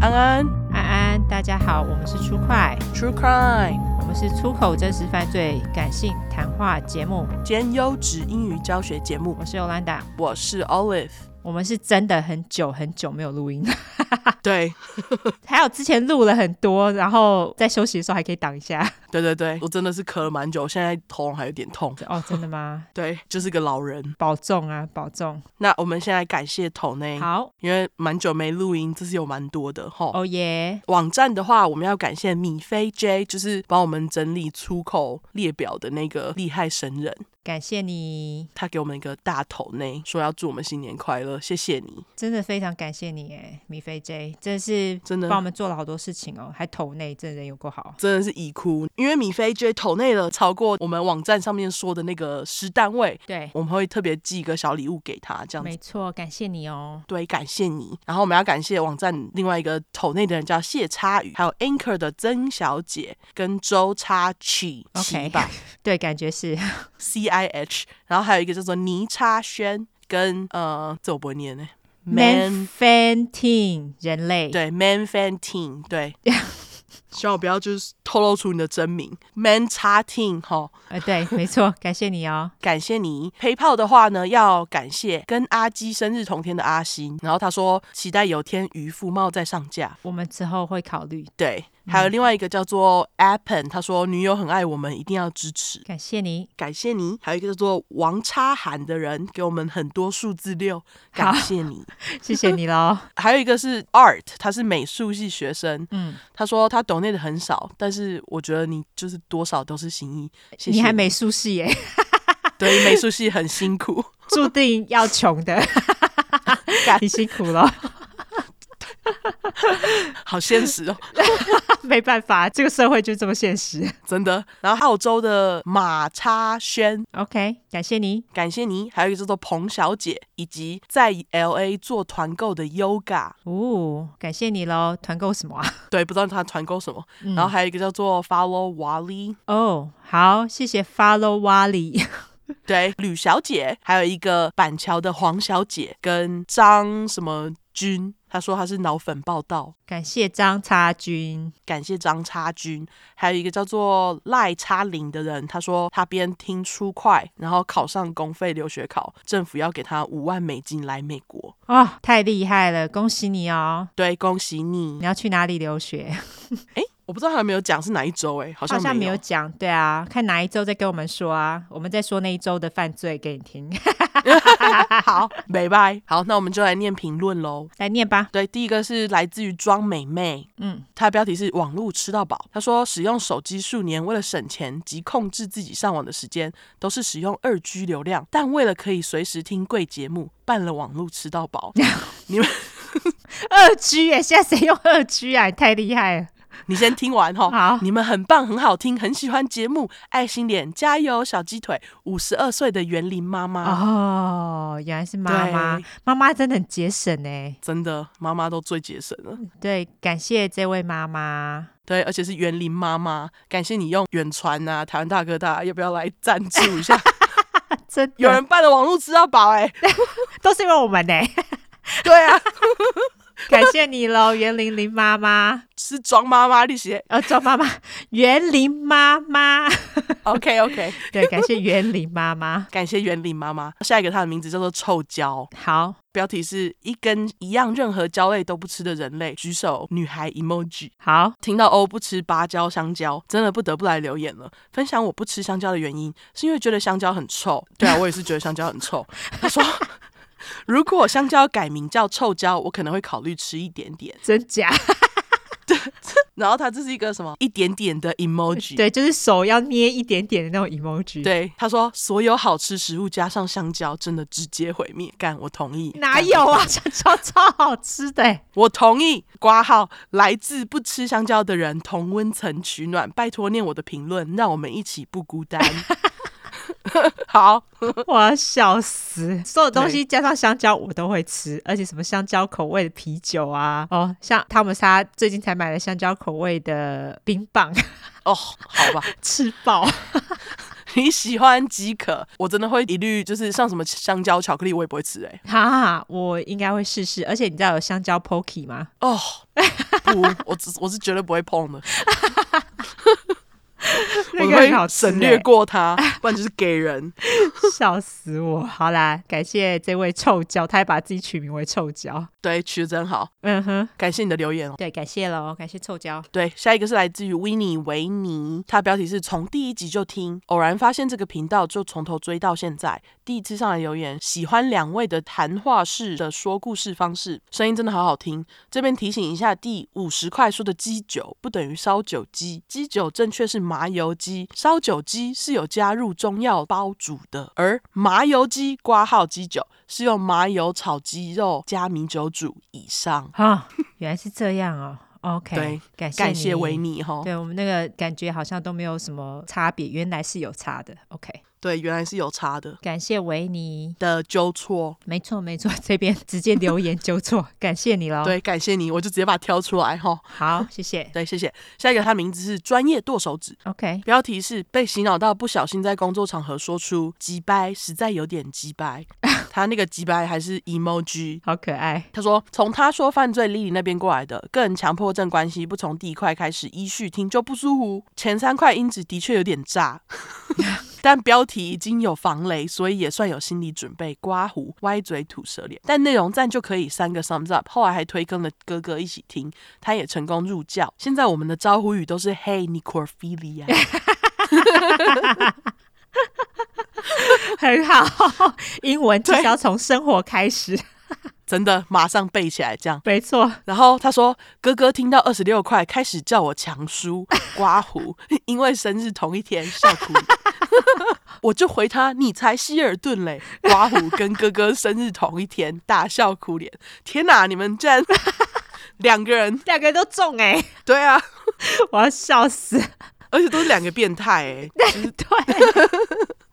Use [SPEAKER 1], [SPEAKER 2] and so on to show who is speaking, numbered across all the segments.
[SPEAKER 1] 安安
[SPEAKER 2] 安安，大家好，我们是出快，
[SPEAKER 1] ，True Crime，
[SPEAKER 2] 我们是出口真实犯罪感性谈话节目，
[SPEAKER 1] 兼优质英语教学节目。
[SPEAKER 2] 我是 Yolanda，
[SPEAKER 1] 我是 Olive，
[SPEAKER 2] 我们是真的很久很久没有录音了，
[SPEAKER 1] 对
[SPEAKER 2] 还有之前录了很多，然后在休息的时候还可以挡一下。
[SPEAKER 1] 对对对，我真的是咳了蛮久，现在喉咙还有点痛。
[SPEAKER 2] 哦，真的吗？
[SPEAKER 1] 对，就是个老人。
[SPEAKER 2] 保重啊，保重。
[SPEAKER 1] 那我们现在感谢头内，
[SPEAKER 2] 好，
[SPEAKER 1] 因为蛮久没录音，这次有蛮多的哈。
[SPEAKER 2] 哦耶，
[SPEAKER 1] 网站的话，我们要感谢米菲 J，就是帮我们整理出口列表的那个厉害神人，
[SPEAKER 2] 感谢你，
[SPEAKER 1] 他给我们一个大头内，说要祝我们新年快乐，谢谢你，
[SPEAKER 2] 真的非常感谢你哎，米菲 J，真是
[SPEAKER 1] 真的
[SPEAKER 2] 帮我们做了好多事情哦，还投内，真人有够好。
[SPEAKER 1] 真的是已哭，因为米菲 J 投内了超过我们网站上面说的那个十单位，
[SPEAKER 2] 对，
[SPEAKER 1] 我们会特别寄一个小礼物给他，这样子
[SPEAKER 2] 没。错，感谢你哦。
[SPEAKER 1] 对，感谢你。然后我们要感谢网站另外一个投内的人叫谢叉宇，还有 Anchor 的曾小姐跟周叉曲
[SPEAKER 2] OK
[SPEAKER 1] 奇吧
[SPEAKER 2] 对，感觉是
[SPEAKER 1] C I H，然后还有一个叫做倪叉轩跟呃，这我不会念呢、
[SPEAKER 2] Man Fanting 人类。
[SPEAKER 1] 对 Man Fan Team 对，希望我不要就是透露出你的真名 Man 叉 Team 哈。
[SPEAKER 2] 呃，对，没错，感谢你哦。
[SPEAKER 1] 感谢你。陪泡的话呢，要感谢跟阿基生日同天的阿星，然后他说期待有天渔夫帽再上架。
[SPEAKER 2] 我们之后会考虑，
[SPEAKER 1] 对，还有另外一个叫做 Appen，他说女友很爱我们，一定要支持。
[SPEAKER 2] 感谢你。
[SPEAKER 1] 感谢你，还有一个叫做王叉涵的人给我们很多数字六，感谢你。
[SPEAKER 2] 谢谢你喽。
[SPEAKER 1] 还有一个是 Art，他是美术系学生，
[SPEAKER 2] 嗯，
[SPEAKER 1] 他说他懂内的很少，但是我觉得你就是多少都是心意。谢谢
[SPEAKER 2] 你还美术系耶，
[SPEAKER 1] 对美术系很辛苦，
[SPEAKER 2] 注定要穷的
[SPEAKER 1] 干，
[SPEAKER 2] 你辛苦了，
[SPEAKER 1] 好现实哦。
[SPEAKER 2] 没办法，这个社会就这么现实。
[SPEAKER 1] 真的。然后澳洲的马叉轩，
[SPEAKER 2] OK，感谢你，
[SPEAKER 1] 感谢你，还有一个叫做彭小姐，以及在 L A 做团购的 Yoga，
[SPEAKER 2] 哦，感谢你喽。团购什么啊？
[SPEAKER 1] 对，不知道他团购什么。
[SPEAKER 2] 嗯
[SPEAKER 1] 然后还有一个叫做 Follow Wally，
[SPEAKER 2] 哦，好，谢谢 Follow Wally，
[SPEAKER 1] 对，吕小姐，还有一个板桥的黄小姐跟张什么君，她说她是脑粉报道。
[SPEAKER 2] 感谢张差君，
[SPEAKER 1] 感谢张叉君，还有一个叫做赖叉零的人，他说他边听出快，然后考上公费留学考，政府要给他五万美金来美国。
[SPEAKER 2] 哦，太厉害了，恭喜你哦。
[SPEAKER 1] 对，恭喜你
[SPEAKER 2] 你！要去哪里留学？
[SPEAKER 1] 我不知道他有没有讲是哪一周哎、好
[SPEAKER 2] 好
[SPEAKER 1] 像
[SPEAKER 2] 像
[SPEAKER 1] 没
[SPEAKER 2] 没有讲，对啊，看哪一周再跟我们说啊，我们再说那一周的犯罪给你听，
[SPEAKER 1] 好，拜拜。好，那我们就来念评论喽。
[SPEAKER 2] 来念吧。
[SPEAKER 1] 对，第一个是来自于庄美妹，
[SPEAKER 2] 嗯，
[SPEAKER 1] 她的标题是“网络吃到饱”。她说，使用手机数年，为了省钱及控制自己上网的时间，都是使用二 G 流量，但为了可以随时听贵节目，办了网络吃到 饱。你们，
[SPEAKER 2] 二 G 耶，现在谁用二 G 啊？你太厉害了。
[SPEAKER 1] 你先听完哈。
[SPEAKER 2] 好，
[SPEAKER 1] 你们很棒，很好听，很喜欢节目，爱心脸，加油，小鸡腿。五十二岁的园林妈妈，
[SPEAKER 2] 哦，原来是妈妈
[SPEAKER 1] 对，
[SPEAKER 2] 妈妈真的很节省呢。
[SPEAKER 1] 真的，妈妈都最节省了。
[SPEAKER 2] 对，感谢这位妈妈。
[SPEAKER 1] 对，而且是园林妈妈，感谢你用远传啊，台湾大哥大，要不要来赞助一下？
[SPEAKER 2] 真的
[SPEAKER 1] 有人办了网络吃到饱哎、
[SPEAKER 2] 都是因为我们呢，哎
[SPEAKER 1] 对啊，
[SPEAKER 2] 感谢你喽，袁玲玲妈妈，
[SPEAKER 1] 是庄妈妈那些。
[SPEAKER 2] 呃，周妈妈，袁玲妈妈，
[SPEAKER 1] OK OK，
[SPEAKER 2] 对，感谢袁玲妈妈。
[SPEAKER 1] 感谢园林妈妈。下一个她的名字叫做臭椒，
[SPEAKER 2] 好，
[SPEAKER 1] 标题是一根一样任何椒类都不吃的人类，举手女孩 emoji。
[SPEAKER 2] 好，
[SPEAKER 1] 听到欧不吃芭蕉、香蕉，真的不得不来留言了。分享我不吃香蕉的原因，是因为觉得香蕉很臭。对啊，我也是觉得香蕉很 臭。他说，如果香蕉改名叫臭椒，我可能会考虑吃一点点。
[SPEAKER 2] 真 假？
[SPEAKER 1] 然后他这是一个什么一点点的 emoji。
[SPEAKER 2] 对，就是手要捏一点点的那种 emoji。，
[SPEAKER 1] 对，他说所有好吃食物加上香蕉，真的直接毁灭。干，我同意。
[SPEAKER 2] 哪
[SPEAKER 1] 干
[SPEAKER 2] 有？啊？ 香蕉超好吃的欸，
[SPEAKER 1] 我同意。挂号，来自不吃香蕉的人，同温层取暖。拜托念我的评论，让我们一起不孤单。 好，
[SPEAKER 2] 我要笑死！所有东西加上香蕉我都会吃，而且什么香蕉口味的啤酒啊，哦，像汤姆莎最近才买了香蕉口味的冰棒，
[SPEAKER 1] 哦，好吧，
[SPEAKER 2] 吃爆！
[SPEAKER 1] 你喜欢即可，我真的会一律就是像什么香蕉、巧克力，我也不会吃、欸。哎，
[SPEAKER 2] 哈哈，我应该会试试。而且你知道有香蕉 Pocky 吗？
[SPEAKER 1] 哦，不，我只我是绝对不会碰的，
[SPEAKER 2] 那
[SPEAKER 1] 我
[SPEAKER 2] 个很好
[SPEAKER 1] 会
[SPEAKER 2] 吃欸
[SPEAKER 1] 省略过它，不然就是给人。
[SPEAKER 2] 笑死我！好啦，感谢这位臭脚，他还把自己取名为臭脚。
[SPEAKER 1] 对，取得真好，
[SPEAKER 2] 嗯哼，
[SPEAKER 1] 感谢你的留言哦。
[SPEAKER 2] 对，感谢喽，感谢臭脚。
[SPEAKER 1] 对，下一个是来自于维尼维尼，他的标题是从第一集就听，偶然发现这个频道就从头追到现在。第一次上来留言，喜欢两位的谈话式的说故事方式，声音真的好好听。这边提醒一下，第五十块说的鸡酒不等于烧酒鸡，鸡酒正确是麻油鸡，烧酒鸡是有加入中药煲煮的，而麻油鸡挂号鸡酒是用麻油炒鸡肉加米酒煮。以上，
[SPEAKER 2] 啊，原来是这样哦。OK，
[SPEAKER 1] 对，
[SPEAKER 2] 感谢
[SPEAKER 1] 感谢维
[SPEAKER 2] 你。
[SPEAKER 1] 尼哈。
[SPEAKER 2] 对我们那个感觉好像都没有什么差别，原来是有差的。OK，
[SPEAKER 1] 对，原来是有差的。
[SPEAKER 2] 感谢维尼，
[SPEAKER 1] 的纠错。
[SPEAKER 2] 没错没错，这边直接留言纠错，感谢你喽。，
[SPEAKER 1] 对，感谢你，我就直接把它挑出来哈。
[SPEAKER 2] 好，谢谢。
[SPEAKER 1] 对，谢谢。下一个，他名字是专业剁手指，
[SPEAKER 2] OK，
[SPEAKER 1] 标题是被洗脑到不小心在工作场合说出“鸡掰”，实在有点鸡掰。他那个“鸡掰”还是 emoji。
[SPEAKER 2] 好可爱。
[SPEAKER 1] 他说：“从他说犯罪 Lily 那边过来的，个人强迫症关系不从第一块开始依序听就不舒服。前三块音质的确有点炸， 但标题已经有防雷，所以也算有心理准备。刮胡、歪嘴、吐舌脸，但内容赞就可以三个 thumbs up。后来还推跟了哥哥一起听，他也成功入教。现在我们的招呼语都是 Hey n i c o r p h i l i a
[SPEAKER 2] 很好，英文就是要从生活开始，
[SPEAKER 1] 真的马上背起来这样。”
[SPEAKER 2] 没错，
[SPEAKER 1] 然后他说：“哥哥听到二十六块，开始叫我强叔、 刮胡，因为生日同一天，笑哭。” 我就回他：“你才希尔顿嘞，刮胡跟哥哥生日同一天，大笑哭脸。天哪，你们竟然两个人？
[SPEAKER 2] 两个人都中哎、
[SPEAKER 1] 对啊，
[SPEAKER 2] 我要笑死，
[SPEAKER 1] 而且都是两个变态哎、
[SPEAKER 2] 对，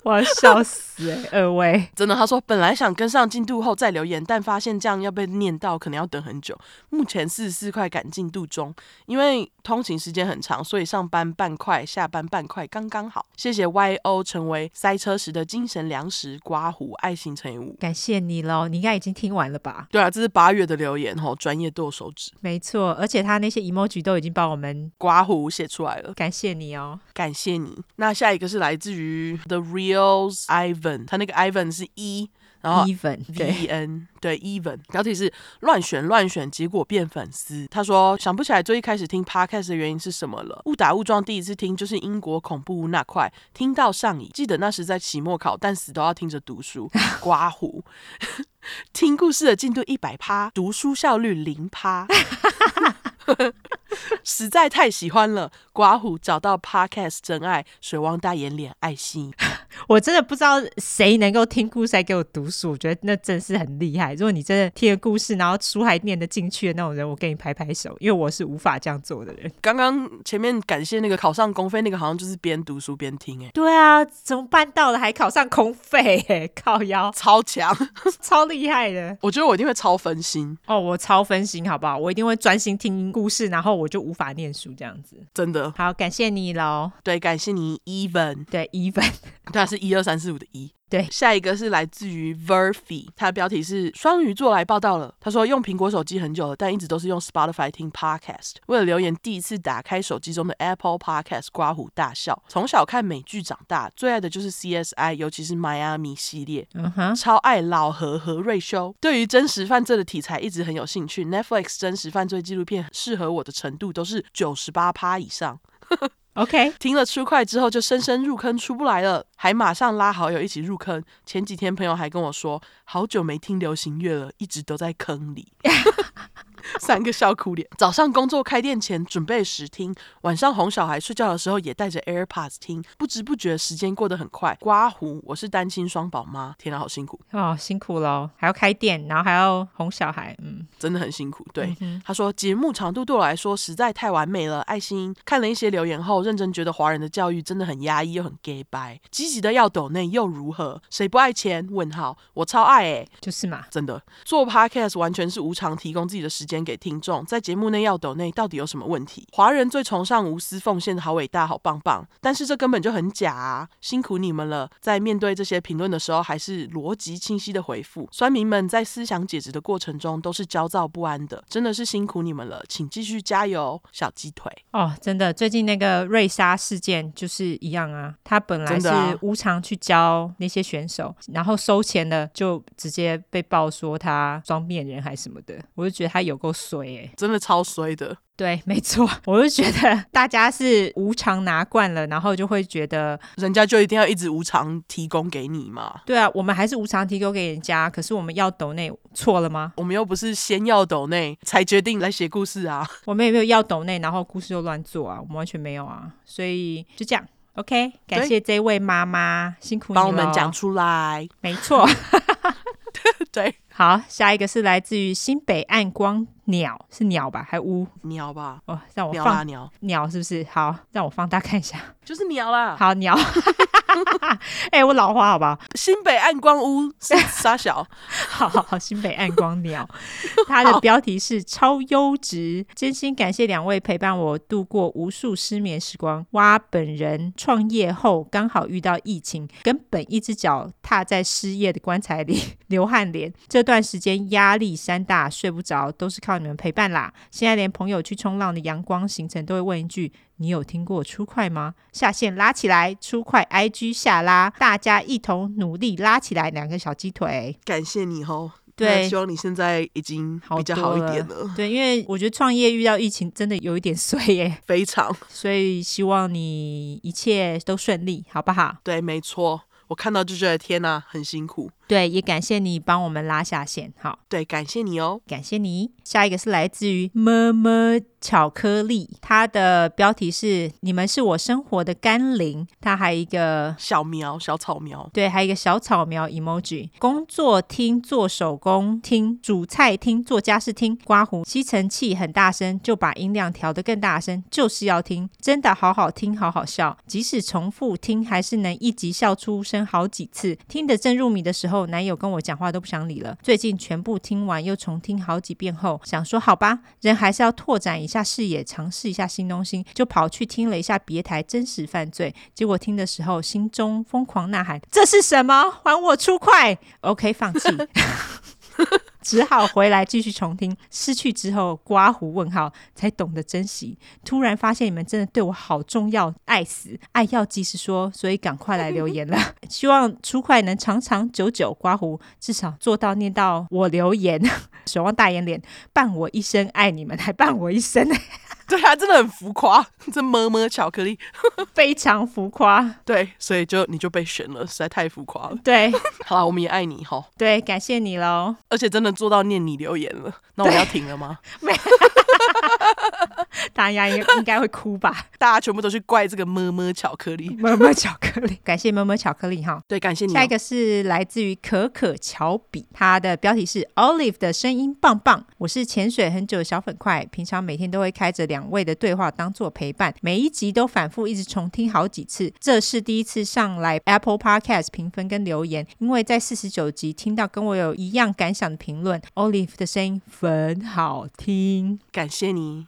[SPEAKER 2] 我要笑死哎、 二位，
[SPEAKER 1] 真的，他说本来想跟上进度后再留言，但发现这样要被念到，可能要等很久。目前四十四块赶进度中，因为通勤时间很长，所以上班半块，下班半块刚刚好。谢谢 YO 成为塞车时的精神粮食，刮胡爱心乘以五。
[SPEAKER 2] 感谢你喽，你应该已经听完了吧？
[SPEAKER 1] 对啊，这是八月的留言吼，专业剁手指，
[SPEAKER 2] 没错，而且他那些 emoji 都已经帮我们
[SPEAKER 1] 刮胡写出来了，
[SPEAKER 2] 感谢你哦。
[SPEAKER 1] 感谢你。那下一个是来自于 The Reals Ivan，他那个 Ivan 是一，然后
[SPEAKER 2] even
[SPEAKER 1] V
[SPEAKER 2] 对
[SPEAKER 1] E N 对 even 标题是乱选乱选，结果变粉丝。他说想不起来最一开始听 podcast 的原因是什么了，误打误撞第一次听就是英国恐怖屋那块，听到上瘾。记得那时在期末考，但死都要听着读书， 刮胡。听故事的进度一百趴，读书效率零趴， 实在太喜欢了。刮胡找到 podcast 真爱，水汪大眼脸爱心。
[SPEAKER 2] 我真的不知道谁能够听故事还给我读书，我觉得那真是很厉害。如果你真的听了故事，然后书还念得进去的那种人，我给你拍拍手，因为我是无法这样做的人。
[SPEAKER 1] 刚刚前面感谢那个考上公费那个，好像就是边读书边听、欸，
[SPEAKER 2] 对啊，怎么办到的？还考上空肺、欸， 靠腰，
[SPEAKER 1] 超强，
[SPEAKER 2] 超厉害的。
[SPEAKER 1] 我觉得我一定会超分心，
[SPEAKER 2] 哦，我超分心，好不好？我一定会专心听故事，然后我就无法念书这样子。
[SPEAKER 1] 真的。
[SPEAKER 2] 好，感谢你喽。
[SPEAKER 1] 对，感谢你，Even，
[SPEAKER 2] 对，even，
[SPEAKER 1] 对啊，是一二三四五的一。
[SPEAKER 2] 对
[SPEAKER 1] 下一个是来自于 Verfi，它的标题是双鱼座来报道了。他说用苹果手机很久了，但一直都是用 Spotify 听 Podcast。为了留言，第一次打开手机中的 Apple Podcast，刮胡大笑。从小看美剧长大，最爱的就是 CSI，尤其是迈阿密系列。
[SPEAKER 2] 嗯哼，
[SPEAKER 1] 超爱老何何瑞修，对于真实犯罪的题材一直很有兴趣。Netflix 真实犯罪纪录片适合我的程度都是九十八趴以上。
[SPEAKER 2] ，OK，
[SPEAKER 1] 听了出快之后就深深入坑出不来了，还马上拉好友一起入坑。前几天朋友还跟我说，好久没听流行乐了，一直都在坑里。 三个笑哭脸。早上工作开店前准备时听，晚上哄小孩睡觉的时候也带着 AirPods 听，不知不觉时间过得很快。刮胡，我是单亲双宝妈，天哪，好辛苦。
[SPEAKER 2] 哦，辛苦喽，还要开店，然后还要哄小孩，嗯，
[SPEAKER 1] 真的很辛苦。对，他说节目长度对我来说实在太完美了。爱心看了一些留言后，认真觉得华人的教育真的很压抑又很 gay 白，积极的要抖内又如何？谁不爱钱？问号，我超爱诶、欸
[SPEAKER 2] 就是嘛，
[SPEAKER 1] 真的做 podcast 完全是无偿提供自己的时间钱给听众，在节目内要抖内到底有什么问题？华人最崇尚无私奉献，好伟大，好棒棒。但是这根本就很假啊！辛苦你们了，在面对这些评论的时候，还是逻辑清晰的回复。酸民们在思想解职的过程中都是焦躁不安的，真的是辛苦你们了，请继续加油，小鸡腿。
[SPEAKER 2] 哦，真的，最近那个瑞莎事件就是一样啊，他本来
[SPEAKER 1] 真
[SPEAKER 2] 是
[SPEAKER 1] 的啊
[SPEAKER 2] 无偿去教那些选手，然后收钱了就直接被爆说他双面人还什么的，我就觉得他有够衰哎、
[SPEAKER 1] 真的超衰的，
[SPEAKER 2] 对，没错，我就觉得大家是无偿拿惯了，然后就会觉得，
[SPEAKER 1] 人家就一定要一直无偿提供给你嘛。
[SPEAKER 2] 对啊，我们还是无偿提供给人家，可是我们要抖内错了吗？
[SPEAKER 1] 我们又不是先要抖内才决定来写故事啊。
[SPEAKER 2] 我们也没有要抖内，然后故事就乱做啊，我们完全没有啊，所以就这样。OK，感
[SPEAKER 1] 对
[SPEAKER 2] 谢这位妈妈，辛苦你
[SPEAKER 1] 帮我
[SPEAKER 2] 咯
[SPEAKER 1] 们讲，出来。
[SPEAKER 2] 没错。
[SPEAKER 1] 对，
[SPEAKER 2] 好，下一个是来自于新北暗光鸟，是鸟吧？还乌？
[SPEAKER 1] 鸟吧，
[SPEAKER 2] 哦，让我
[SPEAKER 1] 鸟啦
[SPEAKER 2] 放
[SPEAKER 1] 鸟，
[SPEAKER 2] 鸟是不是？好，让我放大看一下。
[SPEAKER 1] 就是鸟啦。
[SPEAKER 2] 好，鸟。 哎、我老花好不好？
[SPEAKER 1] 新北暗光屋是傻小，
[SPEAKER 2] 好好好，新北暗光鸟，它的标题是超优质，真心感谢两位陪伴我度过无数失眠时光。哇，本人创业后刚好遇到疫情，根本一只脚踏在失业的棺材里，流汗脸。这段时间压力山大，睡不着，都是靠你们陪伴啦。现在连朋友去冲浪的阳光行程都会问一句。你有听过出快吗？下线拉起来，出快 IG 下拉，大家一同努力拉起来，两个小鸡腿。
[SPEAKER 1] 感谢你哦。
[SPEAKER 2] 对
[SPEAKER 1] 那希望你现在已经
[SPEAKER 2] 好
[SPEAKER 1] 比较好一点了，
[SPEAKER 2] 对，因为我觉得创业遇到疫情真的有一点 衰耶，
[SPEAKER 1] 非常
[SPEAKER 2] 所以希望你一切都顺利，好不好？
[SPEAKER 1] 对，没错。我看到就觉得天哪、啊很辛苦。
[SPEAKER 2] 对，也感谢你帮我们拉下线，好，
[SPEAKER 1] 对，感谢你哦。
[SPEAKER 2] 感谢你。下一个是来自于么么巧克力，它的标题是“你们是我生活的甘霖”，它还有一个
[SPEAKER 1] 小苗，小草苗，
[SPEAKER 2] 对，还有一个小草苗 emoji。工作厅做手工厅、煮菜厅做家事厅，刮胡吸尘器很大声，就把音量调得更大声，就是要听，真的好好听，好好笑。即使重复听，还是能一集笑出声好几次。听得正入迷的时候，男友跟我讲话都不想理了。最近全部听完又重听好几遍后，想说好吧，人还是要拓展一下视野，尝试一下新东西，就跑去听了一下别台《真实犯罪》，结果听的时候心中疯狂呐喊：“这是什么？还我出快！”OK，放弃。 只好回来继续重听，失去之后刮胡问号才懂得珍惜。突然发现你们真的对我好重要，爱死，爱要及时说，所以赶快来留言了。希望出快能长长久久，刮胡至少做到念到我留言， 守望大眼脸，伴我一生爱你们， 还伴我一生，
[SPEAKER 1] 对啊，真的很浮夸， 这么么巧克力。
[SPEAKER 2] 非常浮夸。
[SPEAKER 1] 对，所以就你就被选了，实在太浮夸 了。
[SPEAKER 2] 对
[SPEAKER 1] 好啦，我们也爱你哈，
[SPEAKER 2] 对，感谢你喽。
[SPEAKER 1] 而且真的做到念你留言了，那我们要停了吗？
[SPEAKER 2] 大家应应该会哭 吧？
[SPEAKER 1] 大家全部都去怪这个么么巧克力。
[SPEAKER 2] 么么巧克力，感谢么么巧克力哈。
[SPEAKER 1] 对，感谢你、哦。
[SPEAKER 2] 下一个是来自于可可乔比，它的标题是 Olive 的声音棒棒。我是潜水很久的小粉块，平常每天都会开着两位的对话当做陪伴，每一集都反复一直重听好几次。这是第一次上来 Apple Podcast 评分跟留言，因为在四十九集听到跟我有一样感想的评论，Olive 的声音很好听。
[SPEAKER 1] 感谢你。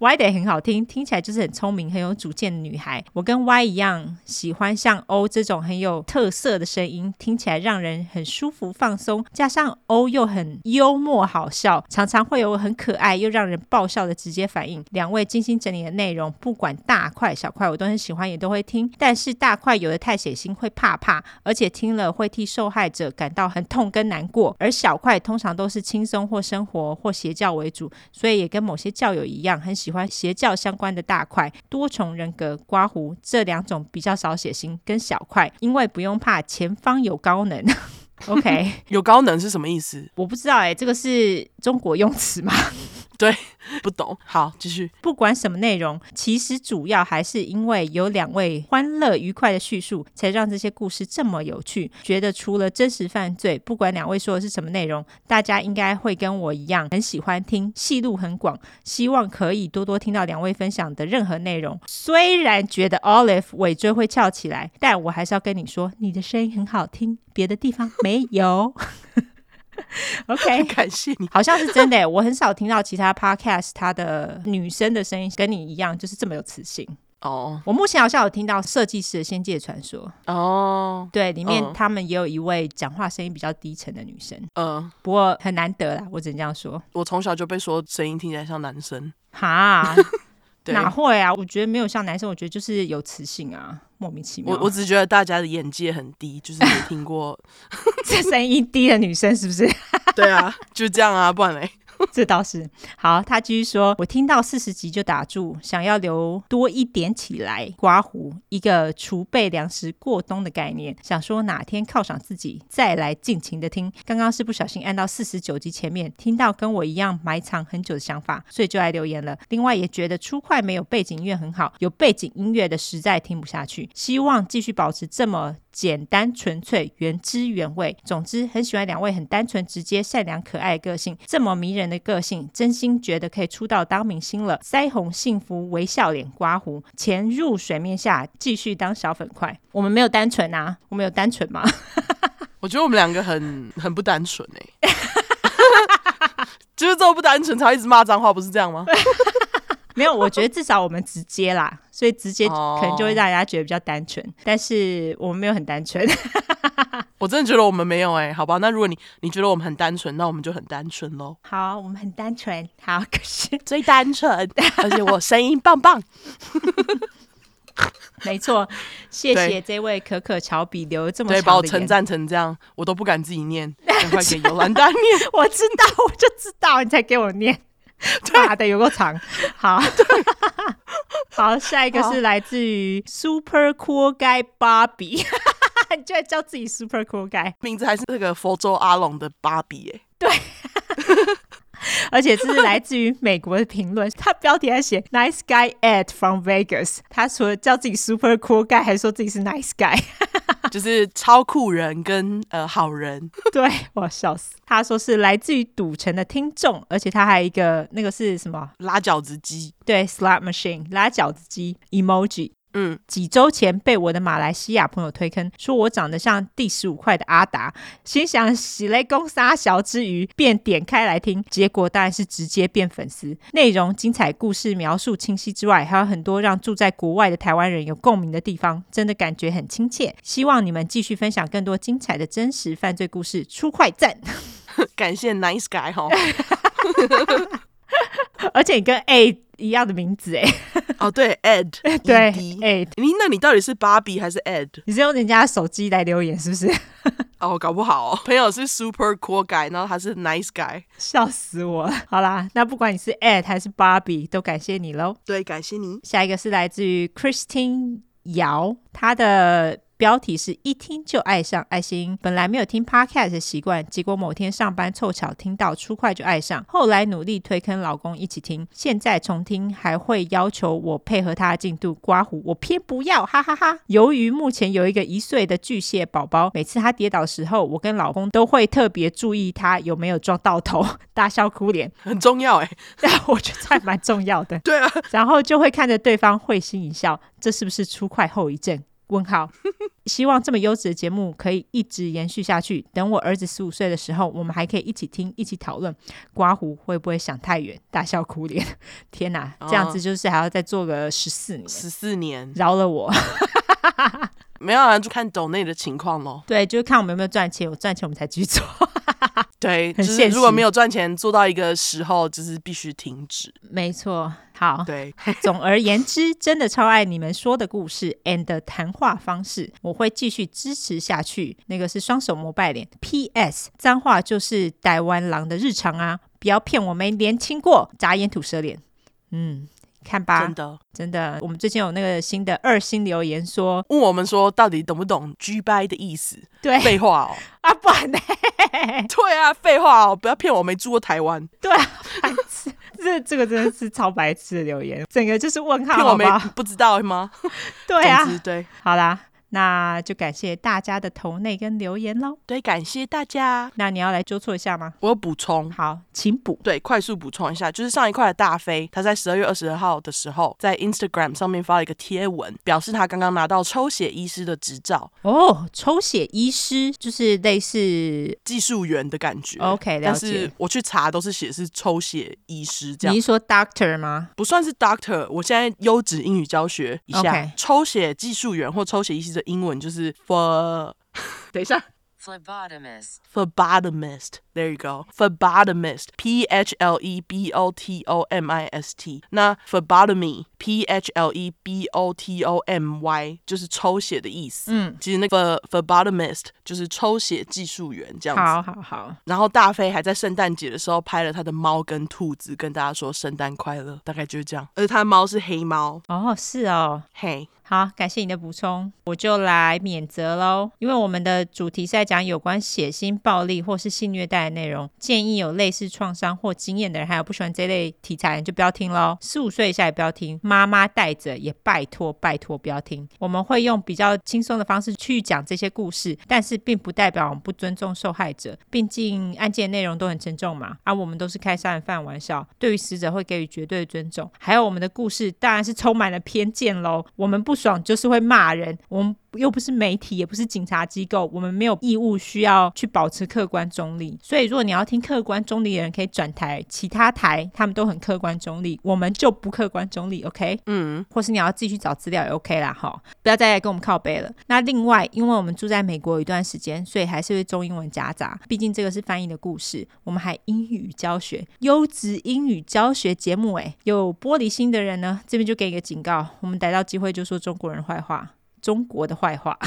[SPEAKER 2] Y 得很好听，听起来就是很聪明、很有主见的女孩。我跟 Y 一样，喜欢像 O 这种很有特色的声音，听起来让人很舒服、放松。加上 O 又很幽默好笑，常常会有很可爱又让人爆笑的直接反应。两位精心整理的内容，不管大块小块，我都很喜欢，也都会听。但是大块有的太血腥，会怕怕，而且听了会替受害者感到很痛跟难过。而小块通常都是轻松或生活或邪教为主，所以也跟某些教友一样，很喜欢邪教相关的大块、多重人格、刮胡这两种比较少血腥跟小块，因为不用怕前方有高能。OK，
[SPEAKER 1] 有高能是什么意思？
[SPEAKER 2] 我不知道哎、这个是中国用词吗？
[SPEAKER 1] 不懂。好，继续。
[SPEAKER 2] 不管什么内容，其实主要还是因为有两位欢乐愉快的叙述，才让这些故事这么有趣。觉得除了真实犯罪，不管两位说的是什么内容，大家应该会跟我一样很喜欢听，戏路很广。希望可以多多听到两位分享的任何内容。虽然觉得 Olive 尾椎会翘起来，但我还是要跟你说，你的声音很好听，别的地方没有。 OK，
[SPEAKER 1] 感谢你。
[SPEAKER 2] 好像是真的欸 耶，我很少听到其他 podcast 它的女生的声音跟你一样，就是这么有磁性。
[SPEAKER 1] 哦
[SPEAKER 2] 我目前好像有听到设计师的《仙界传说》，
[SPEAKER 1] 哦，
[SPEAKER 2] 对，里面
[SPEAKER 1] 嗯
[SPEAKER 2] 他们也有一位讲话声音比较低沉的女生，
[SPEAKER 1] 嗯，
[SPEAKER 2] 不过很难得啦，我只能这样说。
[SPEAKER 1] 我从小就被说声音听起来像男生，
[SPEAKER 2] 哈，
[SPEAKER 1] 对
[SPEAKER 2] 哪会啊？我觉得没有像男生，我觉得就是有磁性啊，莫名其妙。
[SPEAKER 1] 我我只觉得大家的眼界很低，就是没听过，
[SPEAKER 2] 这声音低的女生是不是？
[SPEAKER 1] 对啊， 就这样啊，不然嘞，
[SPEAKER 2] 这倒是好。他继续说，我听到四十集就打住，想要留多一点起来。刮胡一个储备粮食过冬的概念，想说哪天犒赏自己，再来尽情的听。刚刚是不小心按到四十九集前面，听到跟我一样埋藏很久的想法，所以就来留言了。另外也觉得初快没有背景音乐很好，有背景音乐的实在听不下去，希望继续保持这么简单纯粹、原汁原味。总之，很喜欢两位很单纯、直接、善良、可爱的个性，这么迷人的个性，真心觉得可以出道当明星了。腮红、幸福、微笑脸、刮胡，潜入水面下，继续当小粉块。我们没有单纯啊，我们有单纯吗？
[SPEAKER 1] 我觉得我们两个很很不单纯 哎、就是这么不单纯，才会一直骂脏话，不是这样吗？
[SPEAKER 2] 没有，我觉得至少我们直接啦，所以直接
[SPEAKER 1] 哦
[SPEAKER 2] 可能就会让人家觉得比较单纯。但是我们没有很单纯，
[SPEAKER 1] 我真的觉得我们没有哎、好吧，那如果你你觉得我们很单纯，那我们就很单纯喽，
[SPEAKER 2] 好，我们很单纯，好，可是
[SPEAKER 1] 最单纯， 而且我声音棒棒，
[SPEAKER 2] 没错，谢
[SPEAKER 1] 对
[SPEAKER 2] 谢这位可可乔比留了这么
[SPEAKER 1] 对，把
[SPEAKER 2] 长
[SPEAKER 1] 我
[SPEAKER 2] 的
[SPEAKER 1] 称
[SPEAKER 2] 言
[SPEAKER 1] 赞成这样，我都不敢自己 念，赶快给尤兰丹念，
[SPEAKER 2] 我知道，我就知道，你才给 我念。妈的，有够长。好，好，下一个是来自于 Super Cool Guy Bobby，你 居然叫自己 Super Cool Guy，
[SPEAKER 1] 名字还是那个佛州阿龙的芭比哎、
[SPEAKER 2] 而且这是来 自于美国的评论，他标题还写 Nice Guy Ed from Vegas。他除了叫自己 Super Cool Guy，还说自己是 Nice Guy。
[SPEAKER 1] 就是超酷人跟呃好人，
[SPEAKER 2] 对我笑死。他说是来自于赌城的听众，而且他还有一个那个是什么？
[SPEAKER 1] 拉饺子机，
[SPEAKER 2] 对，slot machine 拉饺子机 emoji。
[SPEAKER 1] 嗯，
[SPEAKER 2] 几周前被我的马来西亚朋友推坑，说我长得像第十五块的阿达，心想喜雷公杀小之余，便点开来听，结果当然是直接变粉丝。内容精彩，故事描述清晰之外，还有很多让住在国外的台湾人有共鸣的地方，真的感觉很亲切。希望你们继续分享更多精彩的真实犯罪故事，出快赞！
[SPEAKER 1] 感谢 Nice Guy 哈，
[SPEAKER 2] 而且你跟 A 一样的名字哎，
[SPEAKER 1] 哦对 Ed，
[SPEAKER 2] 对
[SPEAKER 1] ED
[SPEAKER 2] ，A，
[SPEAKER 1] 你那你到底是芭比还是 Ed？
[SPEAKER 2] 你是用人家的手机来留言是不是？
[SPEAKER 1] 哦，搞不好、哦、朋友是 super cool guy，然后他是 nice guy。
[SPEAKER 2] 笑死我了！好啦，那不管你是 Ed 还是 Barbie，都感谢你喽。
[SPEAKER 1] 对，感谢你。
[SPEAKER 2] 下一个是来自于 Christine 姚，她的。标题是一听就爱上爱心，本来没有听 podcast 的习惯，结果某天上班凑巧听到，出快就爱上。后来努力推坑老公一起听，现在重听还会要求我配合他的进度刮胡，我偏不要，哈哈哈由于目前有一个一岁的巨蟹宝宝，每次他跌倒的时候，我跟老公都会特别注意他有没有撞到头，大笑哭脸，
[SPEAKER 1] 很重要哎，
[SPEAKER 2] 但我觉得这还蛮重要的。
[SPEAKER 1] 对啊，
[SPEAKER 2] 然后就会看着对方会心一笑，这是不是出快后遗症？问号。 希望这么优质的节目可以一直延续下去。等我儿子十五岁的时候，我们还可以一起听，一起讨论。刮胡会不会想太远，大笑哭脸？天哪，这样子就是还要再做个十四年，
[SPEAKER 1] 哦十四年
[SPEAKER 2] 饶了我。
[SPEAKER 1] 没有啊，就看抖内的情况咯。
[SPEAKER 2] 对，就是看我们有没有赚钱，有赚钱我们才继续做。
[SPEAKER 1] 对，就
[SPEAKER 2] 很
[SPEAKER 1] 是
[SPEAKER 2] 现
[SPEAKER 1] 如果
[SPEAKER 2] 实
[SPEAKER 1] 没有赚钱，做到一个时候，就是必须停止。
[SPEAKER 2] 没错，好，
[SPEAKER 1] 对，
[SPEAKER 2] 总而言之，真的超爱你们说的故事 and 谈话方式，我会继续支持下去。那个是双手膜拜脸。P.S. 脏话就是台湾狼的日常啊，不要骗我没年轻过，眨眼吐舌脸。嗯，看吧
[SPEAKER 1] 真，的
[SPEAKER 2] 真的，我们最近有那个新的二星留言说，
[SPEAKER 1] 问我们说到底懂不懂 G 掰的意思？
[SPEAKER 2] 对
[SPEAKER 1] 废话哦，
[SPEAKER 2] 啊，不然呢？
[SPEAKER 1] 对啊，废话哦，不要骗我，没住过台湾，
[SPEAKER 2] 对啊，白痴，这这个真的是超白痴的留言，整个就是问号
[SPEAKER 1] 骗我
[SPEAKER 2] 好不
[SPEAKER 1] 没
[SPEAKER 2] 好？
[SPEAKER 1] 不知道吗？
[SPEAKER 2] 对啊，
[SPEAKER 1] 总之对，
[SPEAKER 2] 好啦，那就感谢大家的投内跟留言喽。
[SPEAKER 1] 对，感谢大家。
[SPEAKER 2] 那你要来纠错一下吗？
[SPEAKER 1] 我有补充，
[SPEAKER 2] 好，请补。
[SPEAKER 1] 对，快速补充一下，就是上一块的大飞，他在十二月二十二号的时候，在 Instagram 上面发了一个贴文，表示他刚刚拿到抽血医师的执照，
[SPEAKER 2] 哦，抽血医师就是类似
[SPEAKER 1] 技术员的感觉。
[SPEAKER 2] OK，了
[SPEAKER 1] 但
[SPEAKER 2] 解
[SPEAKER 1] 是。我去查都是写是抽血医师这样
[SPEAKER 2] 你是，说 doctor 吗？
[SPEAKER 1] 不算是 doctor。我现在优质英语教学一下
[SPEAKER 2] OK
[SPEAKER 1] 抽血技术员或抽血医师的英文就是 for，等 一下
[SPEAKER 3] phlebotomist,
[SPEAKER 1] phlebotomist. There you go. Phlebotomist. P H L E B O T O M I S T. 那 phlebotomy. P H L E B O T O M Y 就是抽血的意思。
[SPEAKER 2] 嗯，
[SPEAKER 1] 其实那个 phl- phlebotomist 就是抽血技术员这样子。
[SPEAKER 2] 好好好，
[SPEAKER 1] 然后大飞还在圣诞节的时候拍了他的猫跟兔子，跟大家说圣诞快乐，大概就是这样。而且他的猫是黑猫，
[SPEAKER 2] 哦，是哦，
[SPEAKER 1] 嘿，
[SPEAKER 2] 好，感谢你的补充，我就来免责喽。因为我们的主题是在讲有关血腥暴力或是性虐待的内容，建议有类似创伤或经验的人，还有不喜欢这类题材的人就不要听喽。十五岁以下也不要听，妈妈带着也拜托拜托不要听。我们会用比较轻松的方式去讲这些故事，但是并不代表我们不尊重受害者，毕竟案件内容都很沉重嘛。啊，我们都是开杀人犯玩笑，对于死者会给予绝对的尊重。还有我们的故事当然是充满了偏见喽，我们不爽就是会骂人，我们又不是媒体，也不是警察机构，我们没有义务需要去保持客观中立。所以，如果你要听客观中立的人，可以转台，其他台他们都很客观中立，我们就不客观中立，OK？
[SPEAKER 1] 嗯，
[SPEAKER 2] 或是你要自己去找资料也 OK 啦，哈，不要再来跟我们靠背了。那另外，因为我们住在美国有一段时间，所以还是会中英文夹杂，毕竟这个是翻译的故事。我们还英语教学，优质英语教学节目，诶，有玻璃心的人呢，这边就给一个警告，我们逮到机会就说中国人坏话，中国的坏话。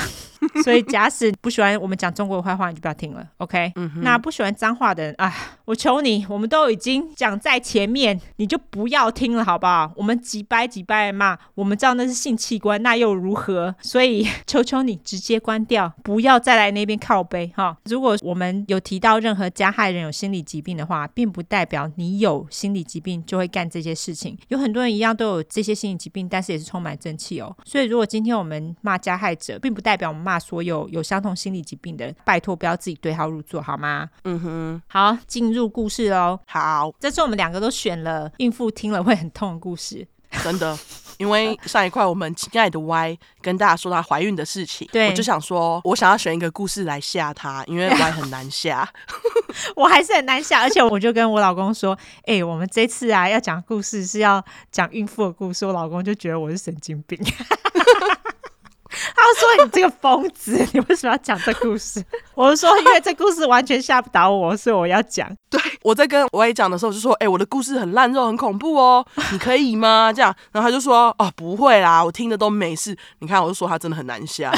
[SPEAKER 2] 所以，假使不喜欢我们讲中国的坏话，你就不要听了，OK？、那不喜欢脏话的人啊，我求你，我们都已经讲在前面，你就不要听了，好不好？我们几掰几掰的骂，我们知道那是性器官，那又如何？所以求求你直接关掉，不要再来那边靠背哈。如果我们有提到任何加害人有心理疾病的话，并不代表你有心理疾病就会干这些事情。有很多人一样都有这些心理疾病，但是也是充满正气哦。所以如果今天我们骂加害者，并不代表我们骂所有有相同心理疾病的人。拜托不要自己对号入座好吗？
[SPEAKER 1] 嗯哼，
[SPEAKER 2] 好，进入故事喽。
[SPEAKER 1] 好，
[SPEAKER 2] 这次我们两个都选了孕妇听了会很痛的故事。
[SPEAKER 1] 真的。 因为上一块我们亲爱的 Y 跟大家说她怀孕的事情，
[SPEAKER 2] 对
[SPEAKER 1] 我就想说，我想要选一个故事来吓她，因 为 Y 很难吓。
[SPEAKER 2] 我还是很难想，而且我就跟我老公说：“哎、我们这次啊要讲故事是要讲孕妇的故事。”我老公就觉得我是神经病， 他说：“你这个疯子，你为什么要讲这故事？”我就说：“因为这故事完全吓不倒我，所以我要讲。
[SPEAKER 1] 对，我在跟 Y 讲的时候就说，哎、我的故事很烂肉，很恐怖哦， 你可以吗？这样，然后他就说，哦，不会啦，我听的都没事。你看，我就说他真的很难 吓。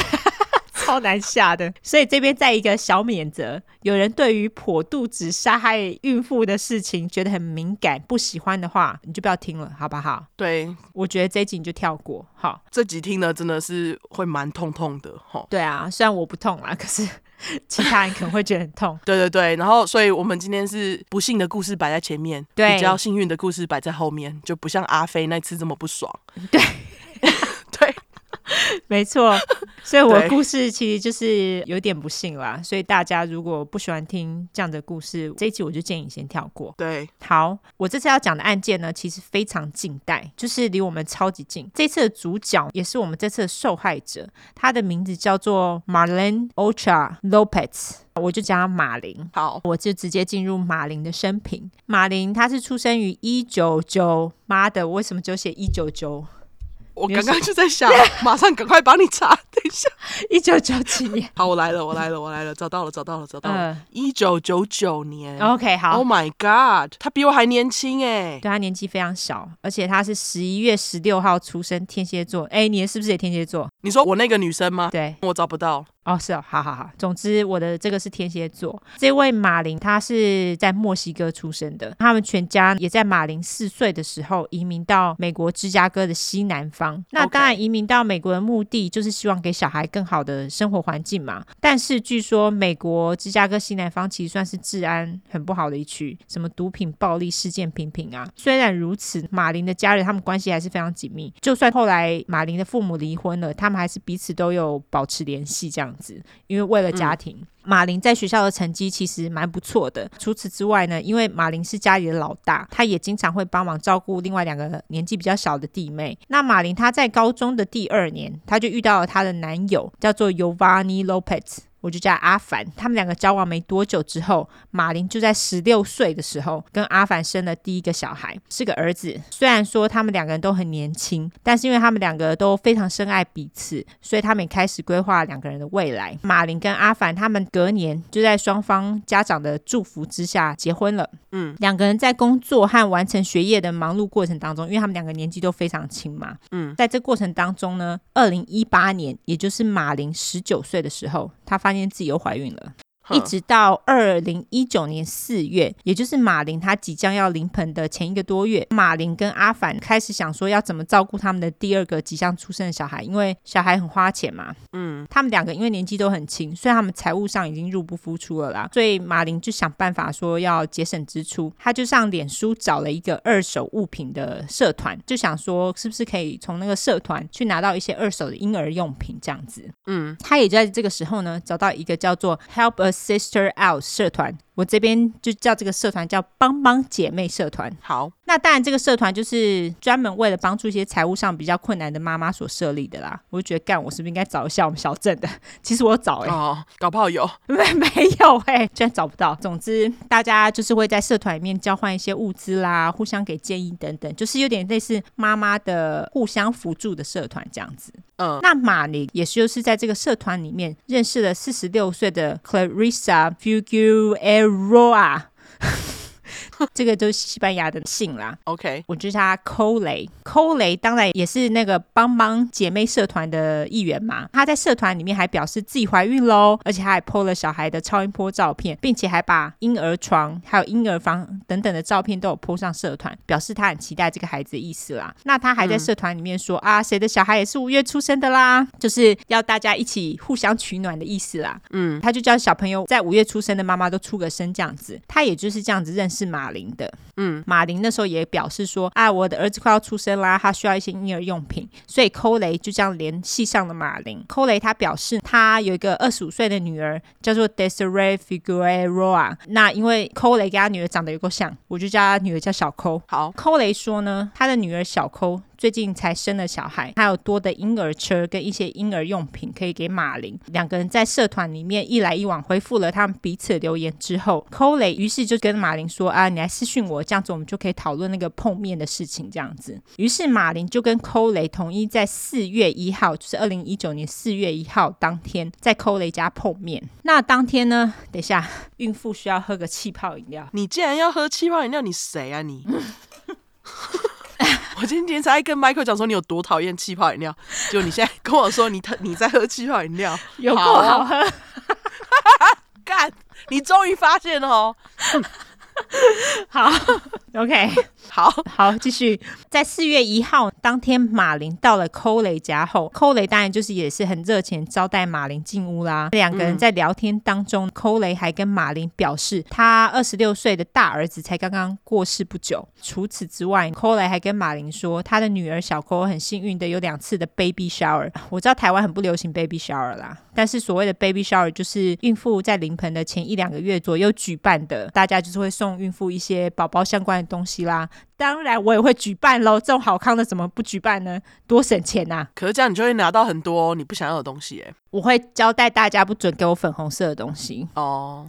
[SPEAKER 2] 超难吓的。所以这边在一个小免责，有人对于剖肚子杀害孕妇的事情觉得很敏感，不喜欢的话，你就不要听了，好不好？
[SPEAKER 1] 对，
[SPEAKER 2] 我觉得这一集你就跳过，好。
[SPEAKER 1] 这集听呢真的是会蛮痛痛的吼。
[SPEAKER 2] 对啊，虽然我不痛啦，可是其他人可能会觉得很痛。
[SPEAKER 1] 对对对，然后所以我们今天是不幸的故事摆在前面，
[SPEAKER 2] 对
[SPEAKER 1] 比较幸运的故事摆在后面，就不像阿飞那次这么不爽。
[SPEAKER 2] 对
[SPEAKER 1] 对，
[SPEAKER 2] 没错，所以我的
[SPEAKER 1] 对
[SPEAKER 2] 故事其实就是有点不幸啦。所以大家如果不喜欢听这样的故事，这一集我就建议你先跳过。
[SPEAKER 1] 对，
[SPEAKER 2] 好，我这次要讲的案件呢，其实非常近代，就是离我们超级近。这次的主角也是我们这次的受害者，他的名字叫做 Marlene Ocha Lopez，我就叫他马林。
[SPEAKER 1] 好，
[SPEAKER 2] 我就直接进入马林的生平。马林他是出生于一九九，妈的，我为什么只有写一九九？
[SPEAKER 1] 我
[SPEAKER 2] 你有
[SPEAKER 1] 刚刚就在想，马上赶快帮你查，等一下。
[SPEAKER 2] 一九九 七年。
[SPEAKER 1] 好，我来了，我来了，我来了，找到了，找到了，找到了
[SPEAKER 2] 嗯，
[SPEAKER 1] 一九九九年。
[SPEAKER 2] OK，好。哦
[SPEAKER 1] Oh my God，他比我还年轻哎。
[SPEAKER 2] 对他年纪非常小，而且他是十一月十六号出生，天蝎座。哎，你是不是也天蝎座？
[SPEAKER 1] 你说我那个女生吗？
[SPEAKER 2] 对，
[SPEAKER 1] 我找不到，
[SPEAKER 2] 哦，是哦，好好好。总之，我的这个是天蝎座。这位马林，他是在墨西哥出生的，他们全家也在马林四岁的时候移民到美国芝加哥的西南方。那
[SPEAKER 1] OK
[SPEAKER 2] 当然，移民到美国的目的就是希望给小孩更好的生活环境嘛。但是据说美国芝加哥西南方其实算是治安很不好的一区，什么毒品、暴力事件频频啊。虽然如此，马林的家人他们关系还是非常紧密。就算后来马林的父母离婚了，他们还是彼此都有保持联系这样子，因为为了家庭。马林在学校的成绩其实蛮不错的。除此之外呢，因为马林是家里的老大，他也经常会帮忙照顾另外两个年纪比较小的弟妹。那马林她在高中的第二年，她就遇到了她的男友，叫做 Giovanni Lopez。我就叫阿凡，他们两个交往没多久之后，马林就在十六岁的时候跟阿凡生了第一个小孩，是个儿子。虽然说他们两个人都很年轻，但是因为他们两个都非常深爱彼此，所以他们也开始规划两个人的未来。马林跟阿凡他们隔年就在双方家长的祝福之下结婚了。嗯，两个人在工作和完成学业的忙碌过程当中，因为他们两个年纪都非常轻嘛，
[SPEAKER 1] 嗯
[SPEAKER 2] 在这过程当中呢，二零一八年，也就是马林十九岁的时候，她发现自己又怀孕了。
[SPEAKER 1] 哼
[SPEAKER 2] 一直到二零一九年四月，也就是马林她即将要临盆的前一个多月，马林跟阿凡开始想说要怎么照顾他们的第二个即将出生的小孩，因为小孩很花钱嘛。嗯，他们两个因为年纪都很轻，所以他们财务上已经入不敷出了啦。所以马林就想办法说要节省支出，他就上脸书找了一个二手物品的社团，就想说是不是可以从那个社团去拿到一些二手的婴儿用品这样子。
[SPEAKER 1] 嗯
[SPEAKER 2] 他也在这个时候呢，找到一个叫做 Help a Sister Out 社团，我这边就叫这个社团叫帮帮姐妹社团。
[SPEAKER 1] 好，
[SPEAKER 2] 那当然，这个社团就是专门为了帮助一些财务上比较困难的妈妈所设立的啦。我就觉得，干，我是不是应该找一下我们小镇的？ 其实我找哎、
[SPEAKER 1] 哦，搞不好有，
[SPEAKER 2] 没没有哎、居然找不到。总之，大家就是会在社团里面交换一些物资啦，互相给建议等等，就是有点类似妈妈的互相辅助的社团这样子。
[SPEAKER 1] 嗯，
[SPEAKER 2] 那马林也是就是在这个社团里面认识了四十六岁的 Clarissa Figueroa，这个就是西班牙的姓啦。
[SPEAKER 1] OK，
[SPEAKER 2] 我就叫她寇雷，寇雷当然也是那个帮帮姐妹社团的一员嘛。她在社团里面还表示自己怀孕喽，而且她还 PO 了小孩的超音波照片，并且还把婴儿床还有婴儿房等等的照片都有 PO 上社团，表示她很期待这个孩子的意思啦。那她还在社团里面说、啊，谁的小孩也是五月出生的啦，就是要大家一起互相取暖的意思啦。嗯，她就叫小朋友在五月出生的妈妈都出个声这样子，她也就是这样子认识马林的。马林那时候也表示说啊，我的儿子快要出生啦，他需要一些婴儿用品，所以寇雷就这样联系上了马林。寇雷他表示，他有一个二十五岁的女儿叫做 Desiree Figueroa，那因为寇雷跟他女儿长得有够像，我就叫他女儿叫小寇。
[SPEAKER 1] 好，
[SPEAKER 2] 寇雷说呢，他的女儿小寇最近才生了小孩，还有多的婴儿车跟一些婴儿用品可以给马林。两个人在社团里面一来一往回复了他们彼此的留言之后，寇雷于是就跟马林说啊，你来私讯我，这样子我们就可以讨论那个碰面的事情，这样子。于是马林就跟寇雷同意在四月一号，就是二零一九年四月一号当天，在寇雷家碰面。那当天呢，等一下孕妇需要喝个气泡饮料。
[SPEAKER 1] 你既然要喝气泡饮料，你谁啊你？ 我今天才跟 Michael 讲说你有多讨厌气泡饮料，结果你现在跟我说你特你在喝气泡饮料，
[SPEAKER 2] 有够
[SPEAKER 1] 好
[SPEAKER 2] 好喝，哦
[SPEAKER 1] 干，你终于发现哦。
[SPEAKER 2] 好，OK，
[SPEAKER 1] 好，
[SPEAKER 2] 好，继续。在四月一号当天，马林到了寇雷家后，寇雷当然就是也是很热情招待马林进屋啦。两个人在聊天当中，寇雷还跟马林表示，他二十六岁的大儿子才刚刚过世不久。除此之外，寇雷还跟马林说，他的女儿小寇很幸运的有两次的 baby shower。我知道台湾很不流行 baby shower 啦，但是所谓的 baby shower 就是孕妇在临盆的前一两个月左右举办的，大家就是会送孕妇一些宝宝相关的东西啦。当然，我也会举办喽。这种好康的怎么不举办呢？多省钱啊呐、
[SPEAKER 1] 可是这样你就会拿到很多你不想要的东西耶。
[SPEAKER 2] 我会交代大家不准给我粉红色的东西。
[SPEAKER 1] 哦，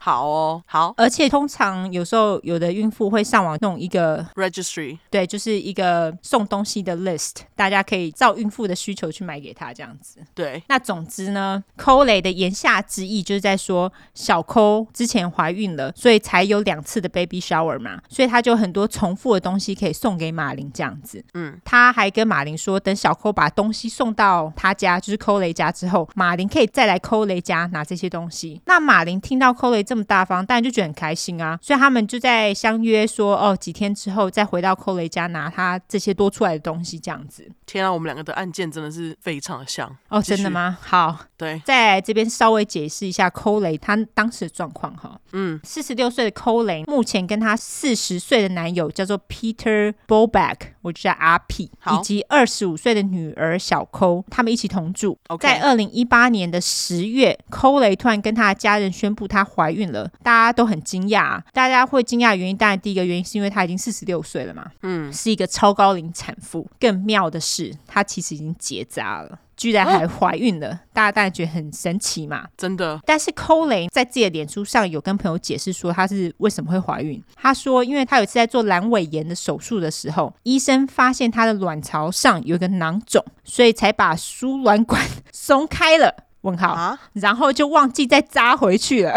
[SPEAKER 1] 好哦，好
[SPEAKER 2] 而且通常有时候有的孕妇会上网弄一个，
[SPEAKER 1] ，registry
[SPEAKER 2] 对，就是一个送东西的 list，大家可以照孕妇的需求去买给她这样子。
[SPEAKER 1] 对，
[SPEAKER 2] 那总之呢，抠雷的言下之意就是在说小抠之前怀孕了，所以才有两次的 baby shower 嘛，所以他就很多重复的东西可以送给马林这样子。
[SPEAKER 1] 嗯，
[SPEAKER 2] 他还跟马林说，等小抠把东西送到他家，就是抠雷家之后，马林可以再来抠雷家拿这些东西。那马林听到抠雷这么大方，当然就觉得很开心啊，所以他们就在相约说，哦，几天之后再回到抠雷家拿他这些多出来的东西这样子。
[SPEAKER 1] 天啊，我们两个的案件真的是非常的像，
[SPEAKER 2] 哦，
[SPEAKER 1] 继续
[SPEAKER 2] 真的吗？好，
[SPEAKER 1] 对，
[SPEAKER 2] 在这边稍微解释一下抠雷他当时的状况哈。
[SPEAKER 1] 嗯，
[SPEAKER 2] 四十六岁的抠雷目前跟她四十岁的男友叫做 Peter Boback，我就叫阿 P，
[SPEAKER 1] 好
[SPEAKER 2] 以及二十五岁的女儿小抠，他们一起同住。
[SPEAKER 1] OK
[SPEAKER 2] 在二零一八年的十月，抠雷突然跟她的家人宣布她怀孕了，大家都很惊讶、啊。大家会惊讶的原因，当然第一个原因是因为她已经四十六岁了嘛，
[SPEAKER 1] 嗯，
[SPEAKER 2] 是一个超高龄产妇。更妙的是，她其实已经结扎了，居然
[SPEAKER 1] 哦
[SPEAKER 2] 还怀孕了，大家当然觉得很神奇嘛。
[SPEAKER 1] 真的，
[SPEAKER 2] 但是寇雷在自己的脸书上有跟朋友解释说她是为什么会怀孕。她说，因为她有一次在做阑尾炎的手术的时候，医生发现她的卵巢上有一个囊肿，所以才把输卵管 松开了。问号，
[SPEAKER 1] 啊，
[SPEAKER 2] 然后就忘记再扎回去了。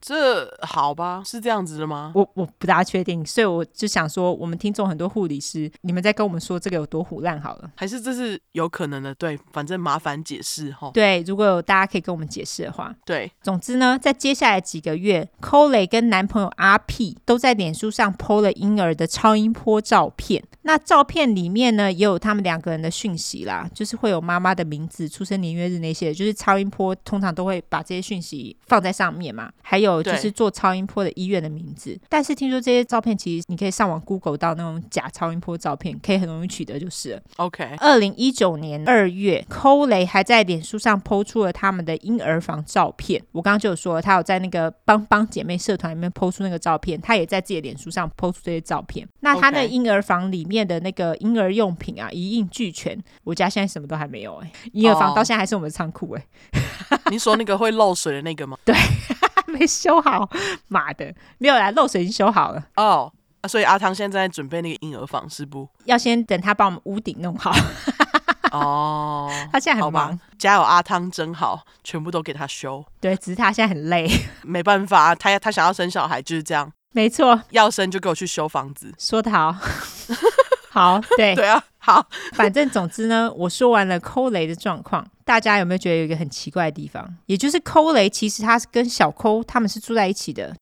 [SPEAKER 1] 这好吧，是这样子的吗？
[SPEAKER 2] 我我不大确定，所以我就想说，我们听众很多护理师，你们在跟我们说这个有多虎烂好了。
[SPEAKER 1] 还是这是有可能的，对，反正麻烦解释哈。
[SPEAKER 2] 对，如果有大家可以跟我们解释的话，
[SPEAKER 1] 对，
[SPEAKER 2] 总之呢，在接下来几个月，寇雷跟男朋友阿 P 都在脸书上 PO 了婴儿的超音波照片。那照片里面呢，也有他们两个人的讯息啦，就是会有妈妈的名字、出生年月日那些，就是超音波通常都会把这些讯息放在上面嘛。还有就是
[SPEAKER 1] 对
[SPEAKER 2] 做超音波的医院的名字。但是听说这些照片其实你可以上网 Google 到那种假超音波照片，可以很容易取得，就是了
[SPEAKER 1] OK，
[SPEAKER 2] 二零一九年二月，寇雷还在脸书上抛出了他们的婴儿房照片。我刚刚就有说了，他有在那个帮帮姐妹社团里面抛出那个照片，他也在自己的脸书上抛出这些照片。那他那
[SPEAKER 1] OK
[SPEAKER 2] 婴儿房里面的那个婴儿用品啊，一应俱全。我家现在什么都还没有哎、婴儿房
[SPEAKER 1] 哦
[SPEAKER 2] 到现在还是我们的仓库哎、
[SPEAKER 1] 你说那个会漏水的那个吗？
[SPEAKER 2] 还没修好，妈的，没有啦，漏水已经修好了。
[SPEAKER 1] 哦、啊所以阿汤现在在准备那个婴儿房，是不？
[SPEAKER 2] 要先等他把我们屋顶弄 好，
[SPEAKER 1] 哦，
[SPEAKER 2] 他现在
[SPEAKER 1] 好
[SPEAKER 2] 很忙
[SPEAKER 1] 吧，，家有阿汤真好，全部都给他修。
[SPEAKER 2] 对，只是他现在很累，
[SPEAKER 1] 没办法，啊他他想要生小孩就是这样，
[SPEAKER 2] 没错，
[SPEAKER 1] 要生就给我去修房子。
[SPEAKER 2] 说得好， 好，对，
[SPEAKER 1] 对啊，好，
[SPEAKER 2] 反正总之呢，我说完了抠雷的状况，大家有没有觉得有一个很奇怪的地方？也就是抠雷其实他是跟小抠他们是住在一起的，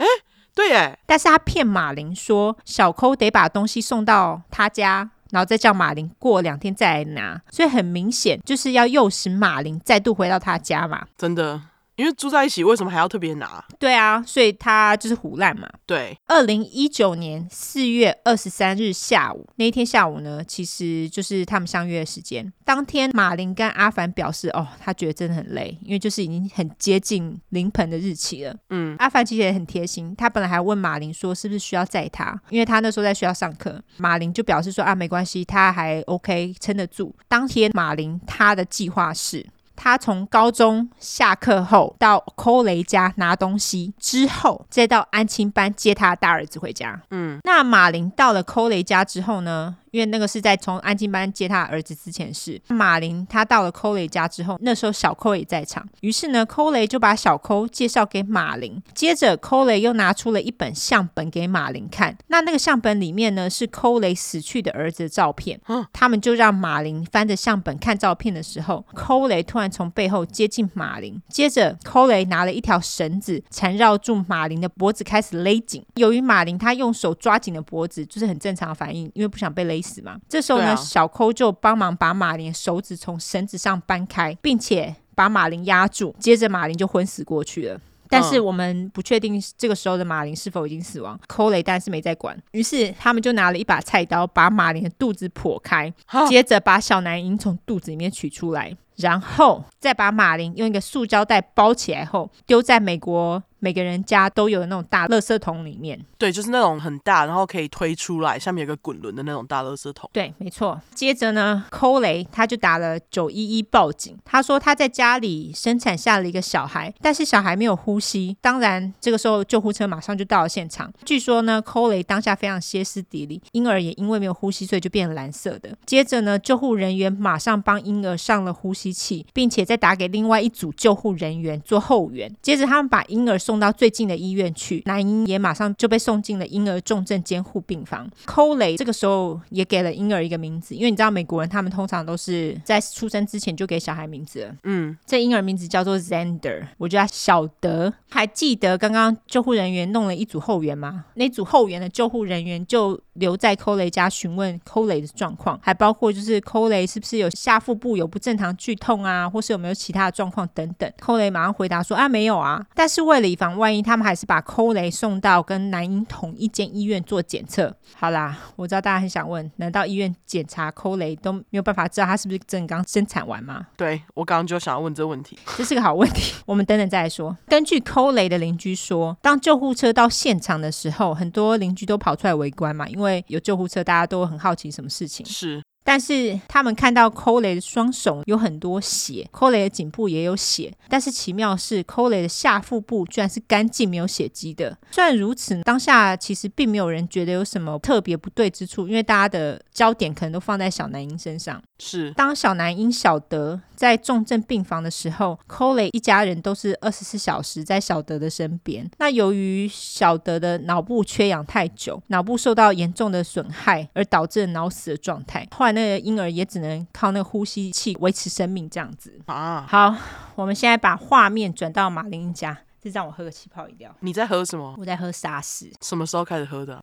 [SPEAKER 1] 对耶，
[SPEAKER 2] 但是他骗马林说小抠得把东西送到他家。然后再叫马林过两天再来拿，所以很明显就是要诱使马林再度回到他家嘛。
[SPEAKER 1] 真的，因为住在一起，为什么还要特别拿？
[SPEAKER 2] 对啊，所以他就是胡乱嘛。
[SPEAKER 1] 对，
[SPEAKER 2] 二零一九年四月二十三日下午，那一天下午呢，其实就是他们相约的时间。当天，马林跟阿凡表示，哦，他觉得真的很累，因为就是已经很接近临盆的日期了。
[SPEAKER 1] 嗯，
[SPEAKER 2] 阿凡其实也很贴心，他本来还问马林说是不是需要载他，因为他那时候在学校上课。马林就表示说啊，没关系，他还 OK 撑得住。当天马林他的计划是。他从高中下课后到寇雷家拿东西之后，再到安亲班接他大儿子回家。
[SPEAKER 1] 嗯，
[SPEAKER 2] 那马林到了寇雷家之后呢？因为那个是在从安静班接他儿子之前的事。马林他到了寇雷家之后，那时候小寇也在场，于是呢，寇雷就把小寇介绍给马林。接着，寇雷又拿出了一本相本给马林看。那那个相本里面呢，是寇雷死去的儿子的照片。他们就让马林翻着相本看照片的时候，寇雷突然从背后接近马林，接着寇雷拿了一条绳子缠绕住马林的脖子，开始勒紧。由于马林他用手抓紧了脖子，就是很正常的反应，因为不想被勒死嘛。这时候呢，
[SPEAKER 1] 对啊
[SPEAKER 2] 小寇就帮忙把马林的手指从绳子上搬开，并且把马林压住，接着马林就昏死过去了。但是我们不确定这个时候的马林是否已经死亡，寇雷但是没在管。于是他们就拿了一把菜刀，把马林的肚子剖开，
[SPEAKER 1] 哈
[SPEAKER 2] 接着把小男婴从肚子里面取出来，然后再把马林用一个塑胶袋包起来后，丢在美国。每个人家都有的那种大垃圾桶里面。
[SPEAKER 1] 对，就是那种很大，然后可以推出来，下面有个滚轮的那种大垃圾桶。
[SPEAKER 2] 对，没错。接着呢，寇雷他就打了九一一报警。他说他在家里生产下了一个小孩，但是小孩没有呼吸。当然，这个时候救护车马上就到了现场。据说呢，寇雷当下非常歇斯底里，婴儿也因为没有呼吸，所以就变蓝色的。接着呢，救护人员马上帮婴儿上了呼吸器，并且再打给另外一组救护人员做后援。接着他们把婴儿送到最近的医院去，男婴也马上就被送进了婴儿重症监护病房。寇雷这个时候也给了婴儿一个名字，因为你知道美国人他们通常都是在出生之前就给小孩名字了。
[SPEAKER 1] 嗯，
[SPEAKER 2] 这婴儿名字叫做 Zander，我叫他小德。还记得刚刚救护人员弄了一组后援吗？那组后援的救护人员就留在 c o l e y 家询问 c o l e y 的状况，还包括就是 c o l e y 是不是有下腹部有不正常剧痛啊，或是有没有其他的状况等等。c o l e y 马上回答说啊没有啊，但是为了以防万一，他们还是把 c o l e y 送到跟男婴同一间医院做检测。好啦，我知道大家很想问，难道医院检查 c o l e y 都没有办法知道他是不是正刚生产完吗？
[SPEAKER 1] 对我刚刚就想要问这个问题。
[SPEAKER 2] 这是个好问题， 我们等等再来说。根据寇雷的邻居说，当救护车到现场的时候，很多邻居都跑出来围观嘛，因为有救护车，大家都很好奇什么事情。
[SPEAKER 1] 是，
[SPEAKER 2] 但是他们看到寇雷的双手有很多血，寇雷的颈部也有血，但是奇妙的是寇雷的下腹部居然是干净没有血迹的。虽然如此，当下其实并没有人觉得有什么特别不对之处，因为大家的焦点可能都放在小男婴身上。
[SPEAKER 1] 是，
[SPEAKER 2] 当小男婴小德在重症病房的时候 c o l e y 一家人都是二十四小时在小德的身边。那由于小德的脑部缺氧太久，脑部受到严重的损害，而导致脑死的状态。后来那个婴儿也只能靠那个呼吸器维持生命，这样子。
[SPEAKER 1] 啊，
[SPEAKER 2] 好，我们现在把画面转到马林家，这让我喝个气泡饮料。
[SPEAKER 1] 你在喝什么？
[SPEAKER 2] 我在喝沙士，
[SPEAKER 1] 什么时候开始喝 的啊？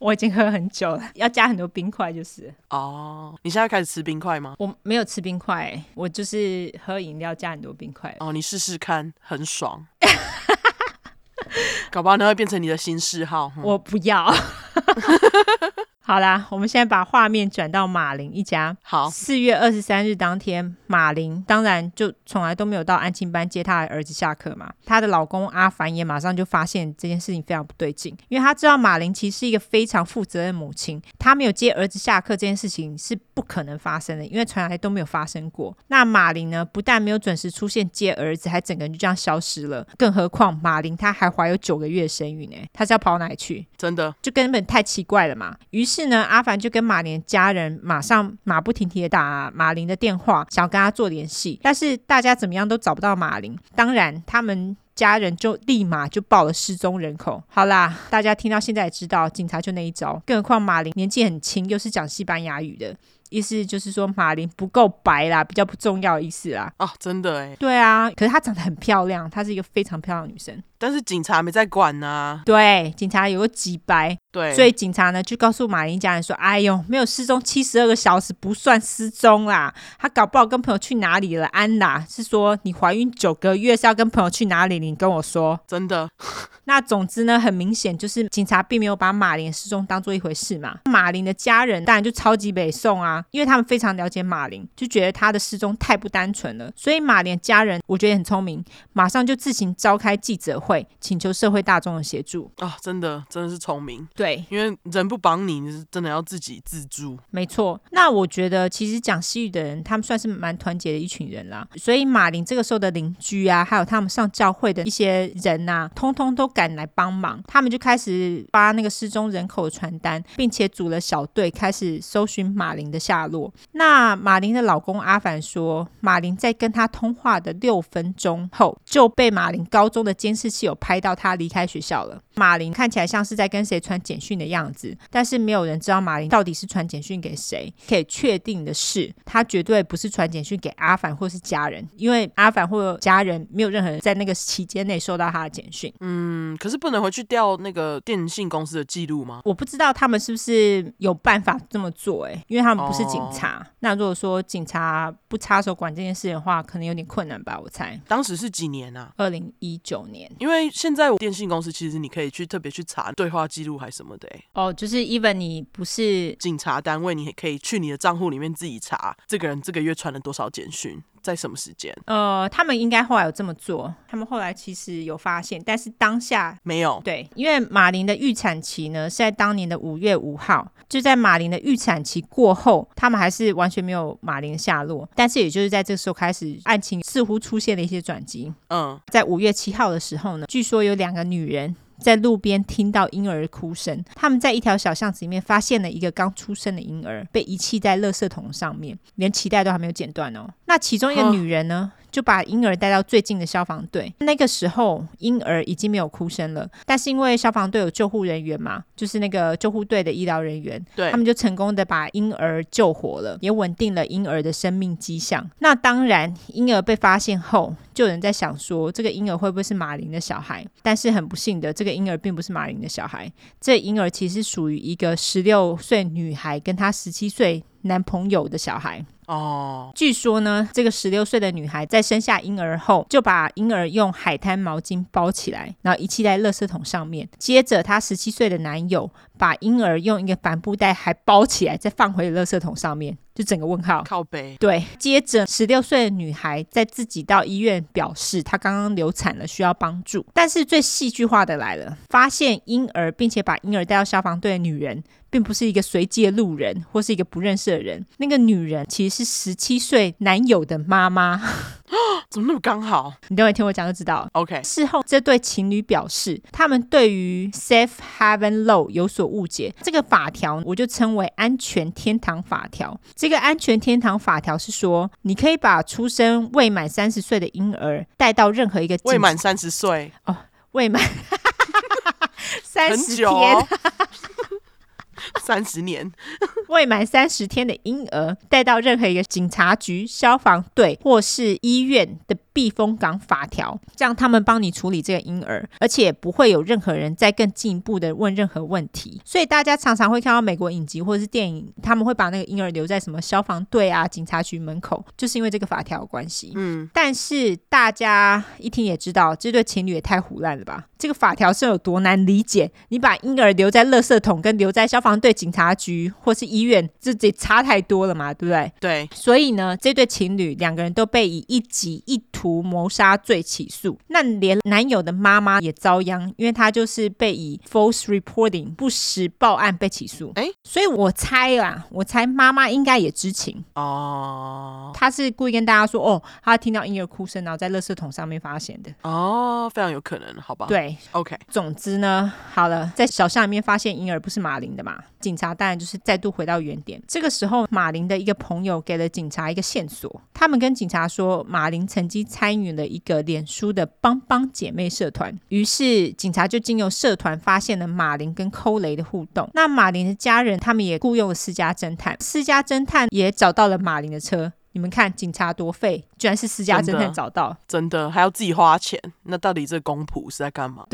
[SPEAKER 2] 我已经喝很久了，要加很多冰块就是了。
[SPEAKER 1] 哦，你现在开始吃冰块吗？
[SPEAKER 2] 我没有吃冰块、欸我就是喝饮料加很多冰块。
[SPEAKER 1] 哦，你试试看，很爽。搞不好那会变成你的新嗜好。嗯
[SPEAKER 2] 我不要。 好啦，我们现在把画面转到马林一家。
[SPEAKER 1] 好，
[SPEAKER 2] 四月二十三日当天，马林当然就从来都没有到安亲班接她的儿子下课嘛。她的老公阿凡也马上就发现这件事情非常不对劲，因为他知道马林其实是一个非常负责任的母亲，她没有接儿子下课这件事情是不可能发生的，因为从来都没有发生过。那马林呢，不但没有准时出现接儿子，还整个人就这样消失了。更何况马林她还怀有九个月的身孕呢，她是要跑到哪里去？
[SPEAKER 1] 真的
[SPEAKER 2] 就根本太奇怪了嘛。于是呢，阿凡就跟马林的家人马上马不停蹄的打马林的电话，想要跟他做联系，但是大家怎么样都找不到马林。当然，他们。家人就立马就报了失踪人口。好啦，大家听到现在也知道，警察就那一招。更何况马林年纪很轻，又是讲西班牙语的，意思就是说马林不够白啦，比较不重要的意思啦。
[SPEAKER 1] 哦，真的哎，
[SPEAKER 2] 对啊，可是她长得很漂亮，她是一个非常漂亮的女生。
[SPEAKER 1] 但是警察没在管呐、
[SPEAKER 2] 对，警察有个几白，
[SPEAKER 1] 对，
[SPEAKER 2] 所以警察呢就告诉马林家人说：“哎呦，没有失踪七十二个小时不算失踪啦，他搞不好跟朋友去哪里了。安啦，是说你怀孕九个月是要跟朋友去哪里？你跟我说。
[SPEAKER 1] 真的
[SPEAKER 2] 那总之呢，很明显就是警察并没有把马林的失踪当做一回事嘛。马林的家人当然就超级北宋啊，因为他们非常了解马林，就觉得他的失踪太不单纯了。所以马林的家人我觉得很聪明，马上就自行召开记者会，请求社会大众的协助。
[SPEAKER 1] 啊、真的真的是聪明，
[SPEAKER 2] 对，
[SPEAKER 1] 因为人不帮你，你是真的要自己自助。
[SPEAKER 2] 没错，那我觉得其实讲西语的人，他们算是蛮团结的一群人啦。所以马林这个时候的邻居啊，还有他们上教会的一些人呐、通通都赶来帮忙。他们就开始发那个失踪人口的传单，并且组了小队开始搜寻马林的下落。那马林的老公阿凡说，马林在跟他通话的六分钟后，就被马林高中的监视器有拍到他离开学校了。马林看起来像是在跟谁传简讯的样子，但是没有人知道马林到底是传简讯给谁。可以确定的是，他绝对不是传简讯给阿凡或是家人，因为阿凡或家人没有任何人在那个期间内收到他的简讯。
[SPEAKER 1] 嗯，可是不能回去调那个电信公司的记录吗？
[SPEAKER 2] 我不知道他们是不是有办法这么做、欸，因为他们不是警察。那如果说警察不插手管这件事的话，可能有点困难吧，我猜。
[SPEAKER 1] 当时是几年啊？
[SPEAKER 2] 二零一九年
[SPEAKER 1] 因为现在电信公司其实你可以去特别去查对话记录还什么的、欸，
[SPEAKER 2] 哦，就是 even 你不是
[SPEAKER 1] 警察单位你也可以去你的账户里面自己查这个人这个月传了多少简讯在什么时间？
[SPEAKER 2] 呃，他们应该后来有这么做，他们后来其实有发现，但是当下
[SPEAKER 1] 没有，
[SPEAKER 2] 对，因为马林的预产期呢是在当年的五月五号，就在马林的预产期过后，他们还是完全没有马林的下落。但是也就是在这个时候开始，案情似乎出现了一些转机。
[SPEAKER 1] 嗯，
[SPEAKER 2] 在五月七号的时候呢，据说有两个女人。在路边听到婴儿哭声，他们在一条小巷子里面发现了一个刚出生的婴儿被遗弃在垃圾桶上面，连脐带都还没有剪断哦。那其中一个
[SPEAKER 1] 啊
[SPEAKER 2] 女人呢，就把婴儿带到最近的消防队。那个时候婴儿已经没有哭声了，但是因为消防队有救护人员嘛，就是那个救护队的医疗人员，
[SPEAKER 1] 对
[SPEAKER 2] 他，们就成功的把婴儿救活了，也稳定了婴儿的生命迹象。那当然，婴儿被发现后，就有人在想说，这个婴儿会不会是马林的小孩？但是很不幸的，这个婴儿并不是马林的小孩，这婴儿其实属于一个十六岁女孩跟她十七岁男朋友的小孩。
[SPEAKER 1] 哦，
[SPEAKER 2] 据说呢，这个十六岁的女孩在生下婴儿后，就把婴儿用海滩毛巾包起来，然后遗弃在垃圾桶上面。接着，她十七岁的男友把婴儿用一个帆布袋还包起来，再放回垃圾桶上面，就整个问号。
[SPEAKER 1] 靠背，
[SPEAKER 2] 对，接着十六岁的女孩在自己到医院表示，她刚刚流产了，需要帮助。但是最戏剧化的来了，发现婴儿并且把婴儿带到消防队的女人，并不是一个随机的路人或是一个不认识的人，那个女人其实是十七岁男友的妈妈。
[SPEAKER 1] 怎么那么刚好
[SPEAKER 2] 你等会听我讲就知道了。
[SPEAKER 1] ？OK，
[SPEAKER 2] 事后，这对情侣表示，他们对于 safe haven law 有所误解。这个法条，我就称为安全天堂法条。这个安全天堂法条是说，你可以把出生未满三十岁的婴儿带到任何一个禁
[SPEAKER 1] 未满哦三十岁，
[SPEAKER 2] 未满三
[SPEAKER 1] 很
[SPEAKER 2] 十
[SPEAKER 1] 久、
[SPEAKER 2] 天
[SPEAKER 1] 哦，三十年，
[SPEAKER 2] 未满三十天的婴儿带到任何一个警察局、消防队或是医院的避风港法条，这样他们帮你处理这个婴儿，而且不会有任何人再更进一步的问任何问题。所以大家常常会看到美国影集或者是电影，他们会把那个婴儿留在什么消防队啊、警察局门口，就是因为这个法条的关系。
[SPEAKER 1] 嗯，
[SPEAKER 2] 但是大家一听也知道，这对情侣也太胡乱了吧？这个法条是有多难理解？你把婴儿留在垃圾桶，跟留在消防队、警察局或是医院，这这差太多了嘛，对不对？
[SPEAKER 1] 对，
[SPEAKER 2] 所以呢，这对情侣两个人都被以一级一图谋杀罪起诉。那连男友的妈妈也遭殃，因为她就是被以 false reporting 不实报案被起诉。
[SPEAKER 1] 诶
[SPEAKER 2] 所以我猜啦，我猜妈妈应该也知情。
[SPEAKER 1] 哦，
[SPEAKER 2] 他是故意跟大家说，哦，他听到婴儿哭声，然后在垃圾桶上面发现的。
[SPEAKER 1] 哦，非常有可能，好吧？
[SPEAKER 2] 对，
[SPEAKER 1] ，OK，
[SPEAKER 2] 总之呢，好了，在小巷里面发现婴儿不是马林的嘛，警察当然就是再度回到原点。这个时候，马林的一个朋友给了警察一个线索，他们跟警察说，马林曾经参与了一个脸书的帮帮姐妹社团，于是警察就经由社团发现了马林跟寇雷的互动。那马林的家人他们也雇佣了私家侦探，私家侦探也找到了马林的车。你们看，警察多废，居然是私家侦
[SPEAKER 1] 真
[SPEAKER 2] 探
[SPEAKER 1] 的
[SPEAKER 2] 找到，
[SPEAKER 1] 真的还要自己花钱，那到底这公仆是在干嘛？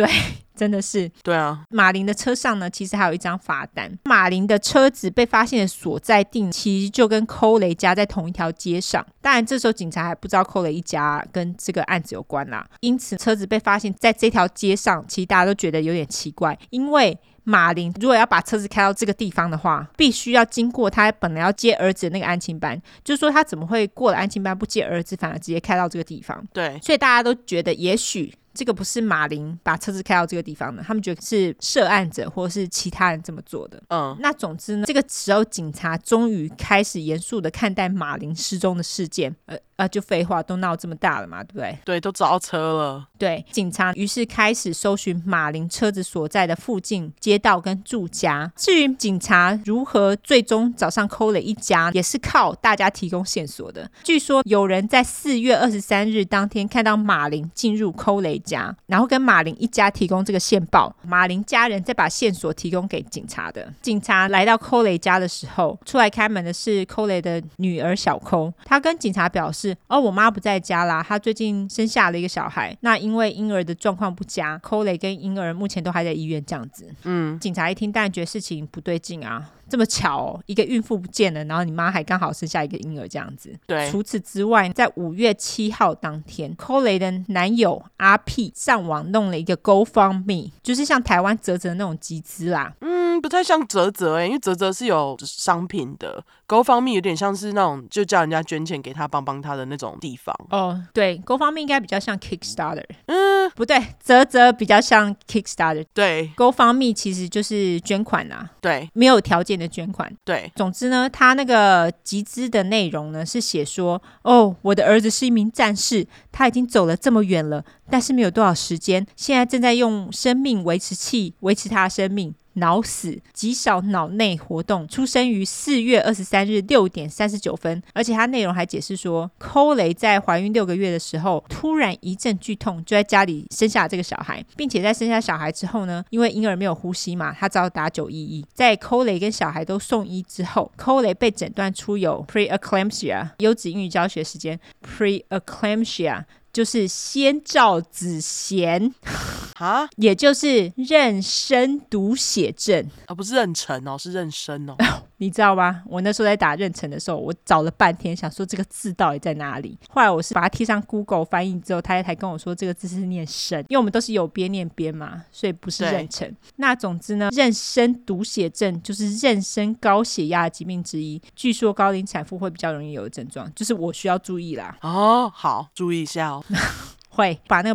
[SPEAKER 2] 真的是
[SPEAKER 1] 对啊，
[SPEAKER 2] 马林的车上呢，其实还有一张罚单。马林的车子被发现的所在地，其实就跟寇雷家在同一条街上。当然，这时候警察还不知道寇雷一家跟这个案子有关啦，因此车子被发现在这条街上，其实大家都觉得有点奇怪，因为。马林如果要把车子开到这个地方的话，必须要经过他本来要接儿子的那个安亲班，就是说他怎么会过了安亲班不接儿子，反而直接开到这个地方？
[SPEAKER 1] 对，
[SPEAKER 2] 所以大家都觉得，也许这个不是马林把车子开到这个地方的，他们觉得是涉案者或是其他人这么做的。
[SPEAKER 1] 嗯，
[SPEAKER 2] 那总之呢，这个时候警察终于开始严肃的看待马林失踪的事件。呃呃，就废话都闹这么大了嘛，对不对？
[SPEAKER 1] 对，都找到车了，
[SPEAKER 2] 对，警察于是开始搜寻马林车子所在的附近街道跟住家。至于警察如何最终找上扣了一家，也是靠大家提供线索的。据说有人在四月二十三日当天看到马林进入扣雷家，然后跟马林一家提供这个线报，马林家人再把线索提供给警察的。警察来到扣雷家的时候，出来开门的是扣雷的女儿小扣，她跟警察表示：“哦，我妈不在家啦，她最近生下了一个小孩，那因为婴儿的状况不佳，扣雷跟婴儿目前都还在医院这样子。”
[SPEAKER 1] 嗯，
[SPEAKER 2] 警察一听，当然觉得事情不对劲啊。这么巧、哦，一个孕妇不见了，然后你妈还刚好生下一个婴儿这样子。
[SPEAKER 1] 对
[SPEAKER 2] 除此之外，在五月七号当天，Coley 的男友阿 P 上网弄了一个 GoFundMe，就是像台湾泽泽那种集资啦，
[SPEAKER 1] 嗯，不太像泽泽哎、因为泽泽是有商品的，GoFundMe 有点像是那种就叫人家捐钱给他帮帮他的那种地方。
[SPEAKER 2] 哦，对，各方面应该比较像 Kickstarter，
[SPEAKER 1] 嗯，
[SPEAKER 2] 不对，泽泽比较像 Kickstarter。
[SPEAKER 1] 对
[SPEAKER 2] 勾方面其实就是捐款啦、
[SPEAKER 1] 对
[SPEAKER 2] 没有条件的捐款。
[SPEAKER 1] 对，
[SPEAKER 2] 总之呢，他那个集资的内容呢是写说，哦，我的儿子是一名战士，他已经走了这么远了，但是没有多少时间，现在正在用生命维持器维持他的生命。脑死，极少脑内活动，出生于四月二十三日六点三十九分。而且他内容还解释说，寇雷在怀孕六个月的时候，突然一阵剧痛，就在家里生下了这个小孩，并且在生下小孩之后呢，因为婴儿没有呼吸嘛，他只好打九一一。在寇雷跟小孩都送医之后，寇雷被诊断出有 preeclampsia 优质英语教学时间 preeclampsia。就是先兆子痫，
[SPEAKER 1] 啊
[SPEAKER 2] 也就是妊娠毒血症。
[SPEAKER 1] 啊，不是妊娠哦，是妊娠哦。
[SPEAKER 2] 你知道吗？我那时候在打妊娠的时候，我找了半天，想说这个字到底在哪里。后来我是把它贴上 Google 翻译之后，他才跟我说这个字是念“生”，因为我们都是有边念边嘛，所以不是
[SPEAKER 1] 对
[SPEAKER 2] 妊娠。那总之呢，妊娠毒血症就是妊娠高血压的疾病之一，据说高龄产妇会比较容易有的症状，就是我需要注意啦。
[SPEAKER 1] 哦，好，注意一下哦。
[SPEAKER 2] 会把那个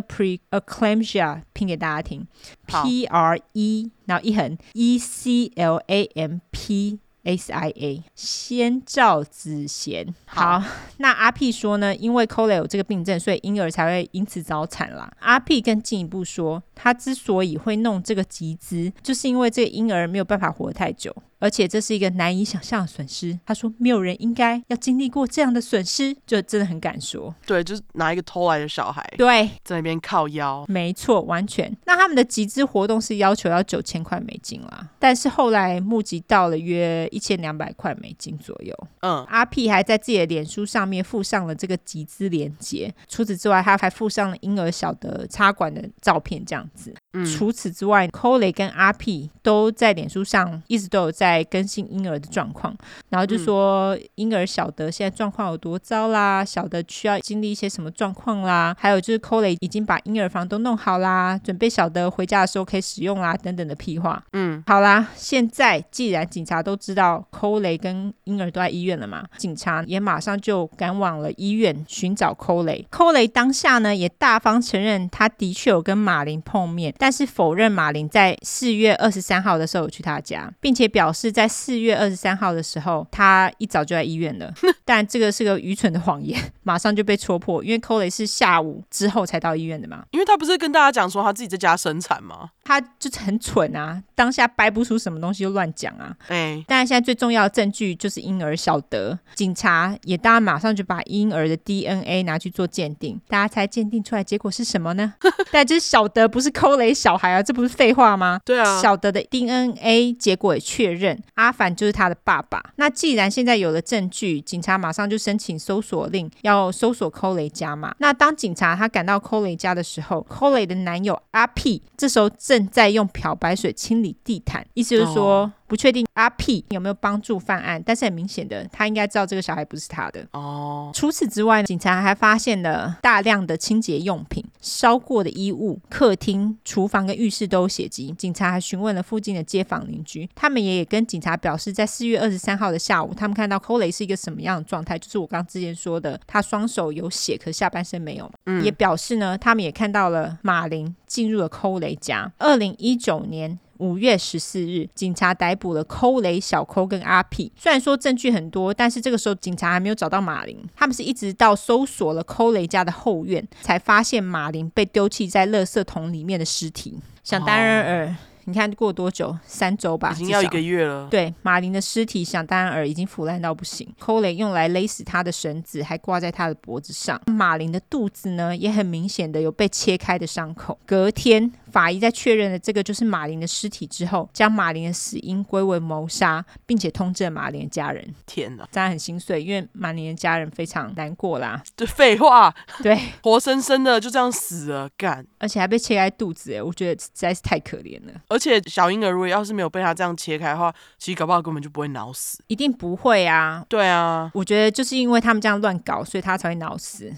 [SPEAKER 2] preeclampsia 拼给大家听
[SPEAKER 1] 好
[SPEAKER 2] ，P R E，然后一横 E C L A M P。S I A 先兆子痫。
[SPEAKER 1] 好
[SPEAKER 2] 好，那阿 P 说呢，因为 c o l e 有这个病症，所以婴儿才会因此早产啦。阿 P 更进一步说，他之所以会弄这个集资，就是因为这个婴儿没有办法活太久，而且这是一个难以想象的损失。他说，没有人应该要经历过这样的损失，就真的很敢说。
[SPEAKER 1] 对，就是拿一个偷来的小孩
[SPEAKER 2] 对，
[SPEAKER 1] 在那边靠腰。
[SPEAKER 2] 没错，完全。那他们的集资活动是要求要九千块美金啦，但是后来募集到了约一千两百块美金左右。
[SPEAKER 1] 嗯，
[SPEAKER 2] 阿 P 还在自己的脸书上面附上了这个集资链接，除此之外，他还附上了婴儿小的插管的照片，这样子。
[SPEAKER 1] 嗯
[SPEAKER 2] 除此之外 c o l e y 跟阿 P 都在脸书上一直都有在更新婴儿的状况，然后就说婴儿小的现在状况有多糟啦，小的需要经历一些什么状况啦，还有就是 c o l e y 已经把婴儿房都弄好啦，准备小的回家的时候可以使用啦，等等的屁话。
[SPEAKER 1] 嗯，
[SPEAKER 2] 好啦，现在既然警察都知道 Coley 跟婴儿都在医院了嘛，警察也马上就赶往了医院寻找 Coley。Coley 当下呢也大方承认他的确有跟马林碰面，但是否认马林在四月二十三号的时候有去他家，并且表示在四月二十三号的时候他一早就在医院了。 但这个是个愚蠢的谎言，马上就被戳破，因为 Coley 是下午之后才到医院的嘛。
[SPEAKER 1] 因为他不是跟大家讲说他自己在家生产吗？
[SPEAKER 2] 他就是很蠢啊，当下掰不出什么东西就乱讲啊。
[SPEAKER 1] 哎、
[SPEAKER 2] 但现在最重要的证据就是婴儿小德，警察也当然马上就把婴儿的 DNA 拿去做鉴定，大家猜鉴定出来结果是什么呢？ 但这小德不是抠雷小孩啊，这不是废话吗？
[SPEAKER 1] 对啊，
[SPEAKER 2] 小德的 DNA 结果也确认，阿凡就是他的爸爸。那既然现在有了证据，警察马上就申请搜索令，要搜索 c o l e y 家嘛。那当警察他赶到 c o l e y 家的时候 c o l e y 的男友阿 P 这时候正在用漂白水清理地毯，意思就是说。
[SPEAKER 1] 哦
[SPEAKER 2] 不确定阿 P 有没有帮助犯案，但是很明显的，他应该知道这个小孩不是他的。
[SPEAKER 1] 哦，
[SPEAKER 2] 除此之外，警察还发现了大量的清洁用品、烧过的衣物、客厅、厨房跟浴室都有血迹。警察还询问了附近的街坊邻居，他们也跟警察表示，在四月二十三号的下午，他们看到 Coley 是一个什么样的状态，就是我刚之前说的，他双手有血，可下半身没有嘛。
[SPEAKER 1] 嗯
[SPEAKER 2] 也表示呢，他们也看到了马林进入了寇雷家。二零一九年。五月十四日，警察逮捕了寇雷、小寇跟阿 P。虽然说证据很多，但是这个时候警察还没有找到马林，他们是一直到搜索了寇雷家的后院，才发现马林被丢弃在垃圾桶里面的尸体。想当然尔，你看过多久？三周吧，
[SPEAKER 1] 哦已经
[SPEAKER 2] 至
[SPEAKER 1] 要一
[SPEAKER 2] 少
[SPEAKER 1] 个月了。
[SPEAKER 2] 对，马林的尸体想当然尔已经腐烂到不行，寇雷用来勒死他的绳子还挂在他的脖子上。马林的肚子呢，也很明显的有被切开的伤口。隔天，法医在确认了这个就是马林的尸体之后，将马林的死因归为谋杀，并且通知了马林的家人。
[SPEAKER 1] 天哪，
[SPEAKER 2] 当然很心碎，因为马林的家人非常难过啦。
[SPEAKER 1] 这废话，
[SPEAKER 2] 对，
[SPEAKER 1] 活生生的就这样死了，干！
[SPEAKER 2] 而且还被切开肚子，哎，我觉得实在是太可怜了。
[SPEAKER 1] 而且小婴儿如果要是没有被他这样切开的话，其实搞不好根本就不会脑死。
[SPEAKER 2] 一定不会啊！
[SPEAKER 1] 对啊，
[SPEAKER 2] 我觉得就是因为他们这样乱搞，所以他才会脑死。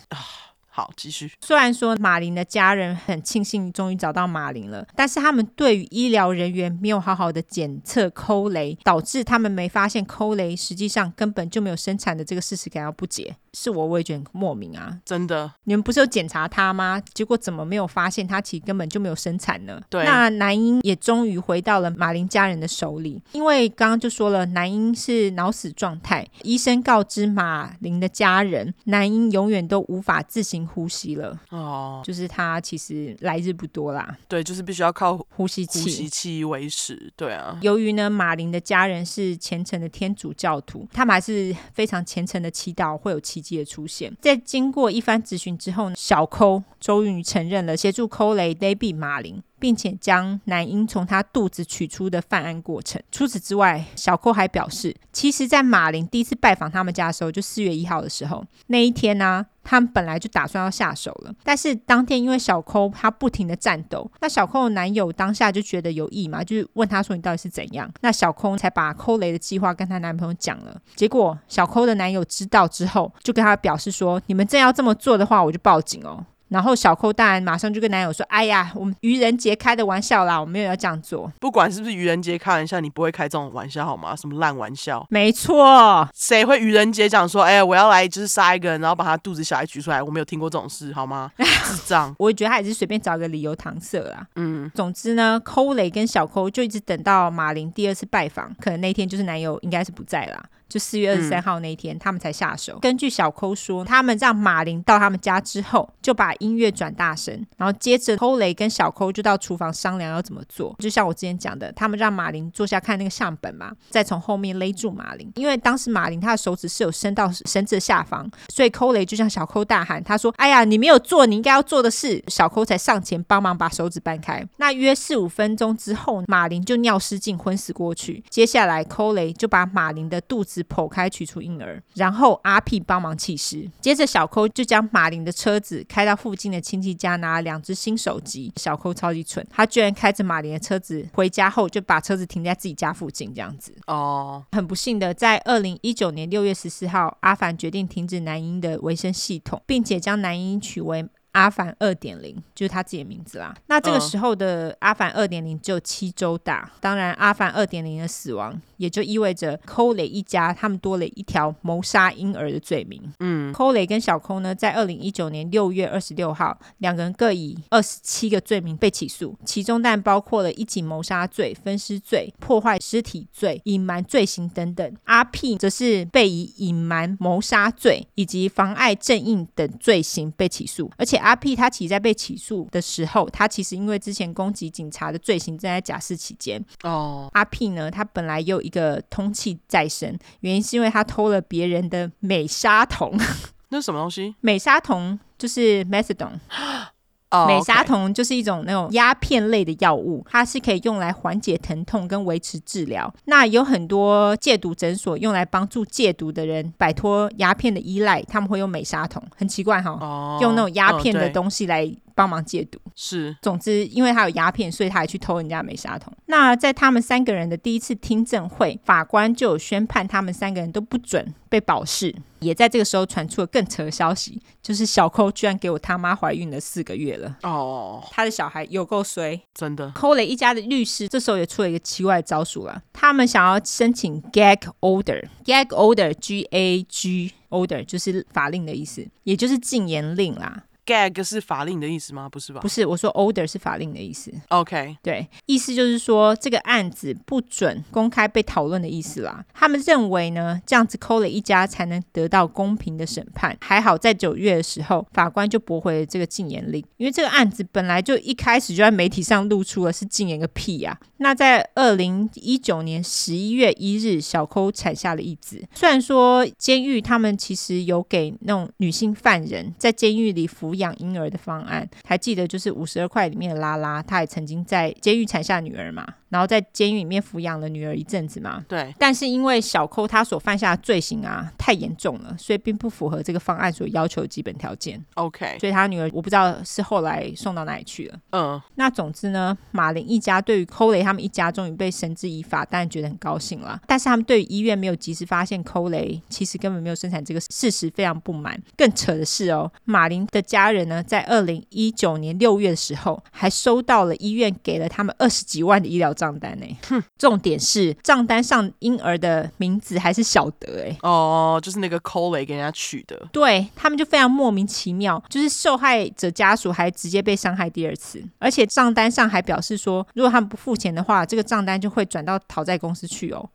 [SPEAKER 1] 好，继续。
[SPEAKER 2] 虽然说马林的家人很庆幸终于找到马林了，但是他们对于医疗人员没有好好的检测抠雷，导致他们没发现抠雷实际上根本就没有生产的这个事实感到不解。是我，我也觉得很莫名啊！
[SPEAKER 1] 真的，
[SPEAKER 2] 你们不是有检查他吗？结果怎么没有发现他其实根本就没有生产呢？
[SPEAKER 1] 对
[SPEAKER 2] 那男婴也终于回到了马林家人的手里，因为刚刚就说了，男婴是脑死状态。医生告知马林的家人，男婴永远都无法自行呼吸了，
[SPEAKER 1] 哦，
[SPEAKER 2] 就是他其实来日不多啦，
[SPEAKER 1] 对，就是必须要靠呼
[SPEAKER 2] 呼吸器。
[SPEAKER 1] 吸器维持。对啊，
[SPEAKER 2] 由于呢，马林的家人是虔诚的天主教徒，他们还是非常虔诚的祈祷会有奇迹的出现。在经过一番咨询之后呢，小抠终于承认了协助抠雷 David 马林。并且将男婴从他肚子取出的犯案过程。除此之外，小抠还表示，其实，在马林第一次拜访他们家的时候，就四月一号的时候，那一天呢、他们本来就打算要下手了，但是当天因为小抠他不停的战斗，那小抠的男友当下就觉得有意嘛，就是问他说你到底是怎样？那小抠才把抠雷的计划跟她男朋友讲了。结果小抠的男友知道之后，就跟他表示说，你们真要这么做的话，我就报警哦。然后小抠当然马上就跟男友说：“哎呀，我们愚人节开的玩笑啦，我没有要这样做。
[SPEAKER 1] 不管是不是愚人节开玩笑，你不会开这种玩笑好吗？什么烂玩笑”？
[SPEAKER 2] 没错，
[SPEAKER 1] 谁会愚人节讲说，哎、我要来就是杀一个人，然后把他肚子小孩取出来？我没有听过这种事，好 吗？智障。
[SPEAKER 2] 我也觉得他也是随便找一个理由搪塞啦。
[SPEAKER 1] 嗯，
[SPEAKER 2] 总之呢，抠雷跟小抠就一直等到马林第二次拜访，可能那天就是男友应该是不在啦。就四月二十三号那一天，他们才下手。根据小抠说，他们让马林到他们家之后，就把音乐转大声，然后接着抠雷跟小抠就到厨房商量要怎么做。就像我之前讲的，他们让马林坐下看那个相本嘛，再从后面勒住马林，因为当时马林他的手指是有伸到绳子的下方，所以抠雷就向小抠大喊，他说：“哎呀，你没有做你应该要做的事。”小抠才上前帮忙把手指掰开。那约四五分钟之后，马林就尿失禁昏死过去。接下来，抠雷就把马林的肚子剖开取出婴儿，然后阿屁帮忙弃尸。接着，小抠就将马林的车子开到附近的亲戚家，拿了两只新手机。小抠超级蠢，他居然开着马林的车子回家后，就把车子停在自己家附近，这样子。
[SPEAKER 1] 哦，
[SPEAKER 2] 很不幸的，在二零一九年六月十四号，阿凡决定停止男婴的维生系统，并且将男婴取为。阿凡二点零就是他自己的名字啦。那这个
[SPEAKER 1] 嗯
[SPEAKER 2] 时候的阿凡二点零只有七周大，当然阿凡二点零的死亡也就意味着寇雷一家他们多了一条谋杀婴儿的罪名。
[SPEAKER 1] 嗯，
[SPEAKER 2] 寇雷跟小寇呢，在二零一九年六月二十六号，两个人各以二十七个罪名被起诉，其中但包括了一起谋杀罪、分尸罪、破坏尸体罪、隐瞒罪行等等。阿 P 则是被以隐瞒谋杀罪以及妨碍正义等罪行被起诉，而且阿 P 他其实在被起诉的时候，他其实因为之前攻击警察的罪行正在假释期间，
[SPEAKER 1] 哦，
[SPEAKER 2] 阿 P 呢，他本来也有一个通气在身，原因是因为他偷了别人的美沙酮。
[SPEAKER 1] 那是什么东西？
[SPEAKER 2] 美沙酮就是 methadone，、
[SPEAKER 1] 哦，
[SPEAKER 2] 美沙
[SPEAKER 1] OK
[SPEAKER 2] 酮就是一种那种鸦片类的药物，它是可以用来缓解疼痛跟维持治疗。那有很多戒毒诊所用来帮助戒毒的人摆脱鸦片的依赖，他们会用美沙酮，很奇怪哈、
[SPEAKER 1] 哦，
[SPEAKER 2] 用那种鸦片的
[SPEAKER 1] 嗯对
[SPEAKER 2] 东西来帮忙戒毒。
[SPEAKER 1] 是
[SPEAKER 2] 总之，因为他有鸦片，所以他还去偷人家美沙酮。那在他们三个人的第一次听证会，法官就有宣判他们三个人都不准被保释。也在这个时候传出了更扯的消息，就是小寇居然给我他妈怀孕了四个月了。
[SPEAKER 1] 哦，
[SPEAKER 2] 他的小孩有够衰，
[SPEAKER 1] 真的
[SPEAKER 2] 寇雷一家的律师这时候也出了一个奇怪的招数了，他们想要申请 gag order，gag order，G A G order 就是法令的意思，也就是禁言令啦。
[SPEAKER 1] ，gag 是法令的意思吗？不是吧
[SPEAKER 2] 不是，我说 order 是法令的意思。
[SPEAKER 1] ？OK，
[SPEAKER 2] 对，意思就是说这个案子不准公开被讨论的意思啦。他们认为呢，这样子抠了一家才能得到公平的审判。还好在九月的时候，法官就驳回了这个禁言令，因为这个案子本来就一开始就在媒体上露出了是禁言个屁呀、那在二零一九年十一月一日，小抠产下了一子。虽然说监狱他们其实有给那种女性犯人在监狱里抚养婴儿的方案。还记得就是五十二块里面的拉拉，她也曾经在监狱产下女儿嘛，然后在监狱里面抚养了女儿一阵子嘛。
[SPEAKER 1] 对，
[SPEAKER 2] 但是因为小抠他所犯下的罪行啊太严重了，所以并不符合这个方案所要求的基本条件，
[SPEAKER 1] OK，
[SPEAKER 2] 所以他女儿我不知道是后来送到哪里去了。
[SPEAKER 1] 嗯，
[SPEAKER 2] 那总之呢，马林一家对于寇雷他们一家终于被绳之以法，当然觉得很高兴啦。但是他们对于医院没有及时发现寇雷其实根本没有生产这个事实非常不满。更扯的是哦，马林的家人呢，在二零一九年六月的时候，还收到了医院给了他们二十几万的医疗账单呢。重点是账单上婴儿的名字还是小德哎。
[SPEAKER 1] 哦，就是那个抠雷给人家取的，
[SPEAKER 2] 对他们就非常莫名其妙，就是受害者家属还直接被伤害第二次，而且账单上还表示说，如果他们不付钱的话，这个账单就会转到讨债公司去哦。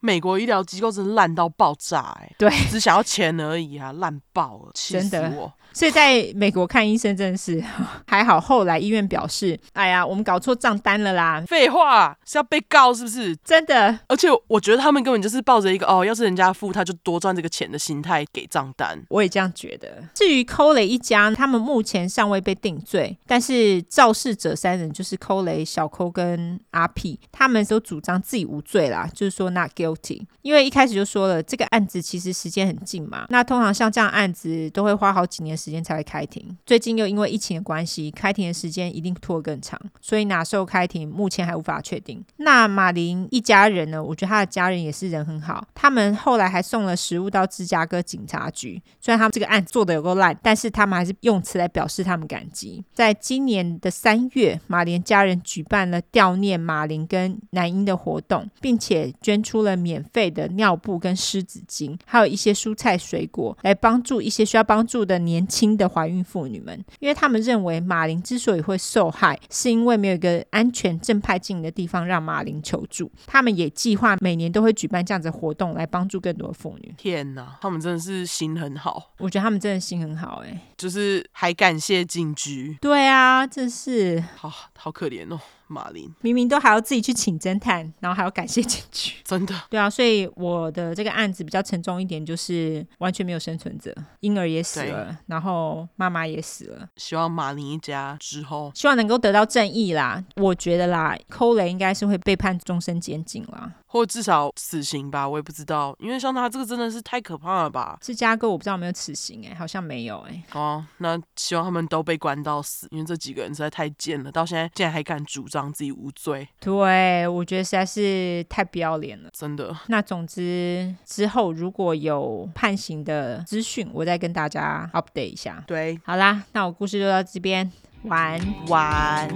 [SPEAKER 1] 美国医疗机构真的烂到爆炸哎、
[SPEAKER 2] 对，
[SPEAKER 1] 只想要钱而已啊，烂爆了，气
[SPEAKER 2] 真
[SPEAKER 1] 死
[SPEAKER 2] 的
[SPEAKER 1] 我！
[SPEAKER 2] 所以在美国看医生真的是还好，后来医院表示，哎呀，我们搞错账单了啦，
[SPEAKER 1] 废话是要被告是不是？
[SPEAKER 2] 真的。
[SPEAKER 1] 而且我觉得他们根本就是抱着一个哦，要是人家付他就多赚这个钱的心态给账单。
[SPEAKER 2] 我也这样觉得。至于寇雷一家，他们目前尚未被定罪，但是肇事者三人就是寇雷、小寇跟阿 P，他们都主张自己无罪啦，就是说 not guilty。因为一开始就说了，这个案子其实时间很近嘛，那通常像这样案子都会花好几年时间才会开庭。最近又因为疫情的关系，开庭的时间一定拖得更长，所以哪时候开庭目前还无法确定。那马林一家人呢？我觉得他的家人也是人很好，他们后来还送了食物到芝加哥警察局。虽然他们这个案做的有够烂，但是他们还是用词来表示他们感激。在今年的三月，马林家人举办了悼念马林跟男婴的活动，并且捐出了免费的尿布跟湿纸巾，还有一些蔬菜水果，来帮助一些需要帮助的年轻的怀孕妇女们。因为他们认为马林之所以会受害，是因为没有一个安全正派经营的地方让马林求助。他们也计划每年都会举办这样子的活动，来帮助更多的妇女。
[SPEAKER 1] 天哪，他们真的是心很好，
[SPEAKER 2] 我觉得他们真的心很好、欸，
[SPEAKER 1] 就是还感谢警局，
[SPEAKER 2] 对啊，这是
[SPEAKER 1] 好好可怜哦，马林
[SPEAKER 2] 明明都还要自己去请侦探，然后还要感谢警局。
[SPEAKER 1] 真的
[SPEAKER 2] 对啊，所以我的这个案子比较沉重一点，就是完全没有生存者，婴儿也死了，然后妈妈也死了，
[SPEAKER 1] 希望马林一家之后
[SPEAKER 2] 希望能够得到正义啦。我觉得啦，寇雷应该是会被判终身监禁啦。
[SPEAKER 1] 或至少死刑吧，我也不知道，因为像他这个真的是太可怕了吧。
[SPEAKER 2] 芝加哥我不知道有没有死刑、欸，好像没有、欸，
[SPEAKER 1] 哦，那希望他们都被关到死，因为这几个人实在太贱了，到现在竟然还敢主张自己无罪，
[SPEAKER 2] 对，我觉得实在是太不要脸了。
[SPEAKER 1] 真的
[SPEAKER 2] 那总之之后如果有判刑的资讯，我再跟大家 update 一下。
[SPEAKER 1] 对。
[SPEAKER 2] 好啦，那我故事就到这边，晚安。
[SPEAKER 1] 晚安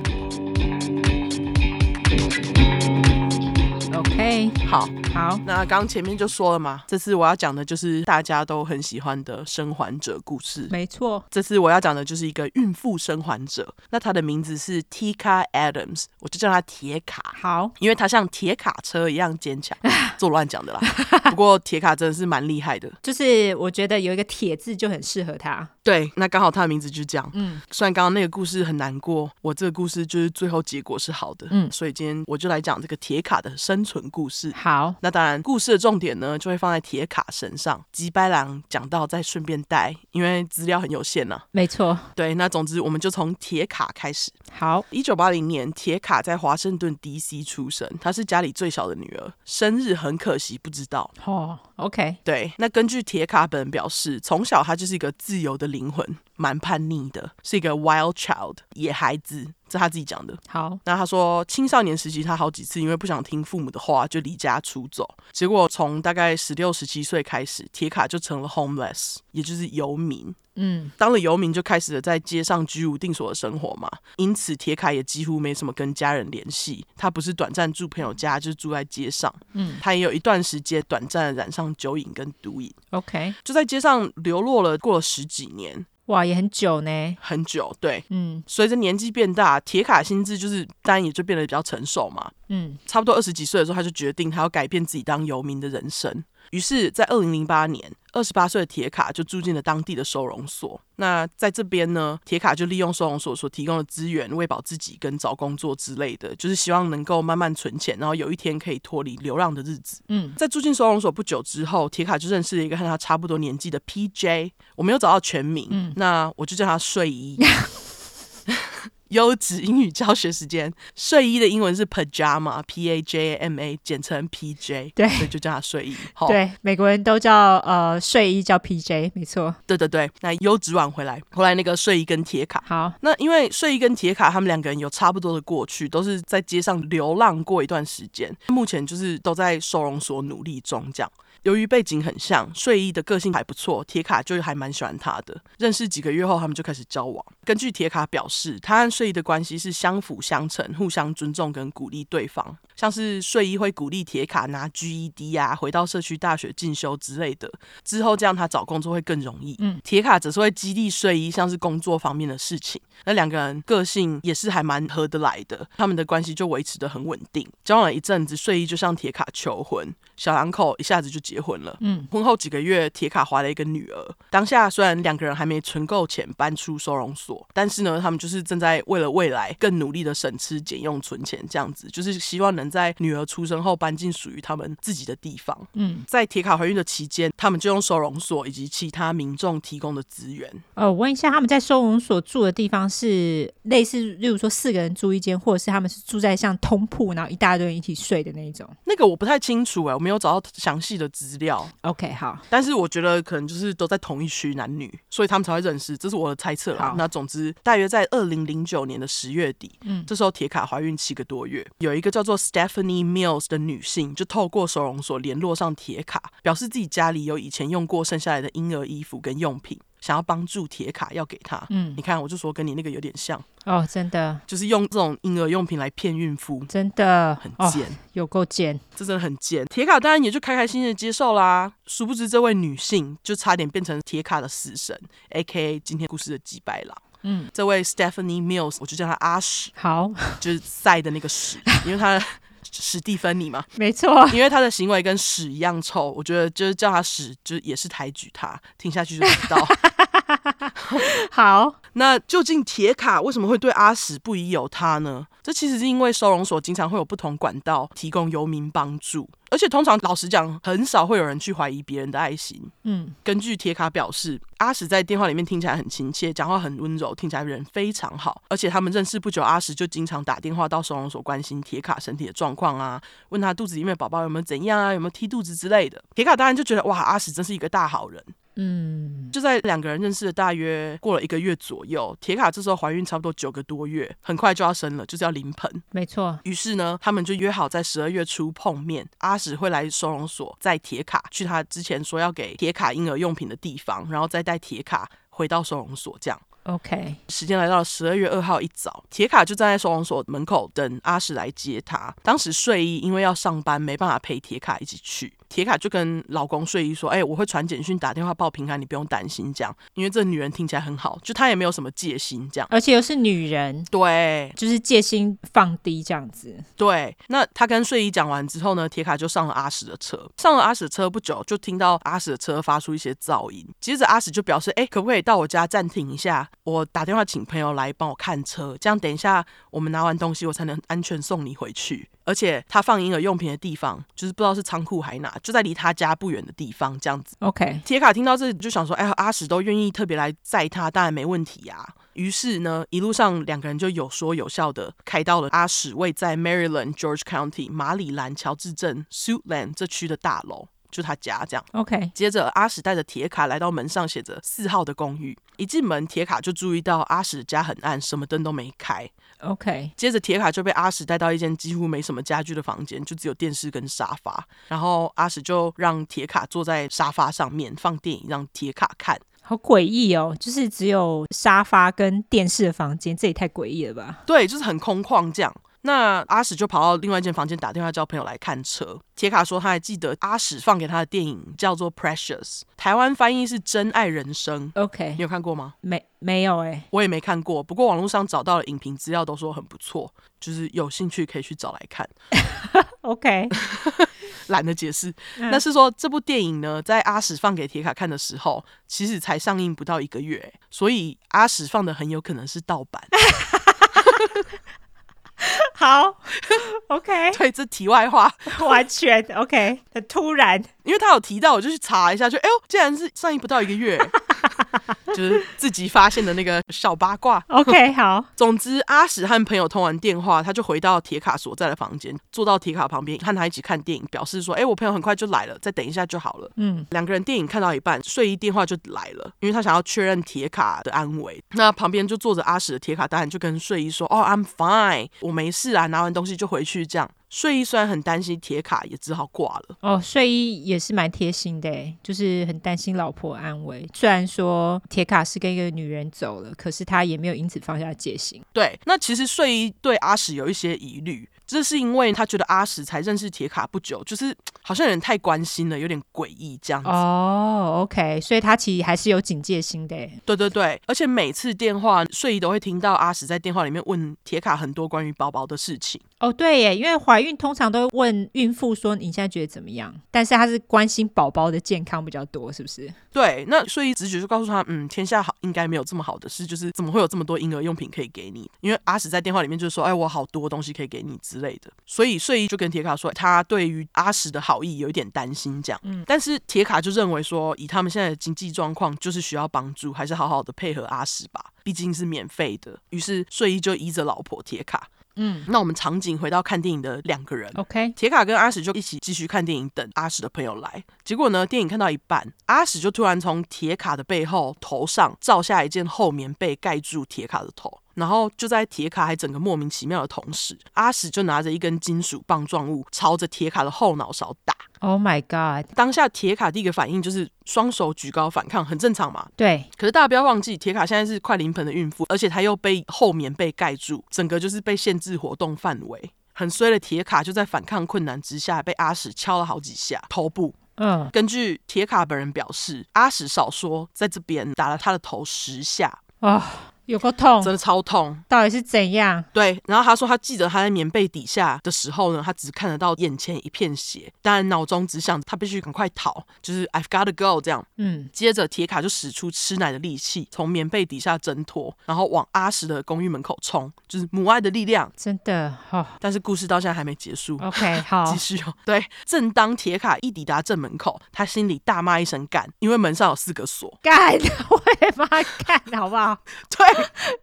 [SPEAKER 2] OK，
[SPEAKER 1] 好，
[SPEAKER 2] 哎好，
[SPEAKER 1] 那刚前面就说了嘛，这次我要讲的就是大家都很喜欢的生还者故事。
[SPEAKER 2] 没错，
[SPEAKER 1] 这次我要讲的就是一个孕妇生还者，那她的名字是 Tika Adams，我就叫她铁卡。
[SPEAKER 2] 好，
[SPEAKER 1] 因为她像铁卡车一样坚 强，做乱讲的啦。不过铁卡真的是蛮厉害 的，
[SPEAKER 2] 就是我觉得有一个铁字就很适合他。
[SPEAKER 1] 对，那刚好他的名字就是这样。
[SPEAKER 2] 嗯，
[SPEAKER 1] 虽然刚刚那个故事很难过，我这个故事就是最后结果是好的。
[SPEAKER 2] 嗯
[SPEAKER 1] 所以今天我就来讲这个铁卡的生存故事。
[SPEAKER 2] 好，
[SPEAKER 1] 那当然，故事的重点呢，就会放在铁卡身上。吉白狼讲到，再顺便带，因为资料很有限呐、
[SPEAKER 2] 没错，
[SPEAKER 1] 对，那总之我们就从铁卡开始。
[SPEAKER 2] 好，
[SPEAKER 1] 一九八零年，铁卡在华盛顿 D.C. 出生，她是家里最小的女儿，生日很可惜不知道。
[SPEAKER 2] 哦，OK，
[SPEAKER 1] 对，那根据铁卡本人表示，从小她就是一个自由的灵魂，蛮叛逆的，是一个 wild child 野孩子，这她自己讲的。
[SPEAKER 2] 好，
[SPEAKER 1] 那她说，青少年时期她好几次因为不想听父母的话，就离家出走。结果从大概十六、十七岁开始，铁卡就成了 homeless，也就是游民。
[SPEAKER 2] 嗯，
[SPEAKER 1] 当了游民，就开始了在街上居无定所的生活嘛。因此，铁卡也几乎没什么跟家人联系。他不是短暂住朋友家，就是住在街上。
[SPEAKER 2] 嗯，
[SPEAKER 1] 他也有一段时间短暂的染上酒瘾跟毒瘾，
[SPEAKER 2] ，OK，
[SPEAKER 1] 就在街上流落了过了十几年，
[SPEAKER 2] 哇，也很久呢，
[SPEAKER 1] 很久。对，
[SPEAKER 2] 嗯
[SPEAKER 1] 随着年纪变大，铁卡心智就是当然也就变得比较成熟嘛。
[SPEAKER 2] 嗯，
[SPEAKER 1] 差不多二十几岁的时候，他就决定他要改变自己当游民的人生。于是，在二零零八年，二十八岁的铁卡就住进了当地的收容所。那在这边呢，铁卡就利用收容所所提供的资源，喂饱自己跟找工作之类的，就是希望能够慢慢存钱，然后有一天可以脱离流浪的日子。
[SPEAKER 2] 嗯，
[SPEAKER 1] 在住进收容所不久之后，铁卡就认识了一个和他差不多年纪的 PJ，我没有找到全名，那我就叫他睡衣。 优质英语教学时间，睡衣的英文是 pajama，p a j a m a，简称 PJ，
[SPEAKER 2] 对
[SPEAKER 1] 所以就叫他睡衣。好，
[SPEAKER 2] 对，美国人都叫呃睡衣叫 PJ，没错。
[SPEAKER 1] 对对对，那优质晚回来，后来那个睡衣跟铁卡。
[SPEAKER 2] 好，
[SPEAKER 1] 那因为睡衣跟铁卡他们两个人有差不多的过去，都是在街上流浪过一段时间，目前就是都在收容所努力中这样。由于背景很像，睡衣的个性还不错，铁卡就还蛮喜欢他的。认识几个月后，他们就开始交往。根据铁卡表示，他和睡衣的关系是相辅相成，互相尊重跟鼓励对方。像是睡衣会鼓励铁卡拿 GED 啊，回到社区大学进修之类的，之后这样他找工作会更容易。
[SPEAKER 2] 嗯，
[SPEAKER 1] 铁卡只是会激励睡衣，像是工作方面的事情。那两个人个性也是还蛮合得来的，他们的关系就维持得很稳定。交往了一阵子，睡衣就向铁卡求婚，小两口一下子就结婚了。
[SPEAKER 2] 嗯，
[SPEAKER 1] 婚后几个月，铁卡怀了一个女儿。当下虽然两个人还没存够钱搬出收容所，但是呢，他们就是正在为了未来更努力的省吃俭用存钱，这样子就是希望能在女儿出生后搬进属于他们自己的地方。
[SPEAKER 2] 嗯，
[SPEAKER 1] 在铁卡怀孕的期间，他们就用收容所以及其他民众提供的资源，
[SPEAKER 2] 呃，我问一下，他们在收容所住的地方是类似，例如说四个人住一间，或者是他们是住在像通铺，然后一大堆人一起睡的那一种
[SPEAKER 1] 那个我不太清楚哎、我没有找到详细的资料，
[SPEAKER 2] ？OK，好，
[SPEAKER 1] 但是我觉得可能就是都在同一区男女，所以他们才会认识，这是我的猜测啦
[SPEAKER 2] 好。
[SPEAKER 1] 那总之，大约在二零零九年的十月底，
[SPEAKER 2] 嗯
[SPEAKER 1] 这时候铁卡怀孕七个多月，有一个叫做 Stephanie Mills 的女性就透过收容所联络上铁卡，表示自己家里有以前用过剩下来的婴儿衣服跟用品，想要帮助铁卡要给他。
[SPEAKER 2] 嗯
[SPEAKER 1] 你，看，我就说跟你那个有点像，
[SPEAKER 2] 哦，真的，
[SPEAKER 1] 就是用这种婴儿用品来骗孕妇，
[SPEAKER 2] 真的，
[SPEAKER 1] 很
[SPEAKER 2] 哦，
[SPEAKER 1] 贱。
[SPEAKER 2] 有够贱，
[SPEAKER 1] 这真的很贱。铁卡当然也就开开心心的接受啦。殊不知这位女性就差点变成铁卡的死神，A K A 今天故事的几白狼。
[SPEAKER 2] 嗯，
[SPEAKER 1] 这位 Stephanie Mills，我就叫她阿史，
[SPEAKER 2] 好，
[SPEAKER 1] 就是赛的那个史，因为她史蒂芬妮嘛，
[SPEAKER 2] 没错，
[SPEAKER 1] 因为她的行为跟屎一样臭，我觉得就是叫她史，就是也是抬举她，听下去就知道。
[SPEAKER 2] 好，
[SPEAKER 1] 那究竟铁卡为什么会对阿史不疑有他呢？这其实是因为收容所经常会有不同管道提供游民帮助，而且通常老实讲，很少会有人去怀疑别人的爱心。
[SPEAKER 2] 嗯
[SPEAKER 1] 根据铁卡表示，阿史在电话里面听起来很亲切，讲话很温柔，听起来人非常好。而且他们认识不久，阿史就经常打电话到收容所关心铁卡身体的状况啊，问他肚子里面的宝宝有没有怎样啊，有没有踢肚子之类的。铁卡当然就觉得哇，阿史真是一个大好人。
[SPEAKER 2] 嗯，
[SPEAKER 1] 就在两个人认识的大约过了一个月左右，铁卡这时候怀孕差不多九个多月，很快就要生了，就是要临盆。
[SPEAKER 2] 没错，
[SPEAKER 1] 于是呢，他们就约好在十二月初碰面。阿史会来收容所载铁卡去他之前说要给铁卡婴儿用品的地方，然后再带铁卡回到收容所。这样，
[SPEAKER 2] ，OK，
[SPEAKER 1] 时间来到了十二月二号一早，铁卡就站在收容所门口等阿史来接他。当时睡衣因为要上班，没办法陪铁卡一起去。铁卡就跟老公睡衣说：“哎、我会传简讯、打电话报平安，你不用担心。”这样，因为这女人听起来很好，就她也没有什么戒心。这样，
[SPEAKER 2] 而且又是女人，
[SPEAKER 1] 对
[SPEAKER 2] 就是戒心放低这样子，
[SPEAKER 1] 对。那他跟睡衣讲完之后呢，铁卡就上了阿史的车。上了阿史的车不久，就听到阿史的车发出一些噪音。接着阿史就表示：“哎、可不可以到我家暂停一下？我打电话请朋友来帮我看车，这样等一下我们拿完东西，我才能安全送你回去。而且他放婴儿用品的地方，就是不知道是仓库还哪，就在离他家不远的地方，这样子。
[SPEAKER 2] ，OK，
[SPEAKER 1] 铁卡听到这里就想说，哎，阿史都愿意特别来载他，当然没问题呀、啊于是呢，一路上两个人就有说有笑的开到了阿史位在 Maryland George County 马里兰乔治镇 Suitland 这区的大楼，就他家这样。
[SPEAKER 2] OK，
[SPEAKER 1] 接着，阿史带着铁卡来到门上写着四号的公寓。一进门，铁卡就注意到阿史家很暗，什么灯都没开。
[SPEAKER 2] OK，
[SPEAKER 1] 接着铁卡就被阿史带到一间几乎没什么家具的房间，就只有电视跟沙发。然后阿史就让铁卡坐在沙发上面放电影，让铁卡看。
[SPEAKER 2] 好诡异哦，就是只有沙发跟电视的房间，这也太诡异了吧？
[SPEAKER 1] 对，就是很空旷这样。那阿史就跑到另外一间房间打电话叫朋友来看车。铁卡说他还记得阿史放给他的电影叫做《Precious》，台湾翻译是《真爱人生》，
[SPEAKER 2] OK，
[SPEAKER 1] 你有看过吗？
[SPEAKER 2] 没没有哎、
[SPEAKER 1] 我也没看过，不过网络上找到了影评资料，都说很不错，就是有兴趣可以去找来看。
[SPEAKER 2] OK，
[SPEAKER 1] 懒得解释，
[SPEAKER 2] 嗯
[SPEAKER 1] 那是说这部电影呢，在阿史放给铁卡看的时候，其实才上映不到一个月，所以阿史放的很有可能是盗版。
[SPEAKER 2] 好 ，OK，
[SPEAKER 1] 对，这题外话，
[SPEAKER 2] 完全 OK，很突然，
[SPEAKER 1] 因为他有提到，我就去查一下，就哎呦，竟然是上映不到一个月，就是自己发现的那个小八卦。
[SPEAKER 2] OK，好，
[SPEAKER 1] 总之，阿史和朋友通完电话，他就回到铁卡所在的房间，坐到铁卡旁边，和他一起看电影，表示说：“哎、我朋友很快就来了，再等一下就好了。”
[SPEAKER 2] 嗯，
[SPEAKER 1] 两个人电影看到一半，睡衣电话就来了，因为他想要确认铁卡的安危。那旁边就坐着阿史的铁卡，当然就跟睡衣说：“哦、i m fine，我没事啊。”拿完东西就回去。这样，睡衣虽然很担心铁卡，也只好挂了。
[SPEAKER 2] 哦，睡衣也是蛮贴心的欸，就是很担心老婆安危。虽然说铁卡是跟一个女人走了，可是他也没有因此放下戒心。
[SPEAKER 1] 对，那其实睡衣对阿史有一些疑虑，这是因为他觉得阿史才认识铁卡不久，就是好像有点太关心了，有点诡异这样子。
[SPEAKER 2] 哦，OK，所以他其实还是有警戒心的欸。
[SPEAKER 1] 对对对，而且每次电话睡衣都会听到阿史在电话里面问铁卡很多关于宝宝的事情。
[SPEAKER 2] 哦，对耶，因为怀孕通常都会问孕妇说你现在觉得怎么样，但是他是关心宝宝的健康比较多，是不是？
[SPEAKER 1] 对，那所以直觉就告诉他，嗯，天下好应该没有这么好的事，就是怎么会有这么多婴儿用品可以给你？因为阿史在电话里面就说，哎，我好多东西可以给你之类的。所以睡衣就跟铁卡说，他对于阿史的好意有一点担心，这样。嗯，但是铁卡就认为说，以他们现在的经济状况，就是需要帮助，还是好好的配合阿史吧，毕竟是免费的。于是睡衣就依着老婆铁卡。
[SPEAKER 2] 嗯
[SPEAKER 1] 那我们场景回到看电影的两个人，
[SPEAKER 2] ，OK，
[SPEAKER 1] 铁卡跟阿史就一起继续看电影，等阿史的朋友来。结果呢，电影看到一半，阿史就突然从铁卡的背后头上照下一件厚棉被，盖住铁卡的头。然后就在铁卡还整个莫名其妙的同时，阿史就拿着一根金属棒状物朝着铁卡的后脑勺打。
[SPEAKER 2] Oh my God！
[SPEAKER 1] 当下铁卡第一个反应就是双手举高反抗，很正常嘛。
[SPEAKER 2] 对，
[SPEAKER 1] 可是大家不要忘记，铁卡现在是快临盆的孕妇，而且她又被厚棉被盖住，整个就是被限制活动范围。很衰的铁卡就在反抗困难之下，被阿史敲了好几下头部。
[SPEAKER 2] 嗯，
[SPEAKER 1] 根据铁卡本人表示，阿史少说在这边打了他的头十下，
[SPEAKER 2] 哦，有够痛，
[SPEAKER 1] 真的超痛。
[SPEAKER 2] 到底是怎样？
[SPEAKER 1] 对，然后他说他记得他在棉被底下的时候呢，他只看得到眼前一片血，但脑中只想他必须赶快逃，就是 I've got to go 这样。
[SPEAKER 2] 嗯，
[SPEAKER 1] 接着，铁卡就使出吃奶的力气，从棉被底下挣脱，然后往阿石的公寓门口冲，就是母爱的力量。
[SPEAKER 2] 真的，哦
[SPEAKER 1] 但是故事到现在还没结束，
[SPEAKER 2] ，OK，好哦
[SPEAKER 1] 继，续哦。对，正当铁卡一抵达正门口，他心里大骂一声“干”，因为门上有四个锁。
[SPEAKER 2] 干， 我的妈，干，好不好？
[SPEAKER 1] 对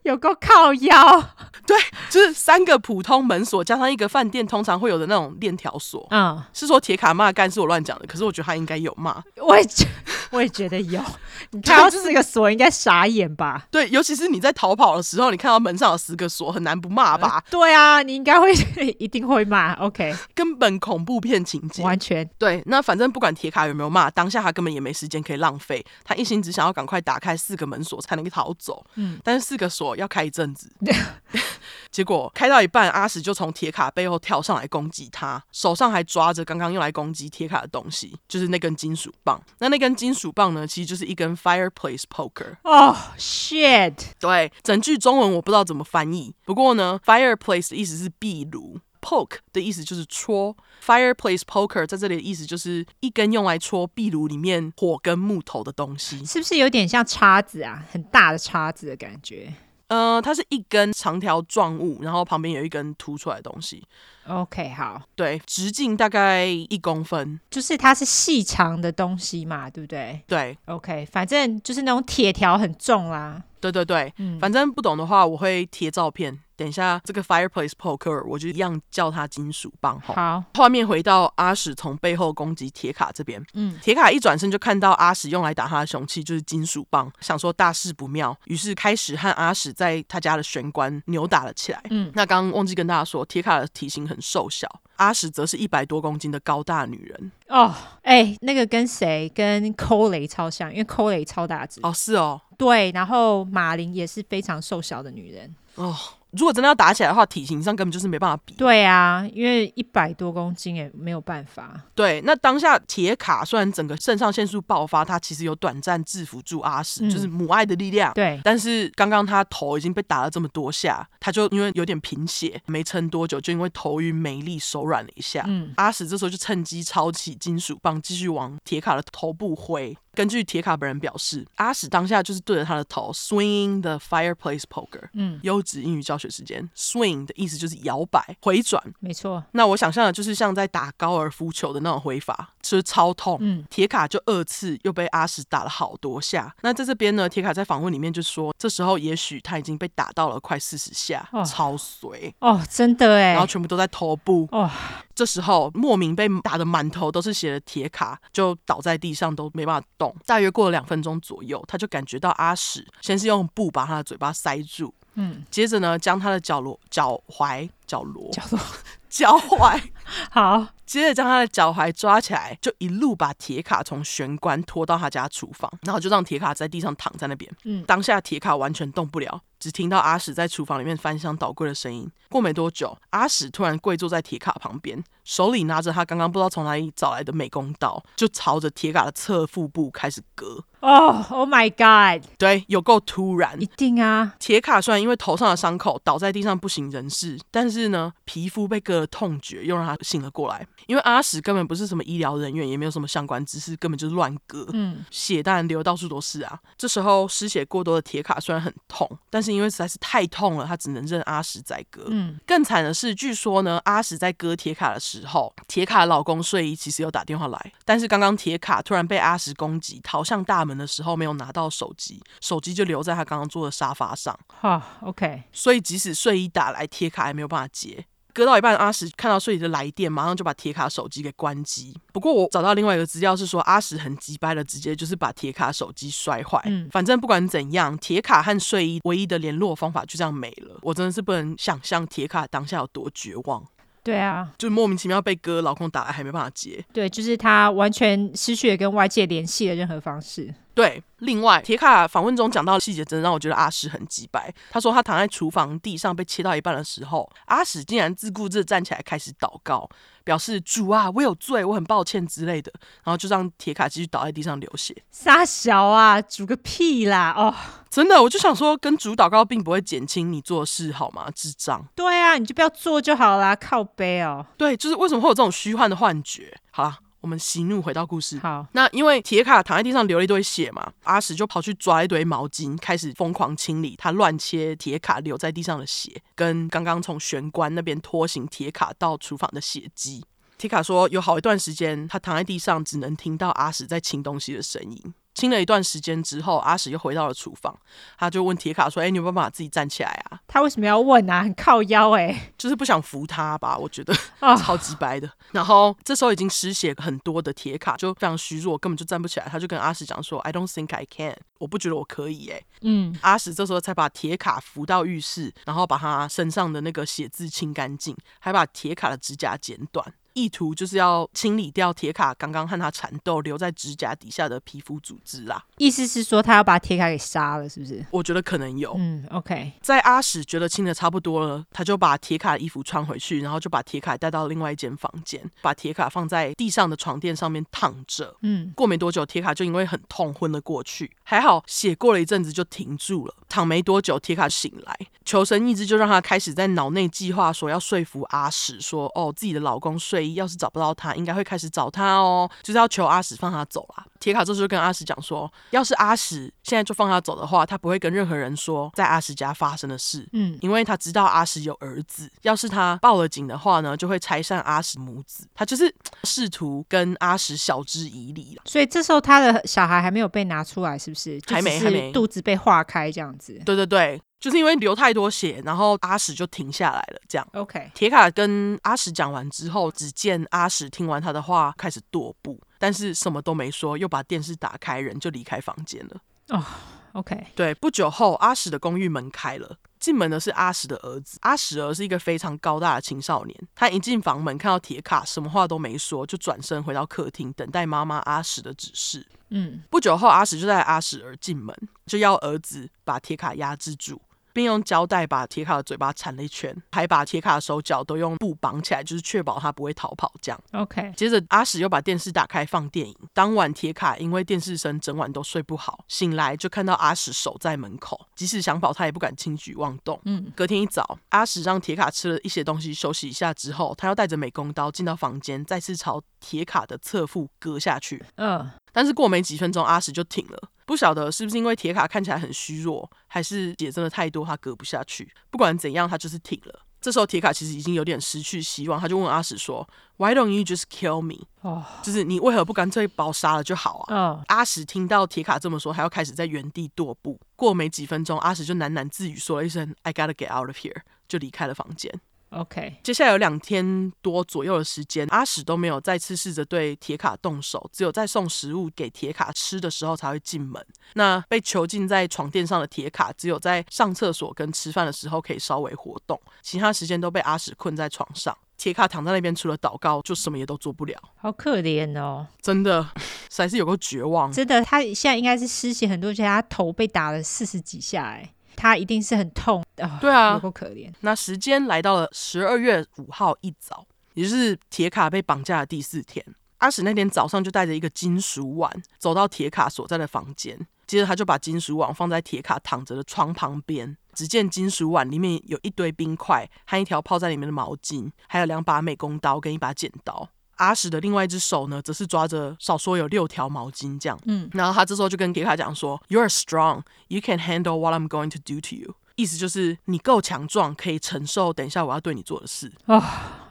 [SPEAKER 2] 有够靠腰，
[SPEAKER 1] 对，就是三个普通门锁加上一个饭店通常会有的那种链条锁。
[SPEAKER 2] 嗯，
[SPEAKER 1] 是说铁卡骂干是我乱讲的，可是我觉得他应该有骂。
[SPEAKER 2] 我也觉， 我也觉得有， 你看到四个锁应该傻眼吧？
[SPEAKER 1] 对，尤其是你在逃跑的时候，你看到门上有四个锁，很难不骂吧？
[SPEAKER 2] 对啊，你应该会， 一定会骂，OK，
[SPEAKER 1] 根本恐怖片情节。
[SPEAKER 2] 完全，
[SPEAKER 1] 对，那反正不管铁卡有没有骂，当下他根本也没时间可以浪费，他一心只想要赶快打开四个门锁才能逃走。
[SPEAKER 2] 嗯
[SPEAKER 1] 嗯，但是四个锁要开一阵子，结果开到一半，阿史就从铁卡背后跳上来攻击他，手上还抓着刚刚用来攻击铁卡的东西，就是那根金属棒。那那根金属棒呢，其实就是一根 fireplace poker。
[SPEAKER 2] 哦、shit，
[SPEAKER 1] 对，整句中文我不知道怎么翻译，不过呢，fireplace 的意思是壁炉。Poke 的意思就是戳，fireplace poker 在这里的意思就是一根用来戳壁炉里面火跟木头的东西。
[SPEAKER 2] 是不是有点像叉子啊？很大的叉子的感觉
[SPEAKER 1] 呃，它是一根长条状物，然后旁边有一根凸出来的东西，
[SPEAKER 2] ，OK，好。
[SPEAKER 1] 对，直径大概一公分。
[SPEAKER 2] 就是它是细长的东西嘛，对不对
[SPEAKER 1] 对，
[SPEAKER 2] ？OK，反正就是那种铁条很重啦。
[SPEAKER 1] 对对对，
[SPEAKER 2] 嗯，
[SPEAKER 1] 反正不懂的话我会贴照片。等一下，这个 fireplace poker 我就一样叫它金属棒吼。
[SPEAKER 2] 好，
[SPEAKER 1] 画面回到阿史从背后攻击铁卡这边，
[SPEAKER 2] 嗯，
[SPEAKER 1] 铁卡一转身就看到阿史用来打他的凶器就是金属棒，想说大事不妙，于是开始和阿史在他家的玄关扭打了起来。
[SPEAKER 2] 嗯，
[SPEAKER 1] 那刚刚忘记跟大家说，铁卡的体型很瘦小，阿史则是一百多公斤的高大女人。
[SPEAKER 2] 哦，哎、那个跟谁？跟寇雷超像，因为寇雷超大只。
[SPEAKER 1] 哦，是哦，
[SPEAKER 2] 对，然后马琳也是非常瘦小的女人。
[SPEAKER 1] 哦。如果真的要打起来的话，体型上根本就是没办法比。
[SPEAKER 2] 对啊，因为一百多公斤也没有办法。
[SPEAKER 1] 对，那当下铁卡虽然整个肾上腺素爆发，他其实有短暂制服住阿史，
[SPEAKER 2] 嗯
[SPEAKER 1] 就是母爱的力量。
[SPEAKER 2] 对，
[SPEAKER 1] 但是刚刚他头已经被打了这么多下，他就因为有点贫血，没撑多久就因为头晕没力手软了一下。
[SPEAKER 2] 嗯，
[SPEAKER 1] 阿史这时候就趁机抄起金属棒，继续往铁卡的头部挥。根据铁卡本人表示，阿史当下就是对着他的头 swinging the fireplace poker。
[SPEAKER 2] 嗯，
[SPEAKER 1] 优质英语教学时间，swing 的意思就是摇摆、回转。
[SPEAKER 2] 没错，
[SPEAKER 1] 那我想象的就是像在打高尔夫球的那种挥法，就是超痛。
[SPEAKER 2] 嗯
[SPEAKER 1] 铁卡就二次又被阿史打了好多下。那在这边呢，铁卡在访问里面就说，这时候也许他已经被打到了快四十下，
[SPEAKER 2] 哦
[SPEAKER 1] 超随，
[SPEAKER 2] 哦，真的哎
[SPEAKER 1] 然，后全部都在头部。
[SPEAKER 2] 哦，
[SPEAKER 1] 这时候莫名被打得满头都是血的铁卡就倒在地上，都没办法动。大约过了两分钟左右，他就感觉到阿史先是用布把他的嘴巴塞住，
[SPEAKER 2] 嗯，
[SPEAKER 1] 接着呢将他的脚罗脚踝脚罗
[SPEAKER 2] 叫做
[SPEAKER 1] 脚踝
[SPEAKER 2] 好，
[SPEAKER 1] 接着将他的脚踝抓起来，就一路把铁卡从玄关拖到他家厨房，然后就让铁卡在地上躺在那边。
[SPEAKER 2] 嗯
[SPEAKER 1] 当下铁卡完全动不了，只听到阿史在厨房里面翻箱倒柜的声音。过没多久，阿史突然跪坐在铁卡旁边，手里拿着他刚刚不知道从哪里找来的美工刀，就朝着铁卡的侧腹部开始割。
[SPEAKER 2] 哦，Oh my God，
[SPEAKER 1] 对，有够突然
[SPEAKER 2] 一。定啊，
[SPEAKER 1] 铁卡虽然因为头上的伤口倒在地上不省人事，但是呢，皮肤被割的痛觉又让他醒了过来。因为阿史根本不是什么医疗人员，也没有什么相关知识，根本就是乱割。
[SPEAKER 2] 嗯，
[SPEAKER 1] 血当然流到处都是啊！这时候失血过多的铁卡虽然很痛，但是因为实在是太痛了，他只能任阿史宰割。
[SPEAKER 2] 嗯，
[SPEAKER 1] 更惨的是，据说呢，阿史在割铁卡的时候，铁卡的老公睡衣其实有打电话来，但是刚刚铁卡突然被阿史攻击，逃向大门的时候没有拿到手机，手机就留在他刚刚坐的沙发上。
[SPEAKER 2] 好，OK，哦
[SPEAKER 1] 所以即使睡衣打来，铁卡也没有办法接。割到一半，阿史看到睡衣的来电，马上就把铁卡手机给关机。不过我找到另外一个资料是说，阿史很急掰的，直接就是把铁卡手机摔坏。
[SPEAKER 2] 嗯
[SPEAKER 1] 反正不管怎样，铁卡和睡衣唯一的联络方法就这样没了。我真的是不能想象铁卡当下有多绝望，
[SPEAKER 2] 对啊，
[SPEAKER 1] 就莫名其妙被割，老公打来还没办法接。
[SPEAKER 2] 对，就是他完全失去了跟外界联系的任何方式。
[SPEAKER 1] 对，另外铁卡访问中讲到的细节，真的让我觉得阿史很鸡掰。他说他躺在厨房地上被切到一半的时候，阿史竟然自顾自地站起来开始祷告，表示主啊，我有罪，我很抱歉之类的，然后就让铁卡继续倒在地上流血。
[SPEAKER 2] 傻小啊，煮个屁啦！哦，
[SPEAKER 1] 真的，我就想说，跟主祷告并不会减轻你做的事，好吗？智障。
[SPEAKER 2] 对啊，你就不要做就好啦，靠背哦。
[SPEAKER 1] 对，就是为什么会有这种虚幻的幻觉？好啦，我们息怒回到故事。
[SPEAKER 2] 好，
[SPEAKER 1] 那因为铁卡躺在地上流了一堆血嘛，阿史就跑去抓了一堆毛巾，开始疯狂清理他乱切铁卡留在地上的血，跟刚刚从玄关那边拖行铁卡到厨房的血迹。铁卡说，有好一段时间，他躺在地上，只能听到阿史在清东西的声音。清了一段时间之后，阿史又回到了厨房，他就问铁卡说：“哎、你有没有办法自己站起来啊？
[SPEAKER 2] 他为什么要问啊？很靠腰哎、
[SPEAKER 1] 就是不想扶他吧？我觉得。”
[SPEAKER 2] 哦，
[SPEAKER 1] 超级白的。 然后这时候已经失血很多的铁卡就非常虚弱，根本就站不起来。他就跟阿史讲说：“I don't think I can，我不觉得我可以。”哎，
[SPEAKER 2] 嗯，
[SPEAKER 1] 阿史这时候才把铁卡扶到浴室，然后把他身上的那个血渍清干净，还把铁卡的指甲剪短。意图就是要清理掉铁卡刚刚和他缠斗留在指甲底下的皮肤组织啦，
[SPEAKER 2] 意思是说他要把铁卡给杀了，是不是？
[SPEAKER 1] 我觉得可能有。
[SPEAKER 2] 嗯，OK，
[SPEAKER 1] 在阿史觉得清的差不多了，他就把铁卡的衣服穿回去，然后就把铁卡带到另外一间房间，把铁卡放在地上的床垫上面躺着。
[SPEAKER 2] 嗯，
[SPEAKER 1] 过没多久，铁卡就因为很痛昏了过去，还好血过了一阵子就停住了。躺没多久，铁卡醒来，求生意志就让他开始在脑内计划说要说服阿史说，哦，自己的老公睡衣要是找不到他，应该会开始找他哦，就是要求阿史放他走啦。铁卡这时候就跟阿史讲说，要是阿史现在就放他走的话，他不会跟任何人说在阿史家发生的事。
[SPEAKER 2] 嗯，
[SPEAKER 1] 因为他知道阿史有儿子，要是他报了警的话呢，就会拆散阿史母子。他就是试图跟阿史晓之以理啦。
[SPEAKER 2] 所以这时候他的小孩还没有被拿出来，是不是？就
[SPEAKER 1] 还没
[SPEAKER 2] 只是
[SPEAKER 1] 还没
[SPEAKER 2] 肚子被化开这样子。
[SPEAKER 1] 对对对，就是因为流太多血，然后阿史就停下来了。这样，
[SPEAKER 2] OK，
[SPEAKER 1] 铁卡跟阿史讲完之后，只见阿史听完他的话开始踱步，但是什么都没说，又把电视打开，人就离开房间了。
[SPEAKER 2] 哦，OK，
[SPEAKER 1] 对，不久后，阿史的公寓门开了。进门的是阿史的儿子，阿史儿是一个非常高大的青少年。他一进房门，看到铁卡，什么话都没说，就转身回到客厅，等待妈妈阿史的指示。
[SPEAKER 2] 嗯，
[SPEAKER 1] 不久后，阿史就带阿史儿进门，就要儿子把铁卡压制住，并用胶带把铁卡的嘴巴缠了一圈，还把铁卡的手脚都用布绑起来，就是确保他不会逃跑。这样，
[SPEAKER 2] OK，
[SPEAKER 1] 接着阿史又把电视打开放电影。当晚铁卡因为电视声整晚都睡不好，醒来就看到阿史守在门口，即使想跑他也不敢轻举妄动。
[SPEAKER 2] 嗯，
[SPEAKER 1] 隔天一早，阿史让铁卡吃了一些东西休息一下之后，他要带着美工刀进到房间，再次朝铁卡的侧腹割下去。
[SPEAKER 2] 嗯，
[SPEAKER 1] 但是过没几分钟，阿史就停了。不晓得是不是因为铁卡看起来很虚弱，还是血真的太多，他割不下去。不管怎样，他就是停了。这时候铁卡其实已经有点失去希望，他就问阿史说：“Why don't you just kill me？”
[SPEAKER 2] 哦，
[SPEAKER 1] 就是你为何不干脆把我杀了就好啊？
[SPEAKER 2] 嗯，
[SPEAKER 1] 阿史听到铁卡这么说，他又开始在原地踱步。过没几分钟，阿史就喃喃自语说了一声 “I gotta get out of here”，就离开了房间。
[SPEAKER 2] OK，
[SPEAKER 1] 接下来有两天多左右的时间，阿史都没有再次试着对铁卡动手，只有在送食物给铁卡吃的时候才会进门。那被囚禁在床垫上的铁卡，只有在上厕所跟吃饭的时候可以稍微活动，其他时间都被阿史困在床上。铁卡躺在那边，除了祷告，就什么也都做不了，
[SPEAKER 2] 好可怜哦，
[SPEAKER 1] 真的 实在是有够绝望。
[SPEAKER 2] 真的，他现在应该是失血很多，而且他头被打了四十几下，哎，他一定是很痛啊，
[SPEAKER 1] 对啊
[SPEAKER 2] 有够可怜，
[SPEAKER 1] 那时间来到了十二月五号一早，也就是铁卡被绑架的第四天。阿史那天早上就带着一个金属碗走到铁卡所在的房间，接着他就把金属碗放在铁卡躺着的床旁边。只见金属碗里面有一堆冰块和一条泡在里面的毛巾，还有两把美工刀跟一把剪刀。阿史的另外一只手呢，则是抓着少说有六条毛巾这样。
[SPEAKER 2] 嗯，
[SPEAKER 1] 然后他这时候就跟铁卡讲说：“You're strong, you can handle what I'm going to do to you。”意思就是你够强壮，可以承受等一下我要对你做的事。
[SPEAKER 2] 哦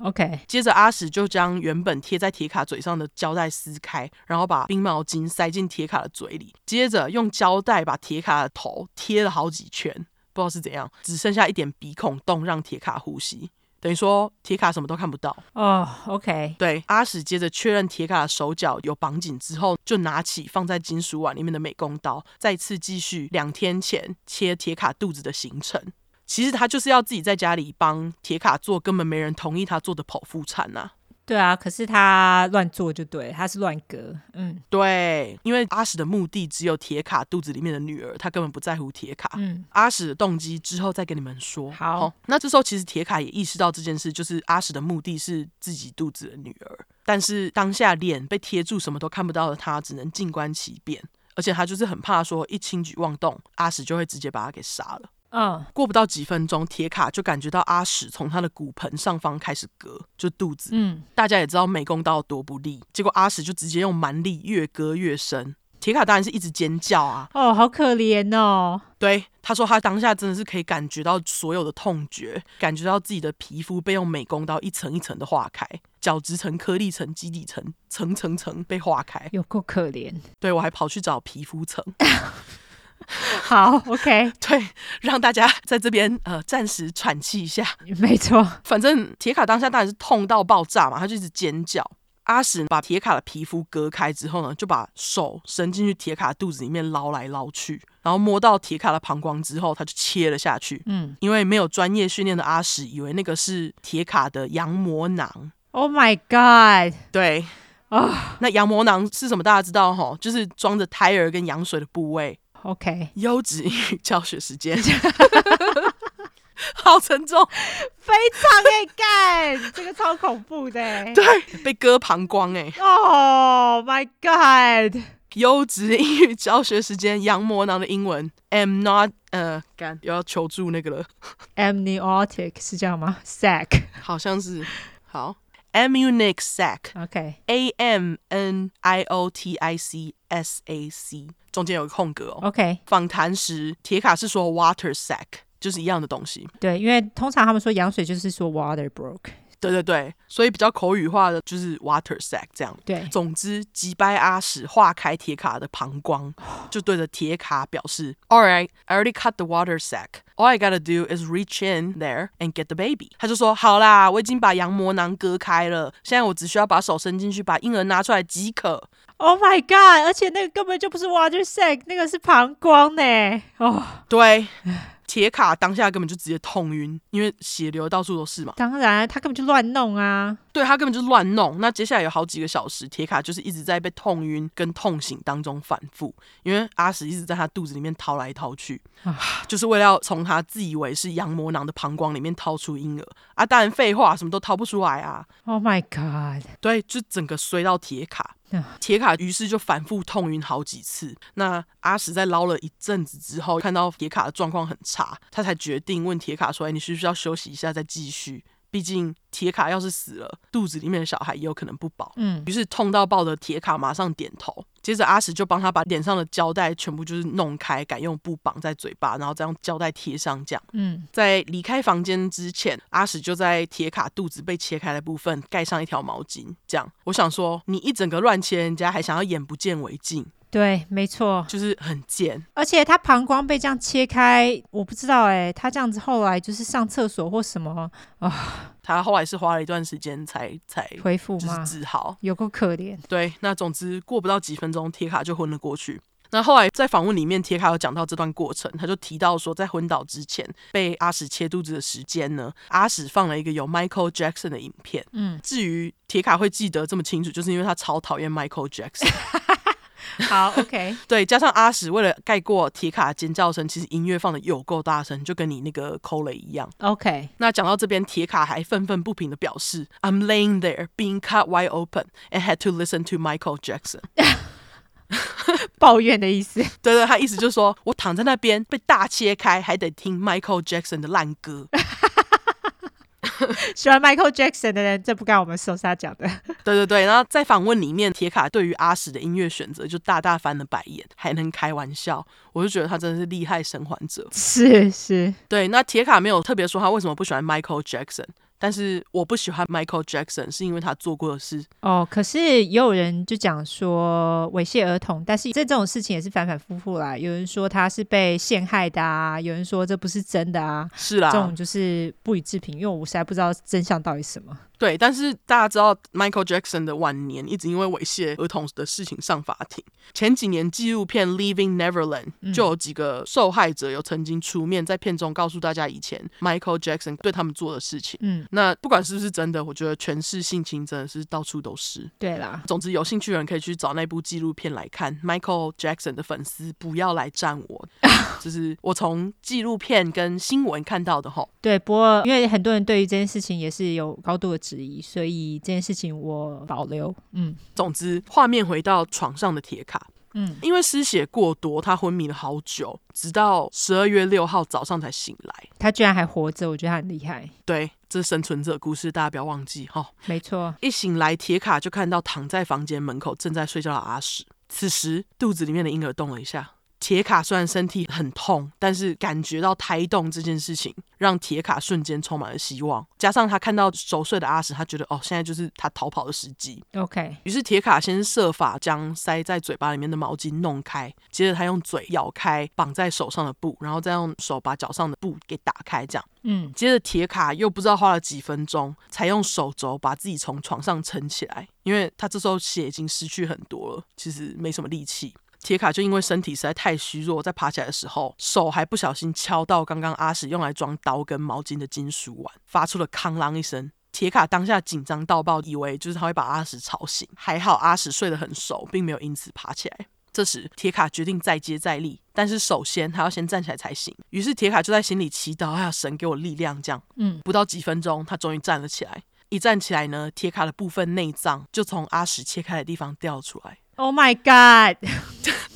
[SPEAKER 2] ，OK，
[SPEAKER 1] 接着阿史就将原本贴在铁卡嘴上的胶带撕开，然后把冰毛巾塞进铁卡的嘴里，接着用胶带把铁卡的头贴了好几圈，不知道是怎样，只剩下一点鼻孔洞让铁卡呼吸。等于说铁卡什么都看不到。
[SPEAKER 2] 哦，OK，
[SPEAKER 1] 对，阿史接着确认铁卡的手脚有绑紧之后，就拿起放在金属碗里面的美工刀，再次继续两天前切铁卡肚子的行程。其实他就是要自己在家里帮铁卡做根本没人同意他做的剖腹产呐、
[SPEAKER 2] 对啊，可是他乱做就对了，他是乱割，嗯
[SPEAKER 1] 对，因为阿史的目的只有铁卡肚子里面的女儿，他根本不在乎铁卡。
[SPEAKER 2] 嗯，
[SPEAKER 1] 阿史的动机之后再跟你们说。
[SPEAKER 2] 好
[SPEAKER 1] 那这时候其实铁卡也意识到这件事，就是阿史的目的是自己肚子的女儿，但是当下脸被贴住，什么都看不到的他，只能静观其变。而且他就是很怕说一轻举妄动，阿史就会直接把他给杀了。
[SPEAKER 2] 嗯
[SPEAKER 1] 过不到几分钟，铁卡就感觉到阿史从他的骨盆上方开始割，就肚子。
[SPEAKER 2] 嗯，
[SPEAKER 1] 大家也知道美工刀有多不利，结果阿史就直接用蛮力越割越深。铁卡当然是一直尖叫啊，
[SPEAKER 2] 哦，好可怜哦，
[SPEAKER 1] 对，他说他当下真的是可以感觉到所有的痛觉，感觉到自己的皮肤被用美工刀一层一层的划开，角质层、颗粒层、基底层，层层层被划开。
[SPEAKER 2] 有够可怜，
[SPEAKER 1] 对我还跑去找皮肤层，
[SPEAKER 2] 好，OK，
[SPEAKER 1] 对，让大家在这边呃暂时喘气一下。
[SPEAKER 2] 没错，
[SPEAKER 1] 反正铁卡当下当然是痛到爆炸嘛，他就一直尖叫。阿史把铁卡的皮肤割开之后呢，就把手伸进去铁卡肚子里面捞来捞去，然后摸到铁卡的膀胱之后，他就切了下去。
[SPEAKER 2] 嗯
[SPEAKER 1] 因为没有专业训练的阿史以为那个是铁卡的羊膜囊。
[SPEAKER 2] ，Oh my God，
[SPEAKER 1] 对
[SPEAKER 2] 啊、
[SPEAKER 1] 那羊膜囊是什么？大家知道哈，就是装着胎儿跟羊水的部位。
[SPEAKER 2] o k
[SPEAKER 1] 优质英语教学时 间， 好沉重。
[SPEAKER 2] 非常哎、干，这个超恐怖的、 欸，
[SPEAKER 1] 对，被割膀胱哎、
[SPEAKER 2] ，Oh my God，
[SPEAKER 1] 优质英语教学时间，羊膜囊的英文 am not 呃，干又要求助那个了，
[SPEAKER 2] amniotic 是这样吗？sac。
[SPEAKER 1] 好像是好 amniotic sac。
[SPEAKER 2] OK，
[SPEAKER 1] A M N I O T I C S A C，中间有个空格哦。
[SPEAKER 2] OK，
[SPEAKER 1] 访谈时，铁卡是说 water sack，就是一样的东西。
[SPEAKER 2] 对，因为通常他们说羊水就是说 water broke，
[SPEAKER 1] 对对对，所以比较口语化的就是 water sack 这样。
[SPEAKER 2] 对，
[SPEAKER 1] 总之，击败阿史化开铁卡的膀胱，就对着铁卡表示：“All right, I already cut the water sack. All I gotta do is reach in there and get the baby。”他就说：“好啦，我已经把羊膜囊割开了，现在我只需要把手伸进去，把婴儿拿出来即可。”
[SPEAKER 2] Oh my god！而且那个根本就不是 water sac，那个是膀胱呢。哦，
[SPEAKER 1] 对，铁卡当下根本就直接痛晕，因为血流到处都是嘛。
[SPEAKER 2] 当然，他根本就乱弄啊！
[SPEAKER 1] 对他根本就乱弄。那接下来有好几个小时，铁卡就是一直在被痛晕跟痛醒当中反复，因为阿史一直在他肚子里面掏来掏去，就是为了要从他自以为是羊膜囊的膀胱里面掏出婴儿啊。当然废话，什么都掏不出来啊。
[SPEAKER 2] Oh my god！
[SPEAKER 1] 对，就整个衰到铁卡
[SPEAKER 2] 啊。
[SPEAKER 1] 铁卡于是就反复痛晕好几次。那阿史在捞了一阵子之后，看到铁卡的状况很差，他才决定问铁卡说：“哎，你需不需要休息一下再继续？毕竟铁卡要是死了，肚子里面的小孩也有可能不保。”
[SPEAKER 2] 嗯，
[SPEAKER 1] 于是痛到爆的铁卡马上点头，接着阿史就帮他把脸上的胶带全部就是弄开，改用布绑在嘴巴，然后再用胶带贴上。这样，
[SPEAKER 2] 嗯，
[SPEAKER 1] 在离开房间之前，阿史就在铁卡肚子被切开的部分盖上一条毛巾。这样，我想说，你一整个乱切人家，还想要眼不见为净，
[SPEAKER 2] 对，没错。
[SPEAKER 1] 就是很贱。
[SPEAKER 2] 而且他膀胱被这样切开，我不知道哎、他这样子后来就是上厕所或什么
[SPEAKER 1] 他后来是花了一段时间才才
[SPEAKER 2] 恢复
[SPEAKER 1] 就是
[SPEAKER 2] 吗？
[SPEAKER 1] 治好。
[SPEAKER 2] 有够可怜。
[SPEAKER 1] 对，那总之过不到几分钟，铁卡就昏了过去。那后来在访问里面，铁卡有讲到这段过程，他就提到说，在昏倒之前被阿史切肚子的时间呢，阿史放了一个有 Michael Jackson 的影片。
[SPEAKER 2] 嗯，
[SPEAKER 1] 至于铁卡会记得这么清楚，就是因为他超讨厌 Michael Jackson。
[SPEAKER 2] 嗯 好，OK，
[SPEAKER 1] 对，加上阿史为了盖过铁卡的尖叫声，其实音乐放的有够大声，就跟你那个 c o l e 一样。
[SPEAKER 2] OK，
[SPEAKER 1] 那讲到这边，铁卡还愤愤不平的表示：“I'm laying there, being cut wide open, and had to listen to Michael Jackson。”
[SPEAKER 2] 抱怨的意思。
[SPEAKER 1] 对对，他意思就是说我躺在那边被大切开，还得听 Michael Jackson 的烂歌。
[SPEAKER 2] 喜欢 Michael Jackson 的人，这不干我们手下讲的。
[SPEAKER 1] 对对对，然后在访问里面，铁卡对于阿史的音乐选择就大大翻了白眼，还能开玩笑，我就觉得他真的是厉害生还者。
[SPEAKER 2] 是是，
[SPEAKER 1] 对，那铁卡没有特别说他为什么不喜欢 Michael Jackson，但是我不喜欢 Michael Jackson 是因为他做过的事。
[SPEAKER 2] 哦，可是也有人就讲说猥亵儿童，但是这种事情也是反反复复啦。有人说他是被陷害的啊，有人说这不是真的啊，
[SPEAKER 1] 是啦，
[SPEAKER 2] 这种就是不予置评，因为我实在不知道真相到底是什么。
[SPEAKER 1] 对，但是大家知道 Michael Jackson 的晚年一直因为猥亵儿童的事情上法庭。前几年纪录片《Leaving Neverland
[SPEAKER 2] 嗯》
[SPEAKER 1] 就有几个受害者有曾经出面在片中告诉大家以前 Michael Jackson 对他们做的事情。
[SPEAKER 2] 嗯，
[SPEAKER 1] 那不管是不是真的，我觉得全是性侵，真的是到处都是。
[SPEAKER 2] 对啦，
[SPEAKER 1] 总之，有兴趣的人可以去找那部纪录片来看。Michael Jackson 的粉丝不要来站我，就是我从纪录片跟新闻看到的吼。
[SPEAKER 2] 对。不过因为很多人对于这件事情也是有高度的质疑，所以这件事情我保留。嗯
[SPEAKER 1] 总之，画面回到床上的铁卡，
[SPEAKER 2] 嗯，
[SPEAKER 1] 因为失血过多，他昏迷了好久，直到十二月六号早上才醒来。
[SPEAKER 2] 他居然还活着，我觉得他很厉害。
[SPEAKER 1] 对，这是生存者故事，大家不要忘记哈、
[SPEAKER 2] 没错，
[SPEAKER 1] 一醒来，铁卡就看到躺在房间门口正在睡觉的阿史。此时，肚子里面的婴儿动了一下。铁卡虽然身体很痛，但是感觉到胎动这件事情，让铁卡瞬间充满了希望。加上他看到熟睡的阿史，他觉得哦，现在就是他逃跑的时机。
[SPEAKER 2] OK，
[SPEAKER 1] 于是铁卡先设法将塞在嘴巴里面的毛巾弄开，接着他用嘴咬开绑在手上的布，然后再用手把脚上的布给打开，这样。
[SPEAKER 2] 嗯，
[SPEAKER 1] 接着铁卡又不知道花了几分钟，才用手肘把自己从床上撑起来，因为他这时候血已经失去很多了，其实没什么力气。铁卡就因为身体实在太虚弱，在爬起来的时候，手还不小心敲到刚刚阿史用来装刀跟毛巾的金属碗，发出了哐啷一声。铁卡当下紧张到爆，以为就是他会把阿史吵醒，还好阿史睡得很熟，并没有因此爬起来。这时，铁卡决定再接再厉，但是首先他要先站起来才行。于是，铁卡就在心里祈祷：“哎呀，神给我力量！”这样，
[SPEAKER 2] 嗯，
[SPEAKER 1] 不到几分钟，他终于站了起来。一站起来呢，铁卡的部分内脏就从阿史切开的地方掉出来。
[SPEAKER 2] Oh my god！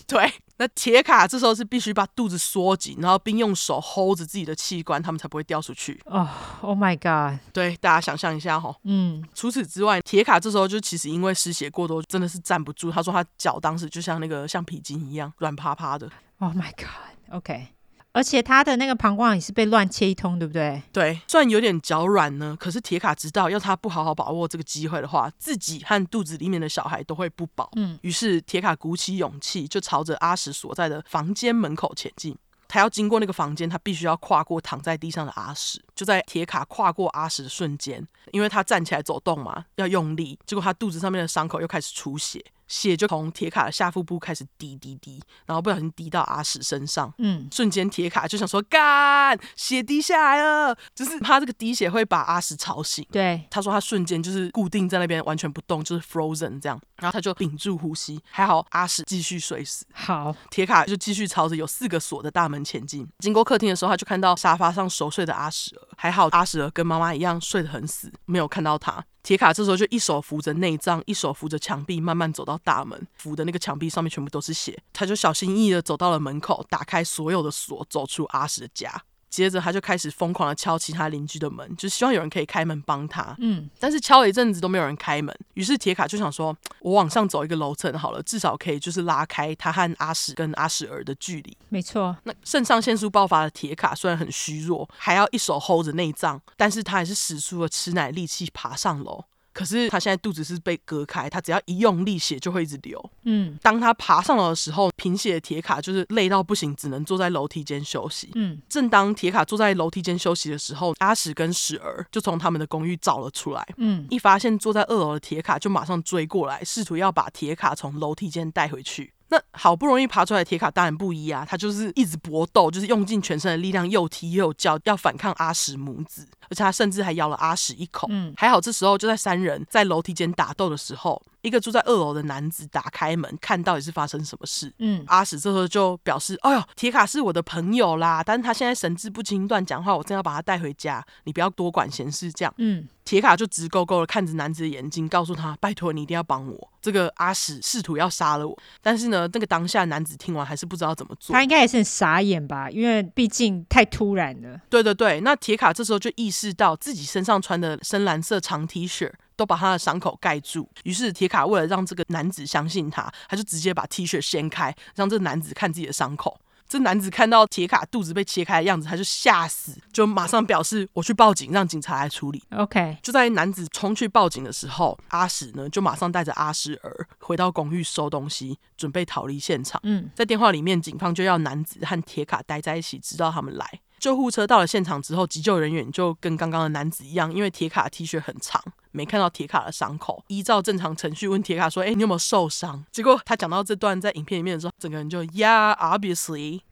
[SPEAKER 1] 对，那铁卡这时候是必须把肚子缩紧，然后并用手 hold 着自己的器官，他们才不会掉出去。
[SPEAKER 2] 哦、o h my god！
[SPEAKER 1] 对，大家想象一下哈、
[SPEAKER 2] 嗯，
[SPEAKER 1] 除此之外，铁卡这时候就其实因为失血过多，真的是站不住。他说他脚当时就像那个橡皮筋一样软趴趴的。
[SPEAKER 2] Oh my god！OK，、而且他的那个膀胱也是被乱切一通，对不对？
[SPEAKER 1] 对，虽然有点脚软呢，可是铁卡知道，要他不好好把握这个机会的话，自己和肚子里面的小孩都会不保。
[SPEAKER 2] 嗯，
[SPEAKER 1] 于是铁卡鼓起勇气，就朝着阿史所在的房间门口前进。他要经过那个房间，他必须要跨过躺在地上的阿史。就在铁卡跨过阿史的瞬间，因为他站起来走动嘛，要用力，结果他肚子上面的伤口又开始出血，血就从铁卡的下腹部开始滴滴滴，然后不小心滴到阿史身上。
[SPEAKER 2] 嗯，
[SPEAKER 1] 瞬间铁卡就想说干，血滴下来了，就是他这个滴血会把阿史吵醒。
[SPEAKER 2] 对，
[SPEAKER 1] 他说他瞬间就是固定在那边完全不动，就是 frozen 这样，然后他就屏住呼吸，还好阿史继续睡死。
[SPEAKER 2] 好，
[SPEAKER 1] 铁卡就继续朝着有四个锁的大门前进。经过客厅的时候，他就看到沙发上熟睡的阿史儿，还好阿史儿跟妈妈一样睡得很死，没有看到他。铁卡这时候就一手扶着内脏，一手扶着墙壁，慢慢走到大门。扶的那个墙壁上面全部都是血，他就小心翼翼的走到了门口，打开所有的锁，走出阿史的家。接着他就开始疯狂的敲其他邻居的门，就希望有人可以开门帮他。
[SPEAKER 2] 嗯，
[SPEAKER 1] 但是敲了一阵子都没有人开门，于是铁卡就想说，我往上走一个楼层好了，至少可以就是拉开他和阿史跟阿史儿的距离。
[SPEAKER 2] 没错，
[SPEAKER 1] 那肾上腺素爆发的铁卡虽然很虚弱，还要一手 hold 着内脏，但是他还是使出了吃奶力气爬上楼。可是他现在肚子是被割开，他只要一用力，血就会一直流。
[SPEAKER 2] 嗯
[SPEAKER 1] 当他爬上楼的时候，贫血的铁卡就是累到不行，只能坐在楼梯间休息。
[SPEAKER 2] 嗯，
[SPEAKER 1] 正当铁卡坐在楼梯间休息的时候，阿史跟史儿就从他们的公寓找了出来。
[SPEAKER 2] 嗯，
[SPEAKER 1] 一发现坐在二楼的铁卡，就马上追过来，试图要把铁卡从楼梯间带回去。那好不容易爬出来的铁卡当然不依啊，他就是一直搏斗，就是用尽全身的力量，又踢又叫，要反抗阿史母子，而且他甚至还咬了阿史一口。
[SPEAKER 2] 嗯
[SPEAKER 1] 还好这时候就在三人在楼梯间打斗的时候，一个住在二楼的男子打开门，看到底是发生什么事。
[SPEAKER 2] 嗯，
[SPEAKER 1] 阿史这时候就表示：“哎呦，铁卡是我的朋友啦，但是他现在神志不清，乱讲话，我真要把他带回家，你不要多管闲事。”这样，
[SPEAKER 2] 嗯，
[SPEAKER 1] 铁卡就直勾勾的看着男子的眼睛，告诉他：“拜托你一定要帮我。”这个阿史试图要杀了我，但是呢，那个当下男子听完还是不知道怎么做
[SPEAKER 2] 他。应该也是很傻眼吧，因为毕竟太突然了。
[SPEAKER 1] 对对对，那铁卡这时候就意识到自己身上穿的深蓝色长 T 恤都把他的伤口盖住，于是铁卡为了让这个男子相信他，他就直接把 T 恤掀开，让这个男子看自己的伤口。这男子看到铁卡肚子被切开的样子，他就吓死，就马上表示我去报警，让警察来处理。
[SPEAKER 2] OK，
[SPEAKER 1] 就在男子冲去报警的时候，阿史呢就马上带着阿史儿回到公寓收东西，准备逃离现场。
[SPEAKER 2] 嗯
[SPEAKER 1] 在电话里面，警方就要男子和铁卡待在一起，直到他们来。救护车到了现场之后，急救人员就跟刚刚的男子一样，因为铁卡的 T 恤很长，没看到铁卡的伤口。依照正常程序问铁卡说：“哎、你有没有受伤？”结果他讲到这段在影片里面的时候，整个人就 Yeah, obviously，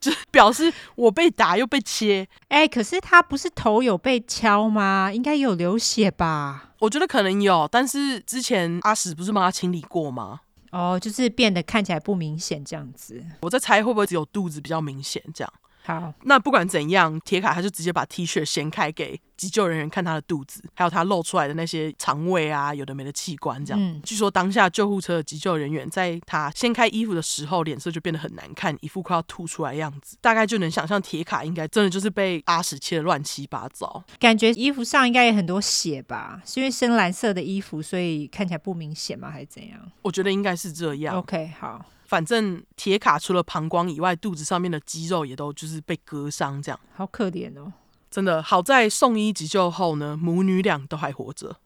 [SPEAKER 1] 就 表示我被打又被切，
[SPEAKER 2] 哎、可是他不是头有被敲吗？应该有流血吧？
[SPEAKER 1] 我觉得可能有，但是之前阿史不是帮他清理过吗？
[SPEAKER 2] 哦，就是变得看起来不明显这样子。
[SPEAKER 1] 我在猜会不会只有肚子比较明显这样。
[SPEAKER 2] 好，
[SPEAKER 1] 那不管怎样，铁卡他就直接把 T 恤掀开给急救人员看他的肚子，还有他露出来的那些肠胃啊，有的没的器官这样。
[SPEAKER 2] 嗯
[SPEAKER 1] 据说当下救护车的急救人员在他掀开衣服的时候，脸色就变得很难看，一副快要吐出来的样子。大概就能想象铁卡应该真的就是被阿史切的乱七八糟。
[SPEAKER 2] 感觉衣服上应该也很多血吧？是因为深蓝色的衣服，所以看起来不明显吗？还是怎样
[SPEAKER 1] 我觉得应该是这样。
[SPEAKER 2] ？OK，好，
[SPEAKER 1] 反正铁卡除了膀胱以外，肚子上面的肌肉也都就是被割伤，这样
[SPEAKER 2] 好可怜哦，
[SPEAKER 1] 真的好在送医急救后呢，母女俩都还活着。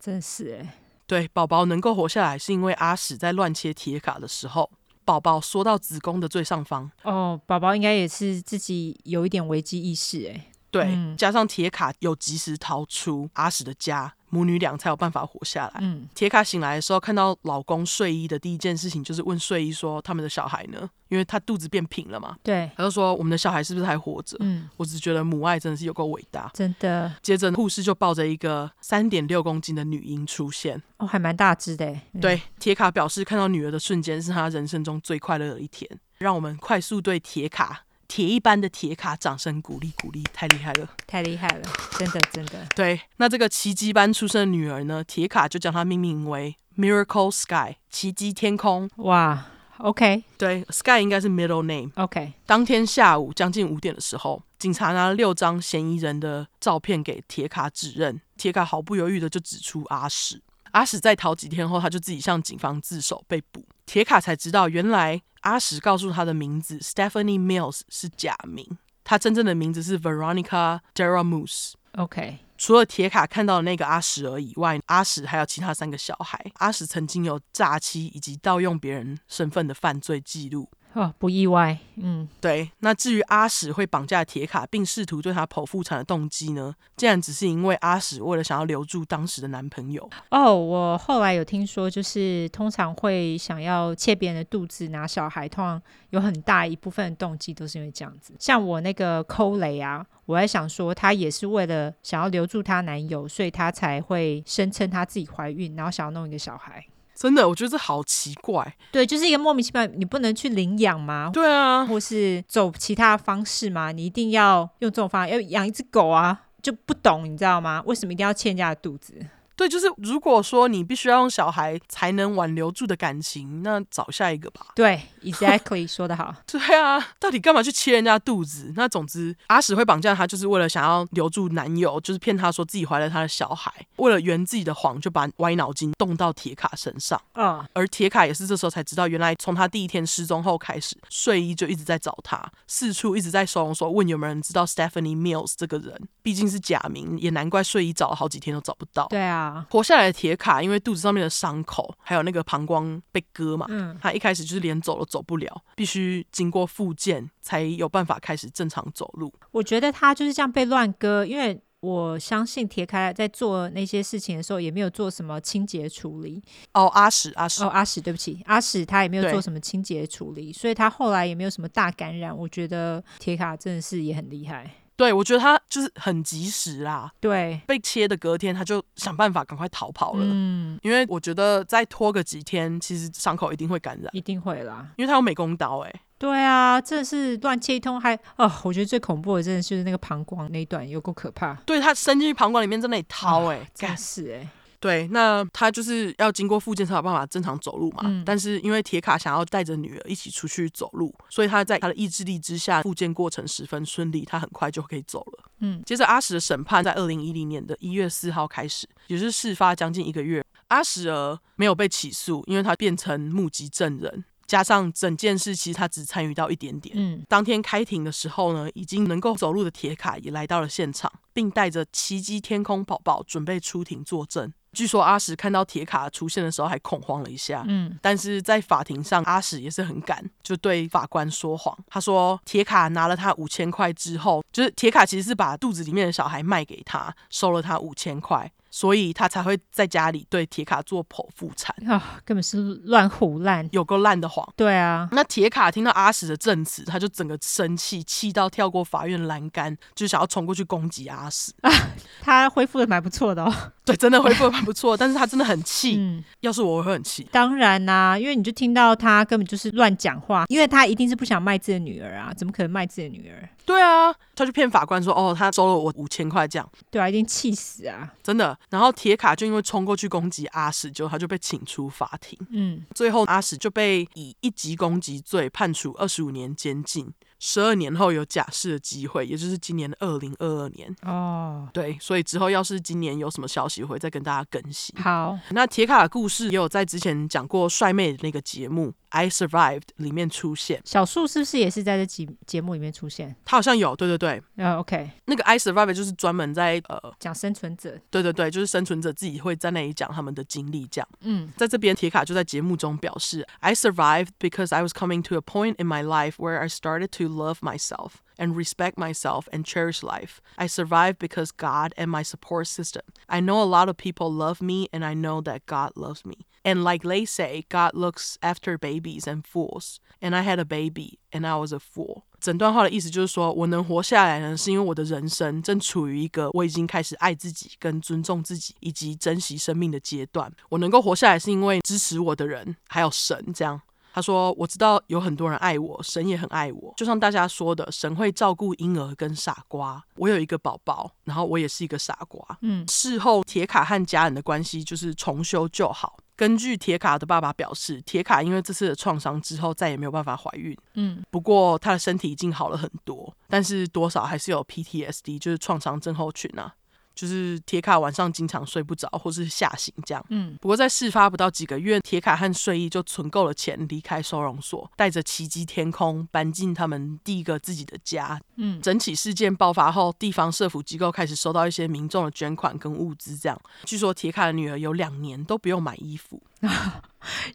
[SPEAKER 2] 真是哎、
[SPEAKER 1] 对，宝宝能够活下来，是因为阿史在乱切铁卡的时候，宝宝缩到子宫的最上方。
[SPEAKER 2] 哦，宝宝应该也是自己有一点危机意识哎、
[SPEAKER 1] 对，
[SPEAKER 2] 嗯
[SPEAKER 1] 加上铁卡有及时逃出阿史的家，母女俩才有办法活下来。
[SPEAKER 2] 嗯，
[SPEAKER 1] 铁卡醒来的时候，看到老公睡衣的第一件事情就是问睡衣说：“他们的小孩呢？”因为他肚子变平了嘛，
[SPEAKER 2] 对，
[SPEAKER 1] 他就说：“我们的小孩是不是还活着？”
[SPEAKER 2] 嗯，
[SPEAKER 1] 我只觉得母爱真的是有够伟大。
[SPEAKER 2] 真的
[SPEAKER 1] 接着，护士就抱着一个三点六公斤的女婴出现。
[SPEAKER 2] 哦，还蛮大只的哎、嗯，
[SPEAKER 1] 对，铁卡表示看到女儿的瞬间是他人生中最快乐的一天。让我们快速对铁卡铁一般的铁卡掌声鼓励鼓励，太厉害了！
[SPEAKER 2] 太厉 害了，真的真的，
[SPEAKER 1] 对，那这个奇迹般出生的女儿呢，铁卡就将她命名为 Miracle Sky 奇迹天空。
[SPEAKER 2] 哇，OK
[SPEAKER 1] 对，Sky 应该是 middle name。
[SPEAKER 2] OK，
[SPEAKER 1] 当天下午将近五点的时候，警察拿了六张嫌疑人的照片给铁卡指认。铁卡毫不犹豫的就指出阿史。阿史在逃几天后，他就自己向警方自首被捕。铁卡才知道，原来阿史告诉他的名字 Stephanie Mills 是假名，他真正的名字是 Veronica Deramus。
[SPEAKER 2] OK，
[SPEAKER 1] 除了铁卡看到的那个阿史儿以外，阿史还有其他三个小孩。阿史曾经有诈欺以及盗用别人身份的犯罪记录。
[SPEAKER 2] 哦，不意外，嗯，
[SPEAKER 1] 对，那至于阿史会绑架铁卡并试图对她剖腹产的动机呢，竟然只是因为阿史为了想要留住当时的男朋友。
[SPEAKER 2] 哦，我后来有听说，就是通常会想要切别人的肚子拿小孩，通常有很大一部分的动机都是因为这样子。像我那个抠雷啊，我在想说，她也是为了想要留住她男友，所以她才会声称她自己怀孕，然后想要弄一个小孩。
[SPEAKER 1] 真的，我觉得这好奇怪。
[SPEAKER 2] 对，就是一个莫名其妙，你不能去领养吗？
[SPEAKER 1] 对啊，
[SPEAKER 2] 或是走其他方式吗？你一定要用这种方法，要养一只狗啊，就不懂，你知道吗？为什么一定要欠人家的肚子？
[SPEAKER 1] 对，就是如果说你必须要用小孩才能挽留住的感情，那找下一个吧。
[SPEAKER 2] 对，exactly 说得好，
[SPEAKER 1] 对啊，到底干嘛去切人家肚子？那总之，阿史会绑架她，就是为了想要留住男友，就是骗她说自己怀了她的小孩，为了圆自己的谎，就把歪脑筋动到铁卡身上。
[SPEAKER 2] 嗯。
[SPEAKER 1] 而铁卡也是这时候才知道，原来从他第一天失踪后开始，睡衣就一直在找他，四处一直在收容所问有没有人知道 Stephanie Mills 这个人，毕竟是假名，也难怪睡衣找了好几天都找不到。
[SPEAKER 2] 对啊，
[SPEAKER 1] 活下来的铁卡，因为肚子上面的伤口，还有那个膀胱被割嘛，
[SPEAKER 2] 嗯
[SPEAKER 1] 他一开始就是连走都走不了，必须经过复健才有办法开始正常走路。
[SPEAKER 2] 我觉得他就是这样被乱割，因为我相信铁开在做那些事情的时候，也没有做什么清洁处理。
[SPEAKER 1] 哦，阿史，阿史，
[SPEAKER 2] 哦，阿史，对不起，阿史他也没有
[SPEAKER 1] 对
[SPEAKER 2] 做什么清洁处理，所以他后来也没有什么大感染。我觉得铁卡真的是也很厉害。
[SPEAKER 1] 对我觉得他就是很及时啦，
[SPEAKER 2] 对，
[SPEAKER 1] 被切的隔天他就想办法赶快逃跑了。
[SPEAKER 2] 嗯，
[SPEAKER 1] 因为我觉得再拖个几天，其实伤口一定会感染，
[SPEAKER 2] 一定会啦。
[SPEAKER 1] 因为他有美工刀、欸，哎，
[SPEAKER 2] 对啊，真的是乱切一通还哦，我觉得最恐怖的真的就是那个膀胱那一段，有够可怕。
[SPEAKER 1] 对他伸进去膀胱里面在那里掏、欸，哎、
[SPEAKER 2] 真
[SPEAKER 1] 干
[SPEAKER 2] 的是哎、
[SPEAKER 1] 对，那他就是要经过复健才有办法正常走路嘛。
[SPEAKER 2] 嗯
[SPEAKER 1] 但是因为铁卡想要带着女儿一起出去走路，所以他在他的意志力之下，复健过程十分顺利，他很快就可以走了。
[SPEAKER 2] 嗯，
[SPEAKER 1] 接着阿史的审判在二零一零年的一月四号开始，也就是事发将近一个月，阿史儿没有被起诉，因为他变成目击证人，加上整件事其实他只参与到一点点。
[SPEAKER 2] 嗯，
[SPEAKER 1] 当天开庭的时候呢，已经能够走路的铁卡也来到了现场，并带着奇迹天空宝宝准备出庭作证。据说阿史看到铁卡出现的时候还恐慌了一下，
[SPEAKER 2] 嗯，
[SPEAKER 1] 但是在法庭上，阿史也是很敢，就对法官说谎。他说铁卡拿了他五千块之后，就是铁卡其实是把肚子里面的小孩卖给他，收了他五千块，所以他才会在家里对铁卡做剖腹产，
[SPEAKER 2] 啊、根本是乱胡乱。
[SPEAKER 1] 有够烂的谎。
[SPEAKER 2] 对啊，
[SPEAKER 1] 那铁卡听到阿史的证词，他就整个生气，气到跳过法院栏杆，就想要冲过去攻击阿史。
[SPEAKER 2] 他恢复的蛮不错的哦。
[SPEAKER 1] 对，真的恢复的蛮不错，但是他真的很气。
[SPEAKER 2] 嗯，
[SPEAKER 1] 要是我，我会很气。
[SPEAKER 2] 当然啦、因为你就听到他根本就是乱讲话，因为他一定是不想卖自己的女儿啊，怎么可能卖自己的女儿？
[SPEAKER 1] 对啊，他就骗法官说，哦，他收了我五千块这样，
[SPEAKER 2] 对啊，一定气死啊！
[SPEAKER 1] 真的。然后铁卡就因为冲过去攻击阿史，就他就被请出法庭。
[SPEAKER 2] 嗯，
[SPEAKER 1] 最后，阿史就被以一级攻击罪判处二十五年监禁，十二年后有假释的机会，也就是今年的二零二二年。
[SPEAKER 2] 哦，
[SPEAKER 1] 对，所以之后要是今年有什么消息，我会再跟大家更新。
[SPEAKER 2] 好，
[SPEAKER 1] 那铁卡的故事也有在之前讲过帅妹的那个节目《I Survived》里面出现，
[SPEAKER 2] 小树是不是也是在这节节目里面出现？
[SPEAKER 1] 他好像有，对对对，
[SPEAKER 2] 呃，OK，
[SPEAKER 1] 那个《I Survived》就是专门在呃，
[SPEAKER 2] 讲生存者，
[SPEAKER 1] 对对对，就是生存者自己会在那里讲他们的经历，这样。
[SPEAKER 2] 嗯
[SPEAKER 1] 在这边，铁卡就在节目中表示：“I survived because I was coming to a point in my life where I started to love myself and respect myself and cherish life. I survived because God and my support system. I know a lot of people love me, and I know that God loves me. And like they say, God looks after babies and fools. And I had a baby, and I was a fool.” 整段话的意思就是说，我能活下来呢，是因为我的人生正处于一个我已经开始爱自己、跟尊重自己以及珍惜生命的阶段。我能够活下来，是因为支持我的人还有神。这样，他说：“我知道有很多人爱我，神也很爱我。就像大家说的，神会照顾婴儿跟傻瓜。我有一个宝宝，然后我也是一个傻瓜。
[SPEAKER 2] 嗯
[SPEAKER 1] 事后铁卡和家人的关系就是重修旧好。根据铁卡的爸爸表示，铁卡因为这次的创伤之后，再也没有办法怀孕。
[SPEAKER 2] 嗯，
[SPEAKER 1] 不过他的身体已经好了很多，但是多少还是有 PTSD，就是创伤症候群啊，就是铁卡晚上经常睡不着或是吓醒这样。
[SPEAKER 2] 嗯，
[SPEAKER 1] 不过在事发不到几个月，铁卡和睡衣就存够了钱离开收容所，带着奇迹天空搬进他们第一个自己的家。
[SPEAKER 2] 嗯
[SPEAKER 1] 整起事件爆发后，地方社福机构开始收到一些民众的捐款跟物资，这样据说铁卡的女儿有两年都不用买衣服。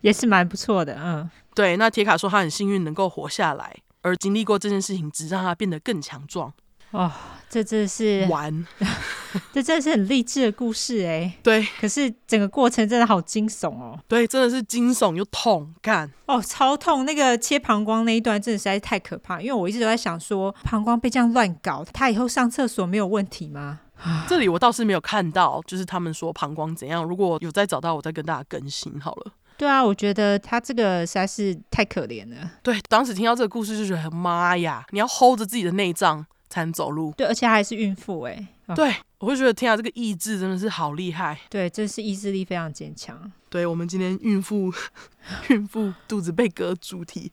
[SPEAKER 2] 也是蛮不错的。嗯，
[SPEAKER 1] 对，那铁卡说他很幸运能够活下来，而经历过这件事情，只让他变得更强壮。
[SPEAKER 2] 哦，这真的是，
[SPEAKER 1] 完，
[SPEAKER 2] 这真的是很励志的故事哎、
[SPEAKER 1] 对
[SPEAKER 2] 可是整个过程真的好惊悚哦。
[SPEAKER 1] 对，真的是惊悚又痛，干
[SPEAKER 2] 哦，超痛！那个切膀胱那一段真的实在是太可怕，因为我一直都在想说，膀胱被这样乱搞，他以后上厕所没有问题吗？
[SPEAKER 1] 这里我倒是没有看到，就是他们说膀胱怎样。如果有再找到，我再跟大家更新好了。
[SPEAKER 2] 对啊，我觉得他这个实在是太可怜了。
[SPEAKER 1] 对，当时听到这个故事就觉得，妈呀，你要 hold 着自己的内脏才能走路。
[SPEAKER 2] 对，而且她还是孕妇哎、哦
[SPEAKER 1] 对，我会觉得天啊，这个意志真的是好厉害。
[SPEAKER 2] 对，真是意志力非常坚强。
[SPEAKER 1] 对我们今天孕妇， 孕妇肚子被割主题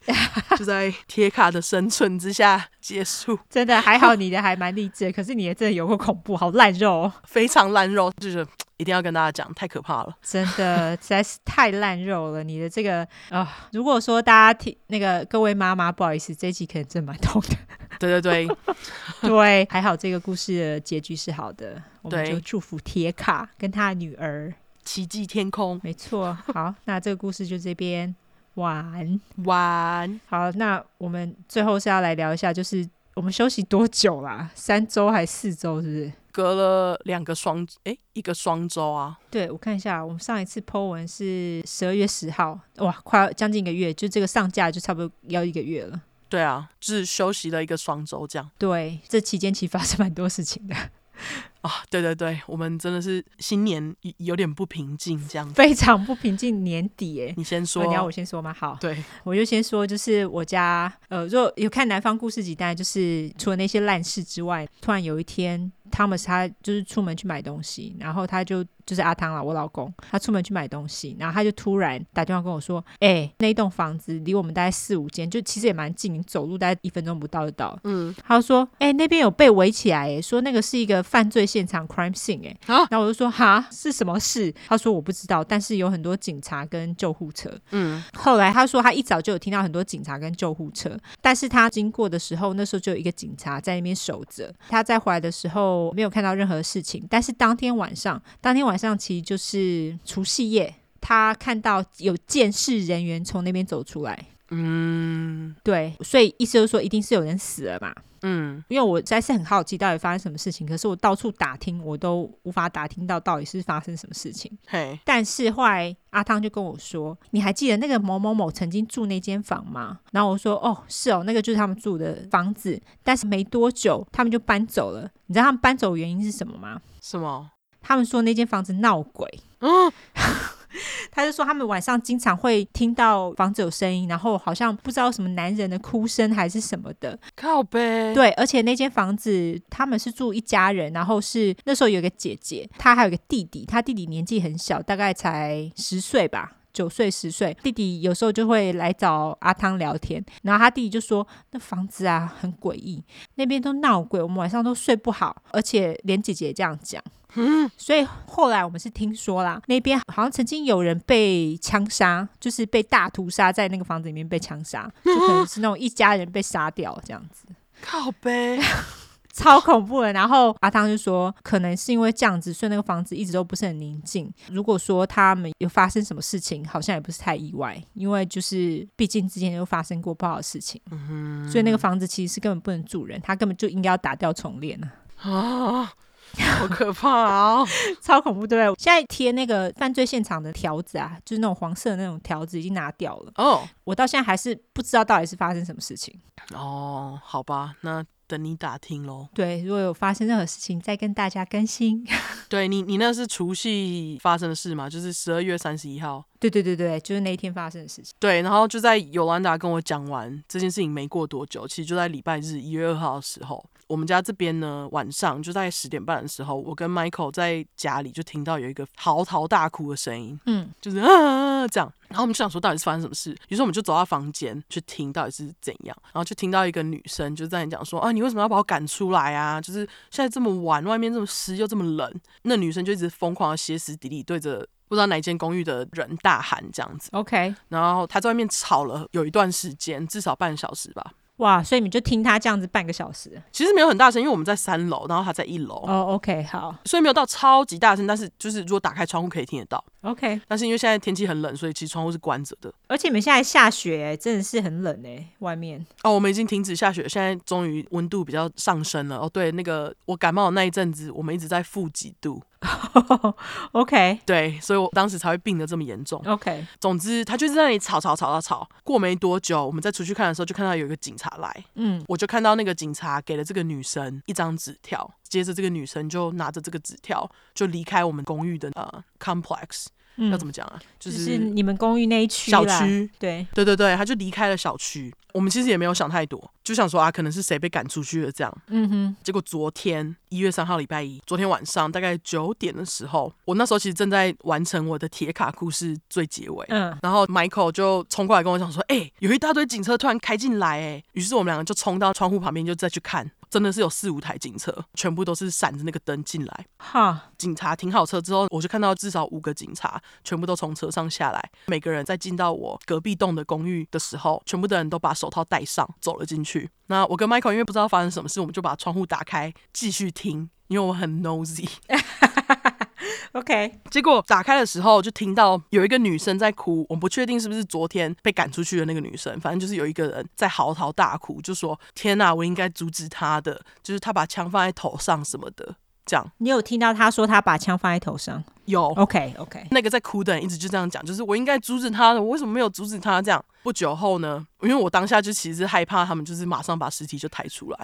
[SPEAKER 1] 就在铁卡的生存之下结束，
[SPEAKER 2] 真的还好，你的还蛮励志的，可是你的真的有过恐怖，好烂肉、哦，
[SPEAKER 1] 非常烂肉，就是一定要跟大家讲，太可怕了。
[SPEAKER 2] 真的实在是太烂肉了。你的这个 啊、如果说大家听那个各位妈妈，不好意思，这一集可能真蛮痛 的。
[SPEAKER 1] 对对对，
[SPEAKER 2] 对，还好这个故事的结局是好的，我们
[SPEAKER 1] 对
[SPEAKER 2] 就祝福铁卡跟他的女儿。
[SPEAKER 1] 奇迹天空
[SPEAKER 2] 没 错，好，那这个故事就这边完。
[SPEAKER 1] 完，
[SPEAKER 2] 好，那我们最后是要来聊一下，就是我们休息多久啦？三周还是四周？是不是？
[SPEAKER 1] 隔了两个双，诶，一个双周啊，
[SPEAKER 2] 对，我看一下，我们上一次 Po 文是十二月十号，哇，快要将近一个月，就这个上架就差不多要一个月了。
[SPEAKER 1] 对啊，就是休息了一个双周这样
[SPEAKER 2] 对，这期间其实发生蛮多事情的，
[SPEAKER 1] 啊。对对对，我们真的是新年有有点不平静这样。
[SPEAKER 2] 非常不平静年底哎。
[SPEAKER 1] 你先说
[SPEAKER 2] 哦，你要我先说吗？好，
[SPEAKER 1] 对
[SPEAKER 2] 我就先说，就是我家，呃，如果有看《南方故事集》，当然就是除了那些烂事之外，突然有一天，Thomas 他就是出门去买东西，然后他就就是阿汤啦，我老公，他出门去买东西，然后他就突然打电话跟我说，哎、那一栋房子离我们大概四五间，就其实也蛮近，你走路大概一分钟不到就到了。
[SPEAKER 1] 嗯，
[SPEAKER 2] 他就说，哎、那边有被围起来，哎，说那个是一个犯罪现场 crime scene，哎、
[SPEAKER 1] 啊
[SPEAKER 2] 然后我就说，哈，是什么事？他说我不知道，但是有很多警察跟救护车，
[SPEAKER 1] 嗯，
[SPEAKER 2] 后来他说，他一早就有听到很多警察跟救护车，但是他经过的时候，那时候就有一个警察在那边守着。他在回来的时候没有看到任何事情，但是当天晚上，当天晚上其实就是除夕夜，他看到有监视人员从那边走出来。
[SPEAKER 1] 嗯
[SPEAKER 2] 对，所以意思就是说，一定是有人死了嘛。
[SPEAKER 1] 嗯，
[SPEAKER 2] 因为我实在是很好奇到底发生什么事情，可是我到处打听，我都无法打听到到底是发生什么事情。
[SPEAKER 1] 嘿，
[SPEAKER 2] 但是后来阿汤就跟我说：“你还记得那个某某某曾经住那间房吗？”然后我说：“哦，是哦，那个就是他们住的房子。”但是没多久他们就搬走了。你知道他们搬走的原因是什么吗？
[SPEAKER 1] 什么？
[SPEAKER 2] 他们说那间房子闹鬼。
[SPEAKER 1] 嗯，
[SPEAKER 2] 他就说他们晚上经常会听到房子有声音，然后好像不知道什么男人的哭声还是什么的。
[SPEAKER 1] 靠呗。
[SPEAKER 2] 对，而且那间房子他们是住一家人，然后是那时候有一个姐姐，她还有一个弟弟，她弟弟年纪很小，大概才十岁吧。九岁十岁，弟弟有时候就会来找阿汤聊天，然后他弟弟就说：“那房子啊很诡异，那边都闹鬼，我们晚上都睡不好，而且连姐姐也这样讲。”所以后来我们是听说啦，那边好像曾经有人被枪杀，就是被大屠杀，在那个房子里面被枪杀，就可能是那种一家人被杀掉这样子。
[SPEAKER 1] 靠呗，
[SPEAKER 2] 超恐怖的。然后阿汤就说，可能是因为这样子，所以那个房子一直都不是很宁静。如果说他们有发生什么事情，好像也不是太意外，因为就是毕竟之前就发生过不好的事情，
[SPEAKER 1] 嗯
[SPEAKER 2] 所以那个房子其实是根本不能住人，他根本就应该要打掉重练啊，
[SPEAKER 1] 啊，好可怕啊！
[SPEAKER 2] 超恐怖对不对？现在贴那个犯罪现场的条子啊，就是那种黄色的那种条子已经拿掉了，
[SPEAKER 1] 哦
[SPEAKER 2] 我到现在还是不知道到底是发生什么事情。
[SPEAKER 1] 哦，好吧，那等你打听喽。
[SPEAKER 2] 对，如果有发生任何事情，再跟大家更新。
[SPEAKER 1] 对你，你那是除夕发生的事嘛？就是十二月三十一号。
[SPEAKER 2] 对对对对，就是那一天发生的事情。
[SPEAKER 1] 对，然后就在尤兰达跟我讲完这件事情没过多久，其实就在礼拜日一月二号的时候，我们家这边呢晚上就在十点半的时候，我跟 Michael 在家里就听到有一个嚎啕大哭的声音，
[SPEAKER 2] 嗯，
[SPEAKER 1] 就是啊这样，然后我们就想说到底是发生什么事，于是我们就走到房间去听到底是怎样，然后就听到一个女生就在那里讲说啊你为什么要把我赶出来啊？就是现在这么晚，外面这么湿又这么冷，那女生就一直疯狂的歇斯底里对着不知道哪间公寓的人大喊这样子。
[SPEAKER 2] OK，
[SPEAKER 1] 然后他在外面吵了有一段时间，至少半小时吧。
[SPEAKER 2] 哇，所以你就听他这样子半个小时。
[SPEAKER 1] 其实没有很大声，因为我们在三楼，然后他在一楼，
[SPEAKER 2] 哦、o k 好
[SPEAKER 1] 所以没有到超级大声。但是就是如果打开窗户可以听得到，
[SPEAKER 2] ，OK。
[SPEAKER 1] 但是因为现在天气很冷，所以其实窗户是关着的。
[SPEAKER 2] 而且你们现在下雪、真的是很冷哎、外面。
[SPEAKER 1] 哦，我们已经停止下雪，现在终于温度比较上升了。哦，对，那个我感冒的那一阵子，我们一直在负几度，
[SPEAKER 2] OK
[SPEAKER 1] 对，所以我当时才会病得这么严重。
[SPEAKER 2] OK，
[SPEAKER 1] 总之，他就是在那里吵吵吵吵吵。过没多久，我们再出去看的时候，就看到有一个警察来，
[SPEAKER 2] 嗯，
[SPEAKER 1] 我就看到那个警察给了这个女生一张纸条，接着这个女生就拿着这个纸条就离开我们公寓的呃 complex，、
[SPEAKER 2] 嗯
[SPEAKER 1] 要怎么讲啊？就
[SPEAKER 2] 就是
[SPEAKER 1] 是
[SPEAKER 2] 你们公寓那一区
[SPEAKER 1] 小
[SPEAKER 2] 啦，
[SPEAKER 1] 区。
[SPEAKER 2] 对，
[SPEAKER 1] 对对对，他就离开了小区。我们其实也没有想太多，就想说啊，可能是谁被赶出去了这样。
[SPEAKER 2] 嗯哼，
[SPEAKER 1] 结果昨天一月三号礼拜一，昨天晚上大概九点的时候，我那时候其实正在完成我的铁卡故事最结尾，
[SPEAKER 2] 嗯，
[SPEAKER 1] 然后 Michael 就冲过来跟我讲说：“哎、有一大堆警车突然开进来、哎。”于是我们两个就冲到窗户旁边，就再去看，真的是有四五台警车，全部都是闪着那个灯进来。
[SPEAKER 2] 哈，
[SPEAKER 1] 警察停好车之后，我就看到至少五个警察全部都从车上下来，每个人在进到我隔壁栋的公寓的时候，全部的人都把手套戴上，走了进去。那我跟 Michael 因为不知道发生什么事，我们就把窗户打开继续听，因为我很 nosy。
[SPEAKER 2] OK，
[SPEAKER 1] 结果打开的时候，就听到有一个女生在哭，我不确定是不是昨天被赶出去的那个女生，反正就是有一个人在嚎啕大哭，就说：“天哪，我应该阻止她的，就是她把枪放在头上什么的。”这样
[SPEAKER 2] 你有听到他说他把枪放在头上
[SPEAKER 1] 有、
[SPEAKER 2] ？OK OK，
[SPEAKER 1] 那个在哭的人一直就这样讲，就是我应该阻止她的，我为什么没有阻止她？这样不久后呢，因为我当下就其实是害怕他们就是马上把尸体就抬出来，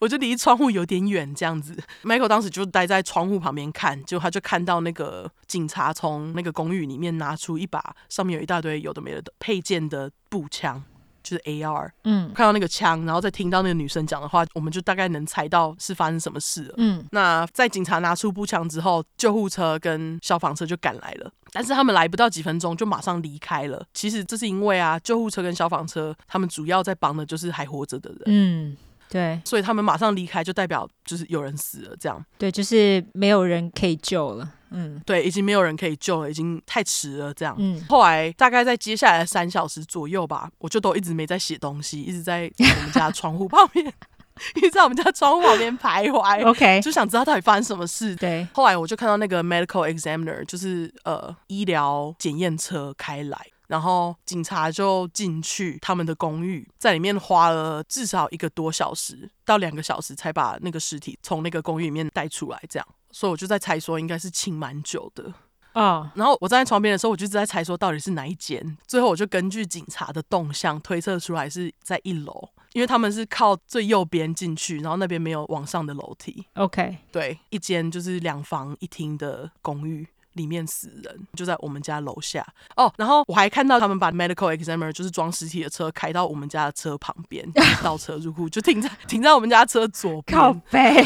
[SPEAKER 1] 我就离窗户有点远这样子。Michael 当时就待在窗户旁边看，结果他就看到那个警察从那个公寓里面拿出一把上面有一大堆有的没的的配件的步枪。就是 AR，
[SPEAKER 2] 嗯
[SPEAKER 1] 看到那个枪，然后再听到那个女生讲的话，我们就大概能猜到是发生什么事了。
[SPEAKER 2] 嗯，
[SPEAKER 1] 那在警察拿出步枪之后，救护车跟消防车就赶来了，但是他们来不到几分钟就马上离开了。其实这是因为啊，救护车跟消防车他们主要在帮的就是还活着的人，
[SPEAKER 2] 嗯，对
[SPEAKER 1] 所以他们马上离开就代表就是有人死了，这样
[SPEAKER 2] 对，就是没有人可以救了。嗯
[SPEAKER 1] 对，已经没有人可以救了，已经太迟了，这样。
[SPEAKER 2] 嗯，
[SPEAKER 1] 后来大概在接下来的三小时左右吧，我就都一直没在写东西，一直在我们家窗户旁边， 一直在我们家窗户旁边徘 徊，
[SPEAKER 2] 哦 OK，
[SPEAKER 1] 哎就想知道到底发生什么事。
[SPEAKER 2] 对，
[SPEAKER 1] 后来我就看到那个 medical examiner，就是呃医疗检验车开来，然后警察就进去他们的公寓，在里面花了至少一个多小时到两个小时才把那个尸体从那个公寓里面带出来，这样。所以我就在猜说，应该是清蛮久的。
[SPEAKER 2] 哦，
[SPEAKER 1] 然后我站在床边的时候，我就一直在猜说到底是哪一间。最后我就根据警察的动向推测出来是在一楼，因为他们是靠最右边进去，然后那边没有往上的楼梯。
[SPEAKER 2] OK，
[SPEAKER 1] 对，一间就是两房一厅的公寓。里面死人就在我们家楼下哦，然后我还看到他们把 medical examiner 就是装尸体的车开到我们家的车旁边，倒车入库就停在停在我们家车左边，
[SPEAKER 2] 靠背，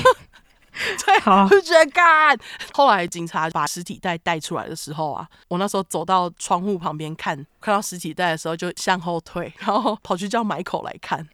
[SPEAKER 1] 对，
[SPEAKER 2] 好
[SPEAKER 1] 我，就觉得干。后来警察把尸体袋带出来的时候啊，我那时候走到窗户旁边看，看到尸体袋的时候就向后退，然后跑去叫 Michael 来看，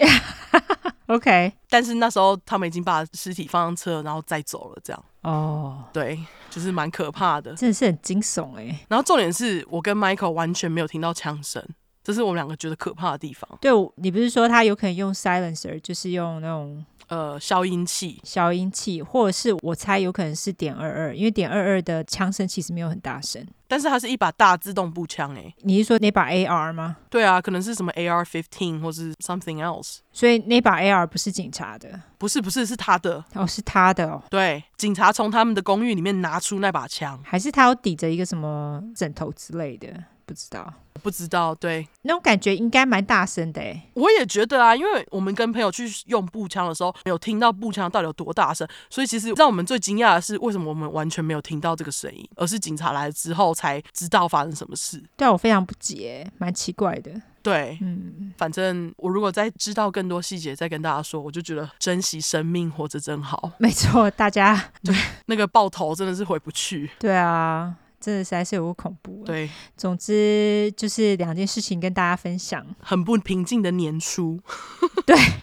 [SPEAKER 2] OK，
[SPEAKER 1] 但是那时候他们已经把尸体放上车，然后再走了，这样
[SPEAKER 2] 哦，
[SPEAKER 1] 对，就是蛮可怕的。
[SPEAKER 2] 真的是很惊悚哎、
[SPEAKER 1] 然后重点是我跟 Michael 完全没有听到枪声，这是我们两个觉得可怕的地方。
[SPEAKER 2] 对，我你不是说他有可能用 silencer，就是用那种
[SPEAKER 1] 呃，消音器，
[SPEAKER 2] 消音器，或者是我猜有可能是点二二，因为点二二的枪声其实没有很大声。
[SPEAKER 1] 但是它是一把大自动步枪诶、
[SPEAKER 2] 你是说那把 AR 吗？
[SPEAKER 1] 对啊，可能是什么 AR fifteen 或是 something else。
[SPEAKER 2] 所以那把 AR 不是警察的，
[SPEAKER 1] 不是不是是他的，
[SPEAKER 2] 哦，是他的哦，
[SPEAKER 1] 对，警察从他们的公寓里面拿出那把枪，
[SPEAKER 2] 还是他有抵着一个什么枕头之类的，不知道。
[SPEAKER 1] 不知道，对，
[SPEAKER 2] 那种感觉应该蛮大声的欸诶。
[SPEAKER 1] 我也觉得啊，因为我们跟朋友去用步枪的时候，有听到步枪到底有多大声，所以其实让我们最惊讶的是，为什么我们完全没有听到这个声音，而是警察来了之后才知道发生什么事。
[SPEAKER 2] 对啊我非常不解，蛮奇怪的。
[SPEAKER 1] 对，
[SPEAKER 2] 嗯，
[SPEAKER 1] 反正我如果再知道更多细节，再跟大家说，我就觉得珍惜生命，活着真好。
[SPEAKER 2] 没错，大家
[SPEAKER 1] 那个爆头真的是回不去。
[SPEAKER 2] 对啊，真的实在是有够恐怖。，
[SPEAKER 1] 对，
[SPEAKER 2] 总之就是两件事情跟大家分享，
[SPEAKER 1] 很不平静的年初。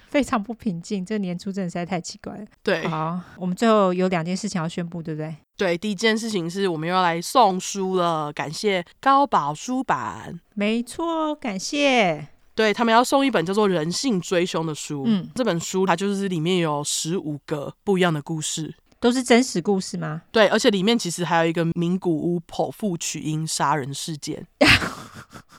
[SPEAKER 2] 非常不平静。这年初真的实在太奇怪了。
[SPEAKER 1] 对
[SPEAKER 2] 好，我们最后有两件事情要宣布，对不对？
[SPEAKER 1] 对，第一件事情是我们又要来送书了，感谢高宝书版。
[SPEAKER 2] 没错，感谢。
[SPEAKER 1] 对他们要送一本叫做《人性追凶》的书。
[SPEAKER 2] 嗯，
[SPEAKER 1] 这本书它就是里面有十五个不一样的故事，
[SPEAKER 2] 都是真实故事吗？
[SPEAKER 1] 对，而且里面其实还有一个名古屋剖腹取婴杀人事件。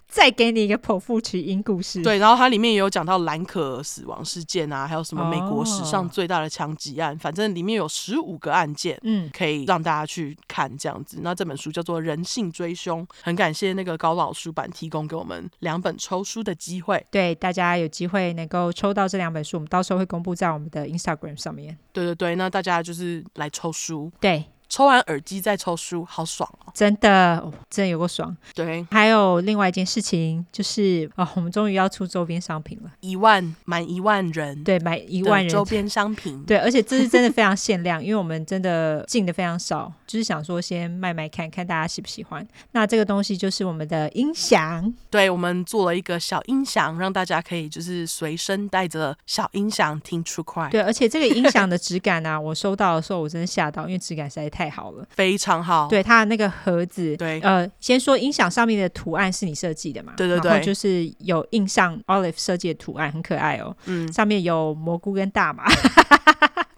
[SPEAKER 2] 再给你一个剖腹取因故事。，
[SPEAKER 1] 对，然后它里面也有讲到兰可儿死亡事件啊，还有什么美国史
[SPEAKER 2] 哦
[SPEAKER 1] 上最大的枪击案，反正里面有十五个案件。
[SPEAKER 2] 嗯，
[SPEAKER 1] 可以让大家去看这样子。那这本书叫做《人性追凶》，很感谢那个高老书版提供给我们两本抽书的机会。
[SPEAKER 2] 对，大家有机会能够抽到这两本书，我们到时候会公布在我们的 Instagram 上面。
[SPEAKER 1] 对对对，那大家就是来抽书，
[SPEAKER 2] 对，
[SPEAKER 1] 抽完耳机再抽书，好爽哦。
[SPEAKER 2] 真的，哦真的有个爽。
[SPEAKER 1] 对，
[SPEAKER 2] 还有另外一件事情就是，啊、我们终于要出周边商品了。
[SPEAKER 1] 一万满一万人，
[SPEAKER 2] 对，买一万人
[SPEAKER 1] 周边商品。
[SPEAKER 2] 对，而且这是真的非常限量， 因为我们真的进的非常少，就是想说先卖卖看看大家喜不喜欢。那这个东西就是我们的音响，
[SPEAKER 1] 对，我们做了一个小音响，让大家可以就是随身带着小音响听出快。
[SPEAKER 2] 对，而且这个音响的质感啊， 我收到的时候我真的吓到，因为质感实在太好了。
[SPEAKER 1] 非常好。
[SPEAKER 2] 对，它的那个盒子，
[SPEAKER 1] 哦对
[SPEAKER 2] 呃，先说音响上面的图案是你设计的嘛？
[SPEAKER 1] 对对
[SPEAKER 2] 然后
[SPEAKER 1] 对
[SPEAKER 2] 就是有印上 Olive 设计的图案，很可爱哦。
[SPEAKER 1] 嗯，
[SPEAKER 2] 上面有蘑菇跟大麻，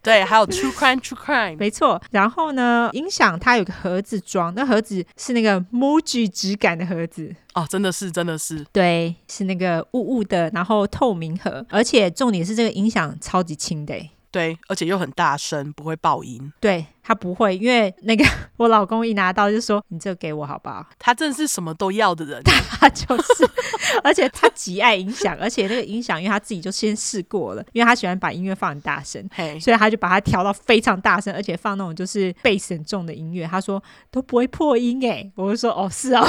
[SPEAKER 1] 对，还有 True Crime True Crime，
[SPEAKER 2] 没错。然后呢，音响它有个盒子装，那盒子是那个 Muji 质感的盒子，
[SPEAKER 1] 哦，真的是真的是，
[SPEAKER 2] 对，是那个雾雾的，然后透明盒，而且重点是这个音响超级轻的欸，
[SPEAKER 1] 对，而且又很大声，不会爆音。
[SPEAKER 2] 对，它不会，因为那个 我老公一拿到就说：“你这个给我好不好
[SPEAKER 1] 他真的是什么都要的人，？”
[SPEAKER 2] 他就是，而且他极爱音响，而且那个音响因为他自己就先试过了，因为他喜欢把音乐放很大声。
[SPEAKER 1] 嘿，
[SPEAKER 2] 所以他就把它调到非常大声，而且放那种就是贝斯很重的音乐。他说都不会破音诶，我就说哦是哦，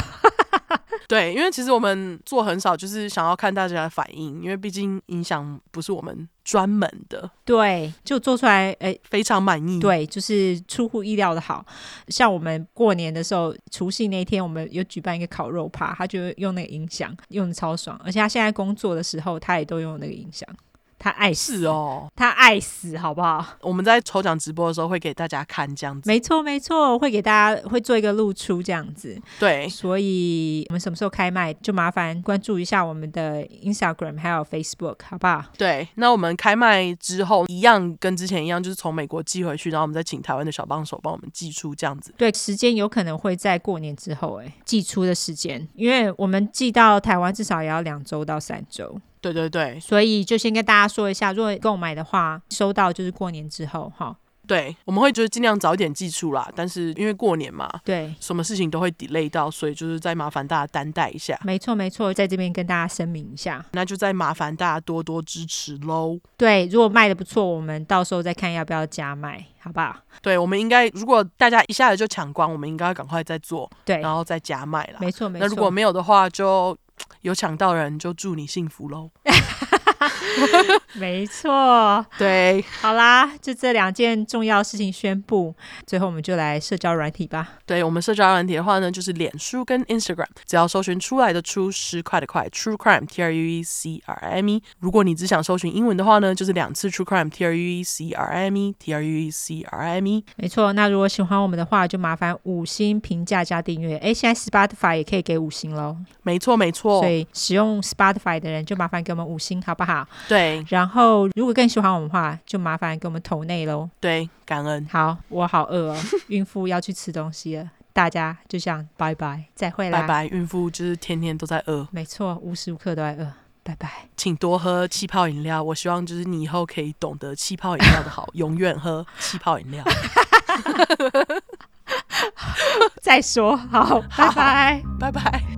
[SPEAKER 1] 对，因为其实我们做很少，就是想要看大家的反应，因为毕竟影响不是我们专门的，
[SPEAKER 2] 对，就做出来诶
[SPEAKER 1] 非常满意。，
[SPEAKER 2] 对，就是出乎意料的好。像我们过年的时候，除夕那天，我们有举办一个烤肉趴，他就用那个音响，用的超爽。而且他现在工作的时候，他也都用那个音响，他爱死
[SPEAKER 1] 是，哦，
[SPEAKER 2] 他爱死，好不好？
[SPEAKER 1] 我们在抽奖直播的时候会给大家看这样子。
[SPEAKER 2] 没错，没错，会给大家会做一个露出这样子。
[SPEAKER 1] 对，
[SPEAKER 2] 所以我们什么时候开卖，就麻烦关注一下我们的 Instagram 还有 Facebook，好不好？
[SPEAKER 1] 对，那我们开卖之后一样跟之前一样，就是从美国寄回去，然后我们再请台湾的小帮手帮我们寄出这样子。
[SPEAKER 2] 对，时间有可能会在过年之后，哎，寄出的时间，因为我们寄到台湾至少也要两周到三周，
[SPEAKER 1] 对对对
[SPEAKER 2] 所以就先跟大家说一下，如果购买的话，收到就是过年之后，哈，
[SPEAKER 1] 对，我们会就是尽量早一点寄出啦，但是因为过年嘛，
[SPEAKER 2] 对。
[SPEAKER 1] 什么事情都会 delay 到，所以就是再麻烦大家担待一下。
[SPEAKER 2] 没错，没错，在这边跟大家声明一下。
[SPEAKER 1] 那就再麻烦大家多多支持喽。
[SPEAKER 2] 对，如果卖的不错，我们到时候再看要不要加卖，好不好？
[SPEAKER 1] 对，我们应该如果大家一下子就抢光，我们应该要赶快再做，
[SPEAKER 2] 对，
[SPEAKER 1] 然后再加卖啦。
[SPEAKER 2] 没错，没
[SPEAKER 1] 那
[SPEAKER 2] 错。
[SPEAKER 1] 如果没有的话，就有抢到的人就祝你幸福 喽。
[SPEAKER 2] 没错，
[SPEAKER 1] 对
[SPEAKER 2] 好啦，就这两件重要事情宣布，最后我们就来社交软体吧。
[SPEAKER 1] 对，我们社交软体的话呢，就是脸书跟 Instagram，只要搜寻出来的出十块的块 True Crime T R U E C R I M E。如果你只想搜寻英文的话呢，就是两次 True Crime T R U E C R I M E T R U E C R I M E。
[SPEAKER 2] 没错，那如果喜欢我们的话，就麻烦五星评价加订阅。诶，现在 Spotify 也可以给五星喽，
[SPEAKER 1] 没错没错
[SPEAKER 2] 所，以使用 Spotify 的人就麻烦给我们五星，好不好？
[SPEAKER 1] 对
[SPEAKER 2] 然后如果更喜欢我们的话，就麻烦给我们投内喽。
[SPEAKER 1] 对，感恩，
[SPEAKER 2] 好，我好 饿哦，孕妇要去吃东西了，大家就想拜拜，再会啦。
[SPEAKER 1] 拜拜。孕妇就是天天都在饿。
[SPEAKER 2] 没错，无时无刻都在饿，拜拜。
[SPEAKER 1] 请多喝气泡饮料。我希望就是你以后可以懂得气泡饮料的好， 永远喝气泡饮料。
[SPEAKER 2] 再说，好，拜拜。
[SPEAKER 1] 拜拜。